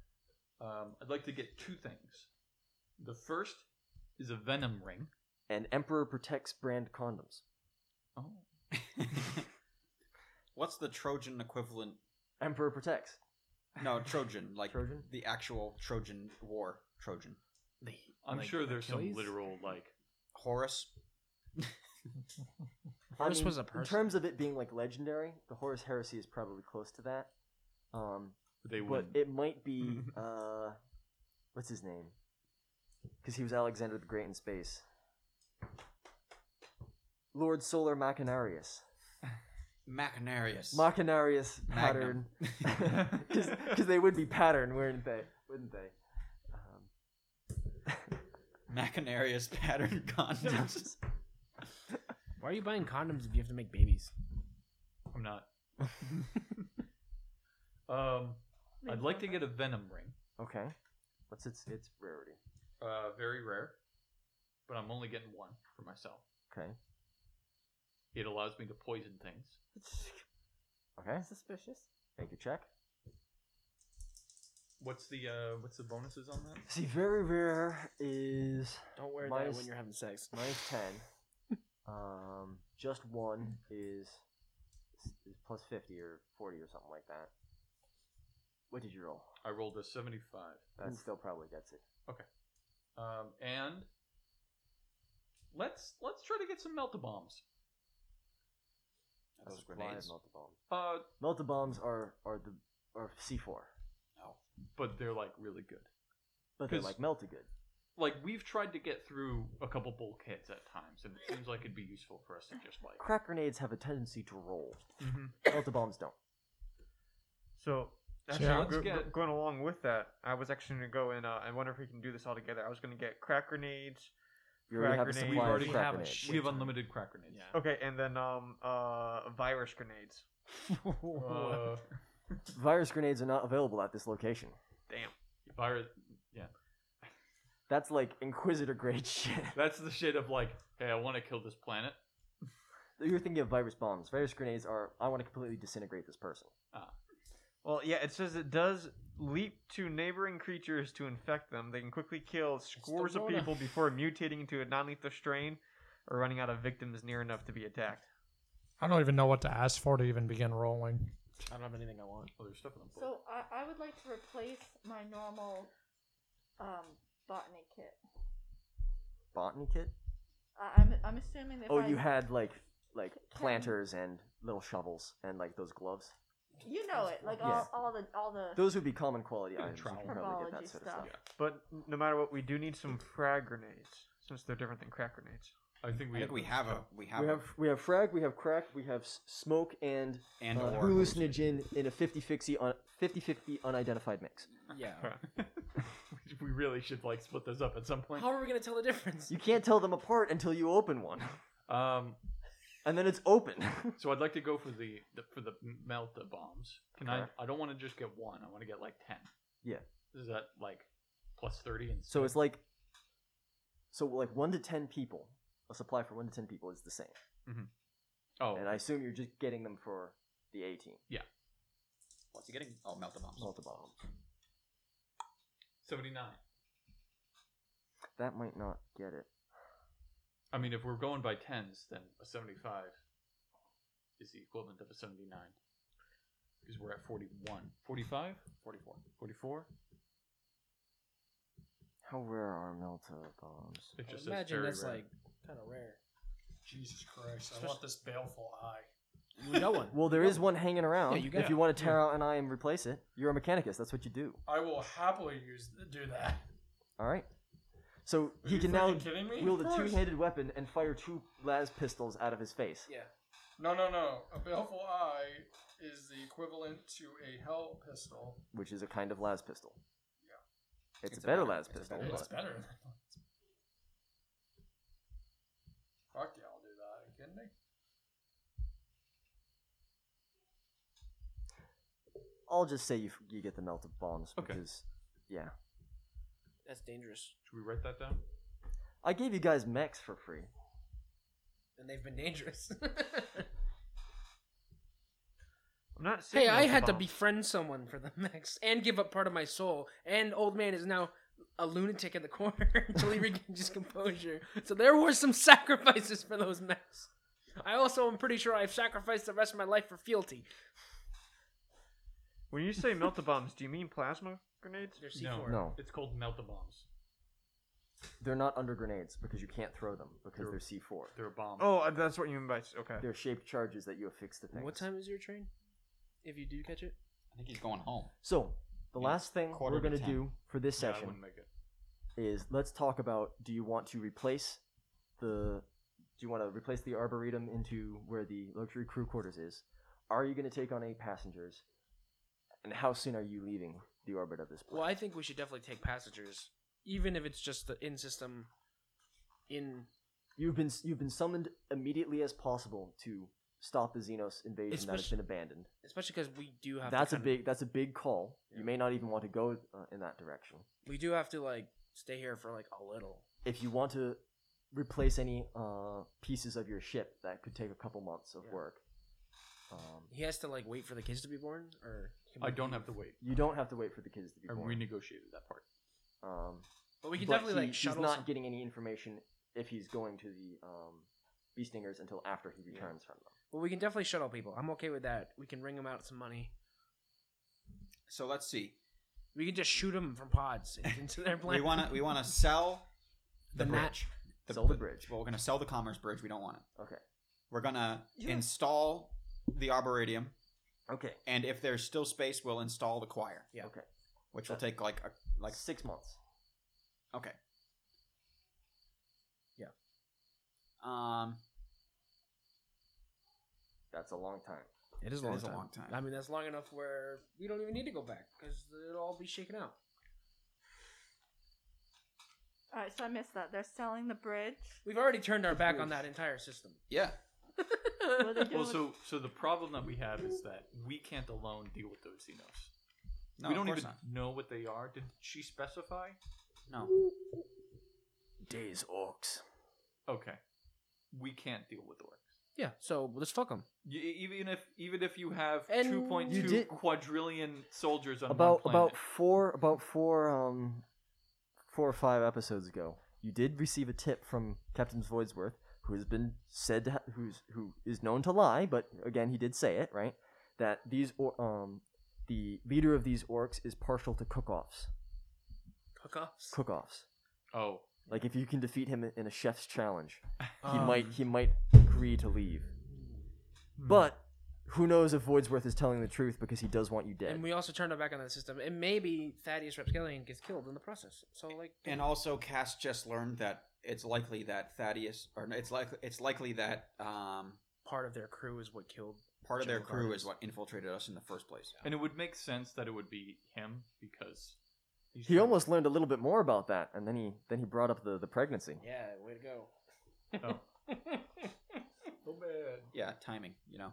Speaker 8: Um, I'd like to get two things. The first is a venom ring.
Speaker 1: And Emperor protects brand condoms.
Speaker 8: Oh,
Speaker 5: What's the Trojan equivalent?
Speaker 1: Emperor protects.
Speaker 5: No, Trojan, like
Speaker 1: Trojan?
Speaker 5: the actual Trojan War Trojan.
Speaker 8: I'm
Speaker 7: Like
Speaker 8: sure there's
Speaker 7: Achilles?
Speaker 8: some literal like.
Speaker 5: Horus.
Speaker 7: Horus
Speaker 1: I mean,
Speaker 7: was a
Speaker 1: In
Speaker 7: person.
Speaker 1: terms of it being like legendary, the Horus Heresy is probably close to that. Um,
Speaker 8: They
Speaker 1: but
Speaker 8: would.
Speaker 1: it might be uh, what's his name? Because he was Alexander the Great in space. Lord Solar Machinarius.
Speaker 5: Machinarius.
Speaker 1: Machinarius pattern.
Speaker 5: Magnum.
Speaker 1: Because they would be pattern, wouldn't they? Wouldn't they? Um,
Speaker 5: Machinarius pattern condoms.
Speaker 7: Why are you buying condoms if you have to make babies?
Speaker 8: I'm not. um, I'd like to get a venom ring.
Speaker 1: okay. What's its its rarity?
Speaker 8: Uh, very rare, but I'm only getting one for myself.
Speaker 1: Okay.
Speaker 8: It allows me to poison things.
Speaker 1: Okay.
Speaker 3: Suspicious.
Speaker 1: Make a check.
Speaker 8: What's the uh, what's the bonuses on that?
Speaker 1: See, very rare is
Speaker 7: Don't wear that
Speaker 1: Mine's-
Speaker 7: when you're having sex.
Speaker 1: minus ten. Um, just one is is plus fifty or forty or something like that. What did you roll?
Speaker 8: I rolled a 75.
Speaker 1: That still probably gets it.
Speaker 8: Um, and let's let's try to get some melta bombs.
Speaker 5: Those
Speaker 1: Supply
Speaker 5: grenades.
Speaker 1: Melta bombs.
Speaker 8: Uh,
Speaker 1: Melta bombs are are the are C four,
Speaker 8: but they're like really good.
Speaker 1: but they're
Speaker 8: 'Cause-
Speaker 1: like melted good.
Speaker 8: Like we've tried to get through a couple bulkheads at times, and it seems like it'd be useful for us to just like.
Speaker 1: Crack grenades have a tendency to roll.
Speaker 8: Mm-hmm.
Speaker 1: Melta bombs don't.
Speaker 2: So actually,
Speaker 4: Yeah,
Speaker 8: let's
Speaker 2: go-
Speaker 8: get-
Speaker 2: go- going along with that, I was actually going to go and uh, I wonder if we can do this all together. I was going to get crack grenades.
Speaker 1: You already
Speaker 2: Crack
Speaker 1: have a
Speaker 2: grenades.
Speaker 1: supply
Speaker 2: We
Speaker 1: of
Speaker 8: already
Speaker 1: crack
Speaker 7: have a
Speaker 1: grenades.
Speaker 7: shit
Speaker 8: We have
Speaker 7: ton.
Speaker 8: unlimited crack grenades.
Speaker 7: Yeah.
Speaker 2: Okay, and then um uh virus grenades.
Speaker 8: Uh,
Speaker 1: Virus grenades are not available at this location.
Speaker 2: Damn.
Speaker 8: Virus.
Speaker 1: That's like Inquisitor grade shit.
Speaker 8: That's the shit of like, hey, I want to kill this planet.
Speaker 1: You're thinking of virus bombs. Virus grenades are, I want to completely disintegrate this person.
Speaker 2: Well, yeah, it says it does leap to neighboring creatures to infect them. They can quickly kill scores of people before mutating into a non lethal strain or running out of victims near enough to be attacked.
Speaker 11: I don't even know what to ask for to even begin rolling.
Speaker 7: I don't have anything I want.
Speaker 8: Oh, there's stuff in the book.
Speaker 3: So I, I would like to replace my normal um, botany kit.
Speaker 1: Botany kit?
Speaker 3: I, I'm I'm assuming that. if
Speaker 1: Oh,
Speaker 3: I-
Speaker 1: you had like like
Speaker 3: Can-
Speaker 1: planters and little shovels and like those gloves.
Speaker 3: You know it, like
Speaker 1: Yeah.
Speaker 3: all, all the all the
Speaker 1: Those would be common quality items. You could probably get
Speaker 3: herbology
Speaker 1: that
Speaker 3: stuff.
Speaker 1: sort of stuff.
Speaker 2: But n- no matter what, we do need some frag grenades since they're different than crack grenades.
Speaker 8: I think we.
Speaker 5: I think we have a we have,
Speaker 1: We have we have frag, we have crack, we have s- smoke and,
Speaker 5: a, and
Speaker 1: uh,
Speaker 5: or
Speaker 1: hallucinogen in a 50-50 un- 50-50 unidentified mix.
Speaker 7: Yeah.
Speaker 8: we really should like split those up at some point.
Speaker 7: How are we gonna tell the difference?
Speaker 1: You can't tell them apart until you open one,
Speaker 8: Um,
Speaker 1: and then it's open.
Speaker 8: so I'd like to go for the, the for the melt the bombs. Can
Speaker 1: Okay.
Speaker 8: I? I don't want to just get one. I want to get like ten.
Speaker 1: Yeah.
Speaker 8: Is that like plus thirty and
Speaker 1: so it's like, so like one to ten people. A supply for one to ten people is the same,
Speaker 8: oh
Speaker 1: and I assume you're just getting them for the A team.
Speaker 5: what's he getting? Oh, melt the bombs.
Speaker 1: Multi bomb.
Speaker 8: seventy nine.
Speaker 1: That might not get it.
Speaker 8: I mean, if we're going by tens, then a seventy five is the equivalent of a seventy nine because we're at 41 45 44 44
Speaker 1: How rare are Melta bombs?
Speaker 8: it
Speaker 7: I
Speaker 8: just says
Speaker 7: imagine
Speaker 8: very
Speaker 7: that's
Speaker 8: rare.
Speaker 7: like kind of rare.
Speaker 10: Jesus Christ! I want this baleful eye.
Speaker 7: We know one.
Speaker 1: Well, there is one hanging around.
Speaker 7: Yeah, you
Speaker 1: if
Speaker 7: got-
Speaker 1: you want to tear out an eye and replace it, you're a mechanicus. That's what you do.
Speaker 10: I will happily use do that.
Speaker 1: All right. So
Speaker 10: Are
Speaker 1: he
Speaker 10: you
Speaker 1: can now
Speaker 10: freaking kidding me?
Speaker 1: wield
Speaker 10: Of
Speaker 1: a
Speaker 10: course.
Speaker 1: two-handed weapon and fire two las pistols out of his face.
Speaker 7: yeah.
Speaker 10: No, no, no. A baleful eye is the equivalent to a hell pistol.
Speaker 1: which is a kind of las pistol. Yeah, it's,
Speaker 5: It's
Speaker 1: a
Speaker 5: a
Speaker 1: better
Speaker 5: better-
Speaker 1: las
Speaker 5: it's a
Speaker 1: pistol.
Speaker 5: better
Speaker 10: It's
Speaker 1: but
Speaker 10: better than that. Fuck yeah, I'll do that. Are you kidding me?
Speaker 1: I'll just say you, you get the melted bombs
Speaker 8: Okay.
Speaker 1: because yeah,
Speaker 7: That's dangerous.
Speaker 8: should we write that down
Speaker 1: I gave you guys mechs for free.
Speaker 7: And they've been dangerous.
Speaker 2: I'm not saying
Speaker 7: hey, I
Speaker 2: that's a
Speaker 7: had to
Speaker 2: bomb.
Speaker 7: befriend someone for the next and give up part of my soul. And old man is now a lunatic in the corner until he regains his composure. So there were some sacrifices for those mechs. I also am pretty sure I've sacrificed the rest of my life for fealty.
Speaker 2: When you say melt the bombs, do you mean plasma grenades?
Speaker 7: They're C4.
Speaker 8: no
Speaker 1: No.
Speaker 8: it's called melt the bombs
Speaker 1: They're not under grenades because you can't throw them because
Speaker 8: They're-
Speaker 1: they're C four.
Speaker 8: they're a bomb
Speaker 2: Oh, uh, that's what you mean by. Okay.
Speaker 1: They're shaped charges that you affix to things.
Speaker 7: What time is your train? If you do catch it,
Speaker 5: I think he's going home.
Speaker 1: So the
Speaker 5: Yeah,
Speaker 1: last thing
Speaker 5: quarter
Speaker 1: we're
Speaker 5: to
Speaker 1: gonna
Speaker 5: ten.
Speaker 1: do for this
Speaker 8: Yeah, I
Speaker 1: session
Speaker 8: wouldn't make it
Speaker 1: is let's talk about do you want to replace the do you want to replace the arboretum into where the luxury crew quarters is? Are you going to take on eight passengers? And how soon are you leaving the orbit of this planet?
Speaker 7: well, I think we should definitely take passengers, even if it's just the in system. In
Speaker 1: You've been you've been summoned immediately as possible to stop the Xenos invasion that has
Speaker 7: Especially-
Speaker 1: been abandoned.
Speaker 7: especially because we do have to
Speaker 1: That's a
Speaker 7: kinda-
Speaker 1: big that's a big call. You may not even want to go uh, in that direction.
Speaker 7: we do have to like stay here for like a little.
Speaker 1: If you want to replace any uh, pieces of your ship, that could take a couple months of
Speaker 7: Yeah.
Speaker 1: work. Um,
Speaker 7: He has to like wait for the kids to be born, or can
Speaker 8: i
Speaker 7: we
Speaker 8: don't
Speaker 7: leave?
Speaker 8: have to wait
Speaker 1: you don't have to wait for the kids to be
Speaker 8: i
Speaker 1: born.
Speaker 8: renegotiated that part
Speaker 1: Um,
Speaker 7: But we can
Speaker 1: but
Speaker 7: definitely
Speaker 1: he-
Speaker 7: like shuttle.
Speaker 1: He's not
Speaker 7: some-
Speaker 1: getting any information if he's going to the um, bee stingers until after he returns from them.
Speaker 7: Well, we can definitely shuttle people. I'm okay with that. We can ring them out some money.
Speaker 5: So let's see.
Speaker 7: We can just shoot them from pods and into their
Speaker 5: We
Speaker 7: planet.
Speaker 5: want to we want to sell the,
Speaker 7: The
Speaker 5: bridge.
Speaker 7: match.
Speaker 1: Sell the bridge.
Speaker 5: Well, we're gonna sell the commerce bridge. We don't want it.
Speaker 1: Okay.
Speaker 5: We're gonna
Speaker 7: Yeah.
Speaker 5: install the arboretum,
Speaker 1: Okay.
Speaker 5: and if there's still space, we'll install the choir.
Speaker 7: Yeah.
Speaker 1: Okay.
Speaker 5: Which will take like a
Speaker 1: Like
Speaker 5: like
Speaker 1: six months.
Speaker 5: okay.
Speaker 7: Yeah.
Speaker 5: Um.
Speaker 1: That's a long time.
Speaker 7: It is
Speaker 5: It is a long time.
Speaker 7: I mean, that's long enough where we don't even need to go back because it'll all be shaken out.
Speaker 3: All right, so I missed that. They're selling the bridge.
Speaker 7: We've already turned our back on that entire system.
Speaker 5: Yeah.
Speaker 3: What are they doing
Speaker 8: Well,
Speaker 3: with-
Speaker 8: so so the problem that we have is that we can't alone deal with those xenos.
Speaker 5: No,
Speaker 8: we
Speaker 5: of
Speaker 8: don't
Speaker 5: course
Speaker 8: even know what they are. Did she specify?
Speaker 5: not.
Speaker 1: Days orcs.
Speaker 8: Okay, we can't deal with orcs.
Speaker 7: Yeah, so let's fuck them.
Speaker 8: Y- e, even if even if you have
Speaker 7: And-
Speaker 8: two point
Speaker 1: You
Speaker 8: two
Speaker 1: did-
Speaker 8: quadrillion soldiers on
Speaker 1: about
Speaker 8: one planet,
Speaker 1: about four about four um four or five episodes ago, you did receive a tip from Captain Voidsworth, who has been said to ha- who's who is known to lie, but again he did say it right that these or um the leader of these orcs is partial to cook-offs.
Speaker 7: Cook-offs.
Speaker 1: Cook-offs.
Speaker 8: oh,
Speaker 1: Like if you can defeat him in a chef's challenge, he
Speaker 7: Um, Hmm.
Speaker 1: might he might agree to leave. But who knows if Voidsworth is telling the truth because he does want you dead.
Speaker 7: And we also turned our back on that system. And maybe Thaddeus Repskillian gets killed in the process. So, like,
Speaker 5: And also, Cass just learned that it's likely that Thaddeus, or it's likely it's likely that um,
Speaker 7: part of their crew is what killed.
Speaker 5: part of their
Speaker 7: General
Speaker 5: crew
Speaker 7: Gardner.
Speaker 5: is what infiltrated us in the first place.
Speaker 8: and it would make sense that it would be him because he's
Speaker 1: He
Speaker 8: the-
Speaker 1: almost learned a little bit more about that, and then he then he brought up the, the pregnancy.
Speaker 7: Yeah, way to go.
Speaker 8: Oh.
Speaker 5: Yeah, timing. You know,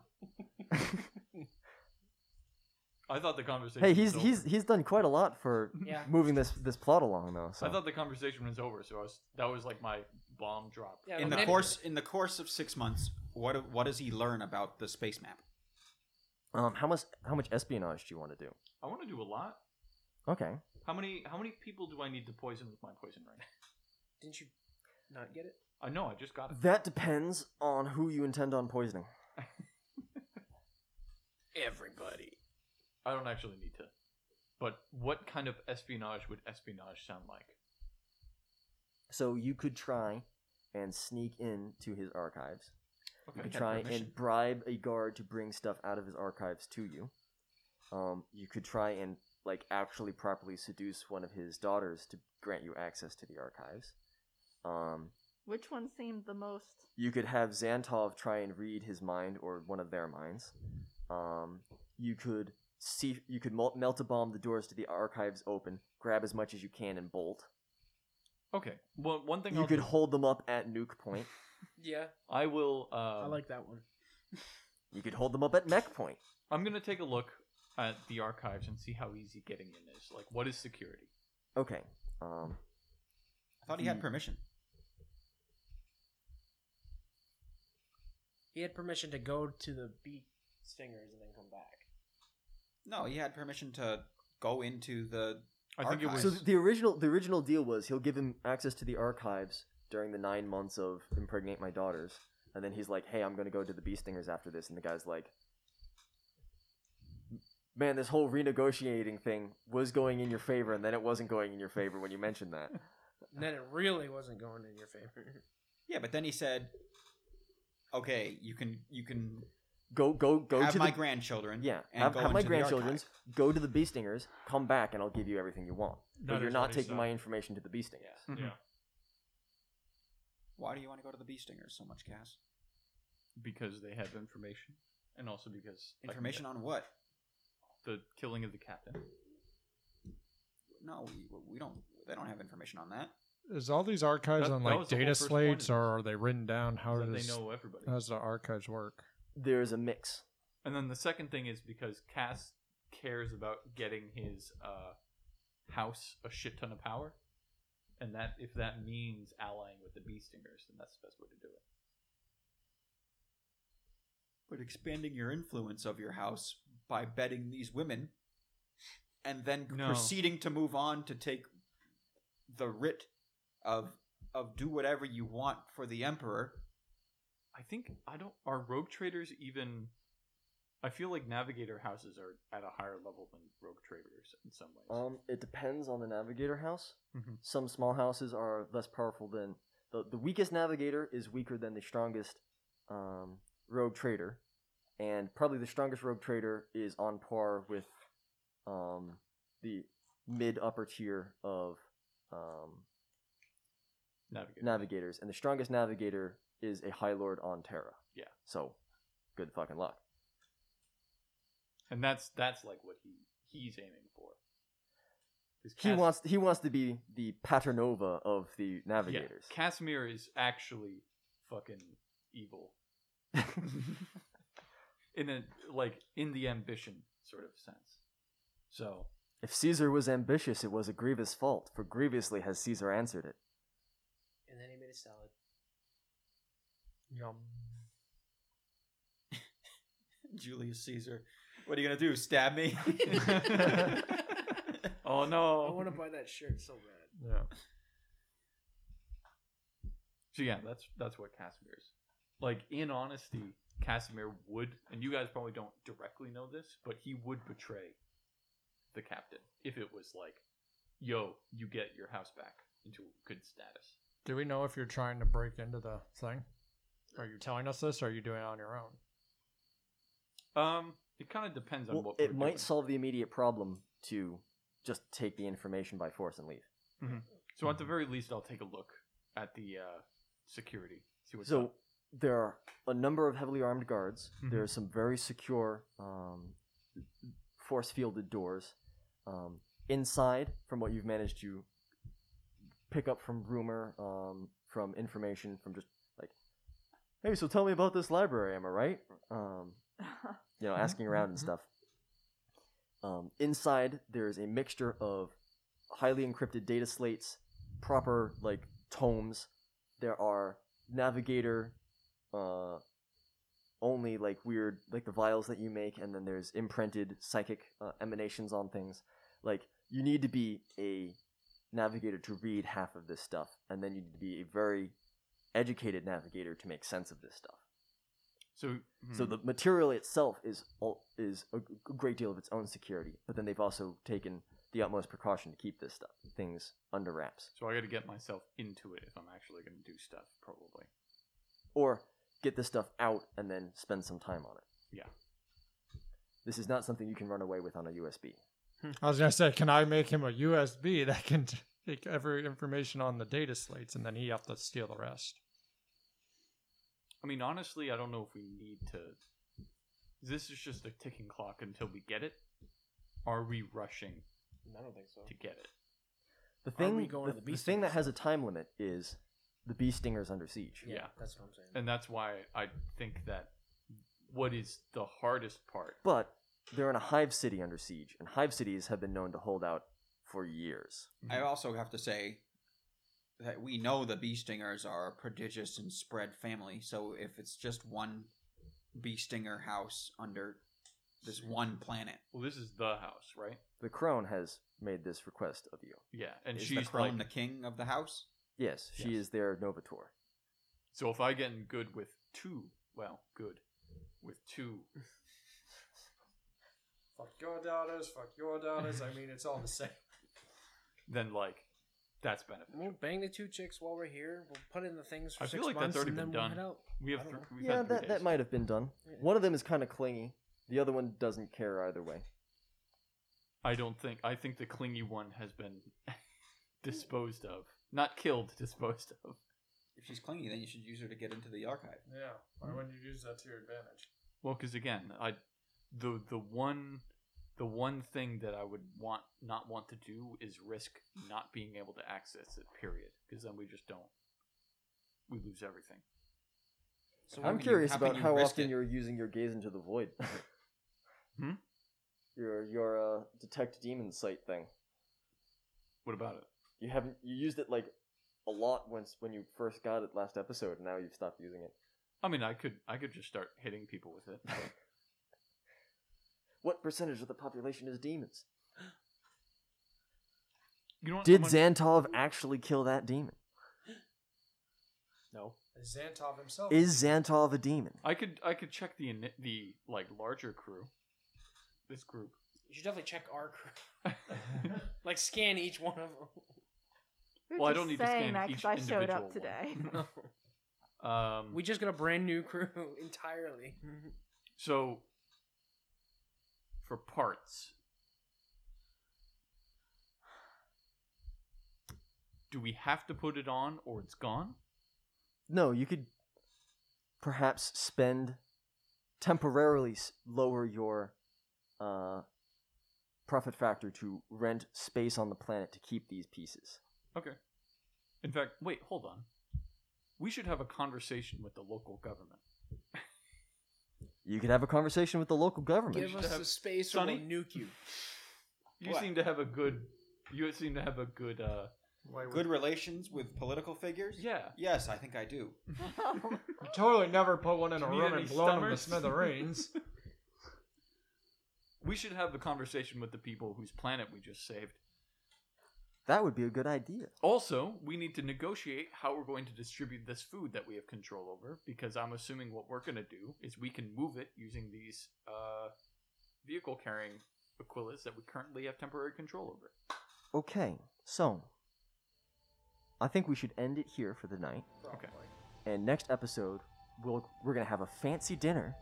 Speaker 8: I thought the conversation.
Speaker 1: Hey, he's
Speaker 8: was
Speaker 1: he's
Speaker 8: over.
Speaker 1: he's done quite a lot for
Speaker 7: Yeah.
Speaker 1: moving this this plot along, though. So
Speaker 8: I thought the conversation was over, so I was that was like my bomb drop.
Speaker 7: Yeah,
Speaker 5: in
Speaker 7: but
Speaker 5: the
Speaker 7: maybe-
Speaker 5: course in the course of six months, what what does he learn about the space map?
Speaker 1: um, how much how much espionage do you want to do?
Speaker 8: I want to do a lot.
Speaker 1: Okay,
Speaker 8: How many how many people do I need to poison with my poison right
Speaker 7: Didn't you not get it?
Speaker 8: now? I know I just got it.
Speaker 1: that depends on who you intend on poisoning.
Speaker 7: Everybody.
Speaker 8: I don't actually need to. But what kind of espionage would espionage sound like?
Speaker 1: So you could try and sneak in to his archives.
Speaker 8: Okay,
Speaker 1: You could
Speaker 8: I have
Speaker 1: try
Speaker 8: permission.
Speaker 1: and bribe a guard to bring stuff out of his archives to you. Um, you could try and like actually properly seduce one of his daughters to grant you access to the archives. Um,
Speaker 3: Which one seemed the most?
Speaker 1: you could have Xantov try and read his mind or one of their minds. Um, you could see you could mel- melt a bomb the doors to the archives open, grab as much as you can and bolt.
Speaker 8: Okay. Well, one thing
Speaker 1: You
Speaker 8: I'll
Speaker 1: could
Speaker 8: do-
Speaker 1: hold them up at nuke point.
Speaker 7: Yeah,
Speaker 8: I will. Uh, I
Speaker 10: Um,
Speaker 7: I like that one.
Speaker 1: You could hold them up at mech point.
Speaker 8: I'm gonna take a look at the archives and see how easy getting in is. Like, what is security?
Speaker 1: Okay. Um,
Speaker 5: I thought he
Speaker 1: Hmm.
Speaker 5: had permission.
Speaker 7: He had permission to go to the beat stingers and then come back.
Speaker 5: No, he had permission to go into the.
Speaker 8: I think it
Speaker 5: Archives.
Speaker 8: was.
Speaker 1: so the original the original deal was he'll give him access to the archives during the nine months of impregnate my daughters, and then he's like, "Hey, I'm gonna go to the bee stingers after this," and the guy's like. Man, this whole renegotiating thing was going in your favor, and then it wasn't going in your favor when you mentioned that.
Speaker 7: And then it really wasn't going in your favor.
Speaker 5: Yeah, but then he said, "Okay, you can you can
Speaker 1: Go, go, go
Speaker 5: have
Speaker 1: to
Speaker 5: my
Speaker 1: the,
Speaker 5: grandchildren.
Speaker 1: yeah,
Speaker 5: and
Speaker 1: have,
Speaker 5: go
Speaker 1: have my
Speaker 5: into the archive."
Speaker 1: grandchildren's. Go to the bee stingers. Come back, and I'll give you everything you want.
Speaker 8: That
Speaker 1: but you're
Speaker 8: is what
Speaker 1: not
Speaker 8: he
Speaker 1: taking
Speaker 8: said.
Speaker 1: my information to the bee stingers.
Speaker 8: Yeah.
Speaker 5: Why do you want to go to the bee stingers so much, Cass?
Speaker 8: Because they have information, and also because I can
Speaker 5: Information
Speaker 8: get
Speaker 5: on what?
Speaker 8: the killing of the captain.
Speaker 5: No, we, we don't. They don't have information on that.
Speaker 11: Is all these archives
Speaker 8: That-
Speaker 11: on
Speaker 8: that
Speaker 11: like
Speaker 8: was the whole
Speaker 11: data
Speaker 8: first point of
Speaker 11: slates or are they written down? How
Speaker 8: so that
Speaker 11: does
Speaker 8: they know everybody.
Speaker 11: how does the archives work?
Speaker 1: There's a mix.
Speaker 8: And then the second thing is because Cass cares about getting his uh, house a shit ton of power, and that if that means allying with the bee stingers, then that's the best way to do it.
Speaker 5: But expanding your influence of your house by betting these women, and then
Speaker 8: No.
Speaker 5: proceeding to move on to take the writ of of do whatever you want for the emperor.
Speaker 8: I think I don't. Are rogue traders even? I feel like navigator houses are at a higher level than rogue traders in some ways.
Speaker 1: Um, it depends on the navigator house.
Speaker 8: Mhm.
Speaker 1: Some small houses are less powerful than the the weakest navigator is weaker than the strongest um, rogue trader, and probably the strongest rogue trader is on par with um, the mid upper tier of um,
Speaker 8: navigator.
Speaker 1: navigators, and the strongest navigator is a high lord on Terra.
Speaker 8: Yeah.
Speaker 1: So, good fucking luck.
Speaker 8: and that's that's like what he he's aiming for. 'Cause
Speaker 1: He
Speaker 8: Cass-
Speaker 1: wants he wants to be the paternova of the navigators.
Speaker 8: Yeah, Casimir is actually fucking evil. in a like in the ambition sort of sense. So
Speaker 1: If Caesar was ambitious, it was a grievous fault, for grievously has Caesar answered it.
Speaker 7: And then he made a salad.
Speaker 11: Yum.
Speaker 5: Julius Caesar. What are you gonna do? Stab me?
Speaker 8: Oh no.
Speaker 7: I want to buy that shirt so bad.
Speaker 8: Yeah. So yeah, that's that's what Casimir's like. In honesty, Casimir would, and you guys probably don't directly know this, but he would betray the captain if it was like, "Yo, you get your house back into good status."
Speaker 11: Do we know if you're trying to break into the thing? Are you telling us this, or are you doing it on your own?
Speaker 8: Um, it kind of depends on
Speaker 1: Well,
Speaker 8: what
Speaker 1: it
Speaker 8: we're
Speaker 1: might
Speaker 8: doing.
Speaker 1: solve the immediate problem to just take the information by force and leave.
Speaker 8: So at the very least, I'll take a look at the uh, security. See what's
Speaker 1: so
Speaker 8: up.
Speaker 1: there are a number of heavily armed guards.
Speaker 8: Mhm.
Speaker 1: There are some very secure, um, force fielded doors. Um, inside, from what you've managed to pick up from rumor, um, from information, from just like, hey, so tell me about this library, am I right? Um, you know, asking around and stuff. Um, inside, there's a mixture of highly encrypted data slates, proper like tomes. There are navigator, uh, only like weird like the vials that you make, and then there's imprinted psychic uh, emanations on things. Like you need to be a navigator to read half of this stuff, and then you need to be a very educated navigator to make sense of this stuff.
Speaker 8: So
Speaker 1: So the material itself is all, is a g- great deal of its own security, but then they've also taken the utmost precaution to keep this stuff things under wraps,
Speaker 8: so I got to get myself into it if I'm actually going to do stuff. Probably.
Speaker 1: or get this stuff out and then spend some time on it.
Speaker 8: Yeah.
Speaker 1: This is not something you can run away with on a USB.
Speaker 11: I was gonna say, can I make him a USB that can take every information on the data slates, and then he have to steal the rest?
Speaker 8: I mean, honestly, I don't know if we need to. This is just a ticking clock until we get it. Are we rushing
Speaker 7: I don't think so.
Speaker 8: to get it?
Speaker 1: The thing
Speaker 7: we going
Speaker 1: the,
Speaker 7: to
Speaker 1: the
Speaker 7: the bee
Speaker 1: thing that has
Speaker 7: stingers?
Speaker 1: a time limit is the bee stingers under siege.
Speaker 8: Yeah.
Speaker 7: that's what I'm saying.
Speaker 8: And that's why I think that what is the hardest part.
Speaker 1: But they're in a hive city under siege, and hive cities have been known to hold out for years.
Speaker 5: I also have to say that we know the bee stingers are a prodigious and spread family. So if it's just one bee stinger house under this one planet,
Speaker 8: Well, this is the house, right?
Speaker 1: The crone has made this request of you.
Speaker 8: Yeah, and
Speaker 5: is the
Speaker 8: she's like.
Speaker 5: crone the king of the house?
Speaker 1: Yes, she
Speaker 8: Yes.
Speaker 1: is their novator.
Speaker 8: So if I get in good with two, well, good with two,
Speaker 10: Fuck your daughters, fuck your daughters. I mean, it's all the same.
Speaker 8: then like that's beneficial.
Speaker 7: We'll bang the two chicks while we're here. We'll put in the things for
Speaker 8: I
Speaker 7: six
Speaker 8: feel like that's
Speaker 7: months,
Speaker 8: already
Speaker 7: and then
Speaker 8: been
Speaker 7: we'll
Speaker 8: done.
Speaker 7: head out.
Speaker 8: We have
Speaker 7: I
Speaker 8: three,
Speaker 7: don't know.
Speaker 8: we've
Speaker 1: Yeah,
Speaker 8: had three
Speaker 1: that, that
Speaker 8: days.
Speaker 1: might have been done.
Speaker 7: Yeah.
Speaker 1: One of them is kind of clingy. The other one doesn't care either way.
Speaker 8: I don't think. I think the clingy one has been disposed of, not killed, disposed of.
Speaker 5: If she's clingy, then you should use her to get into the archive.
Speaker 10: Yeah, why wouldn't you use that to your advantage?
Speaker 8: Well, because again, I the the one the one thing that I would want not want to do is risk not being able to access it. Period. Because then we just don't we lose everything.
Speaker 5: So
Speaker 1: I'm curious about how often
Speaker 5: you're.
Speaker 1: you're using your gaze into the void.
Speaker 8: Hmm?
Speaker 1: Your your uh, detect demon sight thing.
Speaker 8: What about it?
Speaker 1: You haven't you used it like a lot once when you first got it last episode, and now you've stopped using it.
Speaker 8: I mean, I could I could just start hitting people with it. but-
Speaker 1: What percentage of the population is demons?
Speaker 8: You know what,
Speaker 1: Did
Speaker 8: someone-
Speaker 1: Xantov actually kill that demon?
Speaker 8: No.
Speaker 10: Is Xantov himself.
Speaker 1: Is Xantov a demon?
Speaker 8: I could I could check the ini- the like larger crew, this group.
Speaker 7: You should definitely check our crew. Like scan each one of
Speaker 3: You're
Speaker 8: Well, I
Speaker 3: just
Speaker 8: don't need to
Speaker 3: saying
Speaker 8: scan
Speaker 3: that
Speaker 8: each
Speaker 3: 'cause I showed
Speaker 8: individual
Speaker 3: up
Speaker 8: one.
Speaker 3: today.
Speaker 7: them.
Speaker 8: um,
Speaker 7: we just got a brand new crew entirely.
Speaker 8: So, for parts, do we have to put it on or it's gone?
Speaker 1: No, you could perhaps spend temporarily s- lower your uh, profit factor to rent space on the planet to keep these pieces.
Speaker 8: Okay. In fact, wait, hold on. We should have a conversation with the local government.
Speaker 1: You could have a conversation with the local government.
Speaker 7: Give us the space or
Speaker 8: Sonny?
Speaker 7: we'll nuke you.
Speaker 8: You
Speaker 5: What?
Speaker 8: seem to have a good. You seem to have a good. uh
Speaker 5: Good relations with political figures?
Speaker 8: Yeah.
Speaker 5: Yes, I think I do.
Speaker 11: Totally never put one in
Speaker 8: Do
Speaker 11: a
Speaker 8: you need
Speaker 11: room
Speaker 8: any
Speaker 11: and blown them to
Speaker 8: stummers?
Speaker 11: smithereens.
Speaker 8: We should have the conversation with the people whose planet we just saved.
Speaker 1: That would be a good idea.
Speaker 8: Also, we need to negotiate how we're going to distribute this food that we have control over, because I'm assuming what we're going to do is we can move it using these uh, vehicle carrying Aquilas that we currently have temporary control over.
Speaker 1: Okay, so I think we should end it here for the night.
Speaker 8: Okay.
Speaker 1: And next episode, we'll we're gonna have a fancy dinner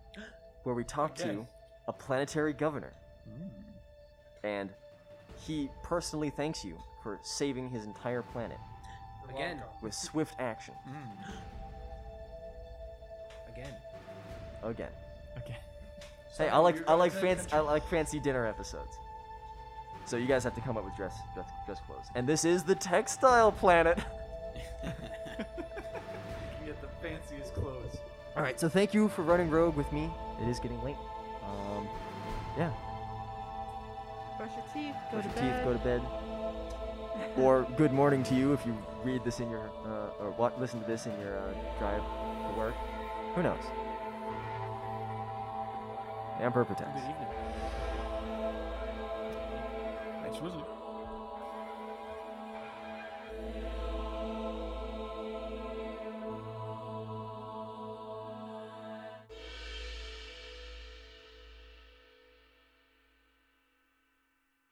Speaker 1: where we talk to a planetary governor, and he personally thanks you for saving his entire planet
Speaker 7: Again.
Speaker 1: with swift action.
Speaker 7: Again.
Speaker 1: Again.
Speaker 8: Okay.
Speaker 1: Hey, I like I like fancy I like fancy dinner episodes. So you guys have to come up with dress dress, dress clothes. And this is the textile planet.
Speaker 8: You get the fanciest clothes.
Speaker 1: All right, so thank you for running rogue with me. It is getting late. Um, yeah,
Speaker 3: Brush your teeth. Go
Speaker 1: brush
Speaker 3: to
Speaker 1: your
Speaker 3: bed.
Speaker 1: teeth, go to bed, or good morning to you if you read this in your uh, or what listen to this in your uh, drive to work. Who knows? Emperor protects.
Speaker 8: Thanks for listening.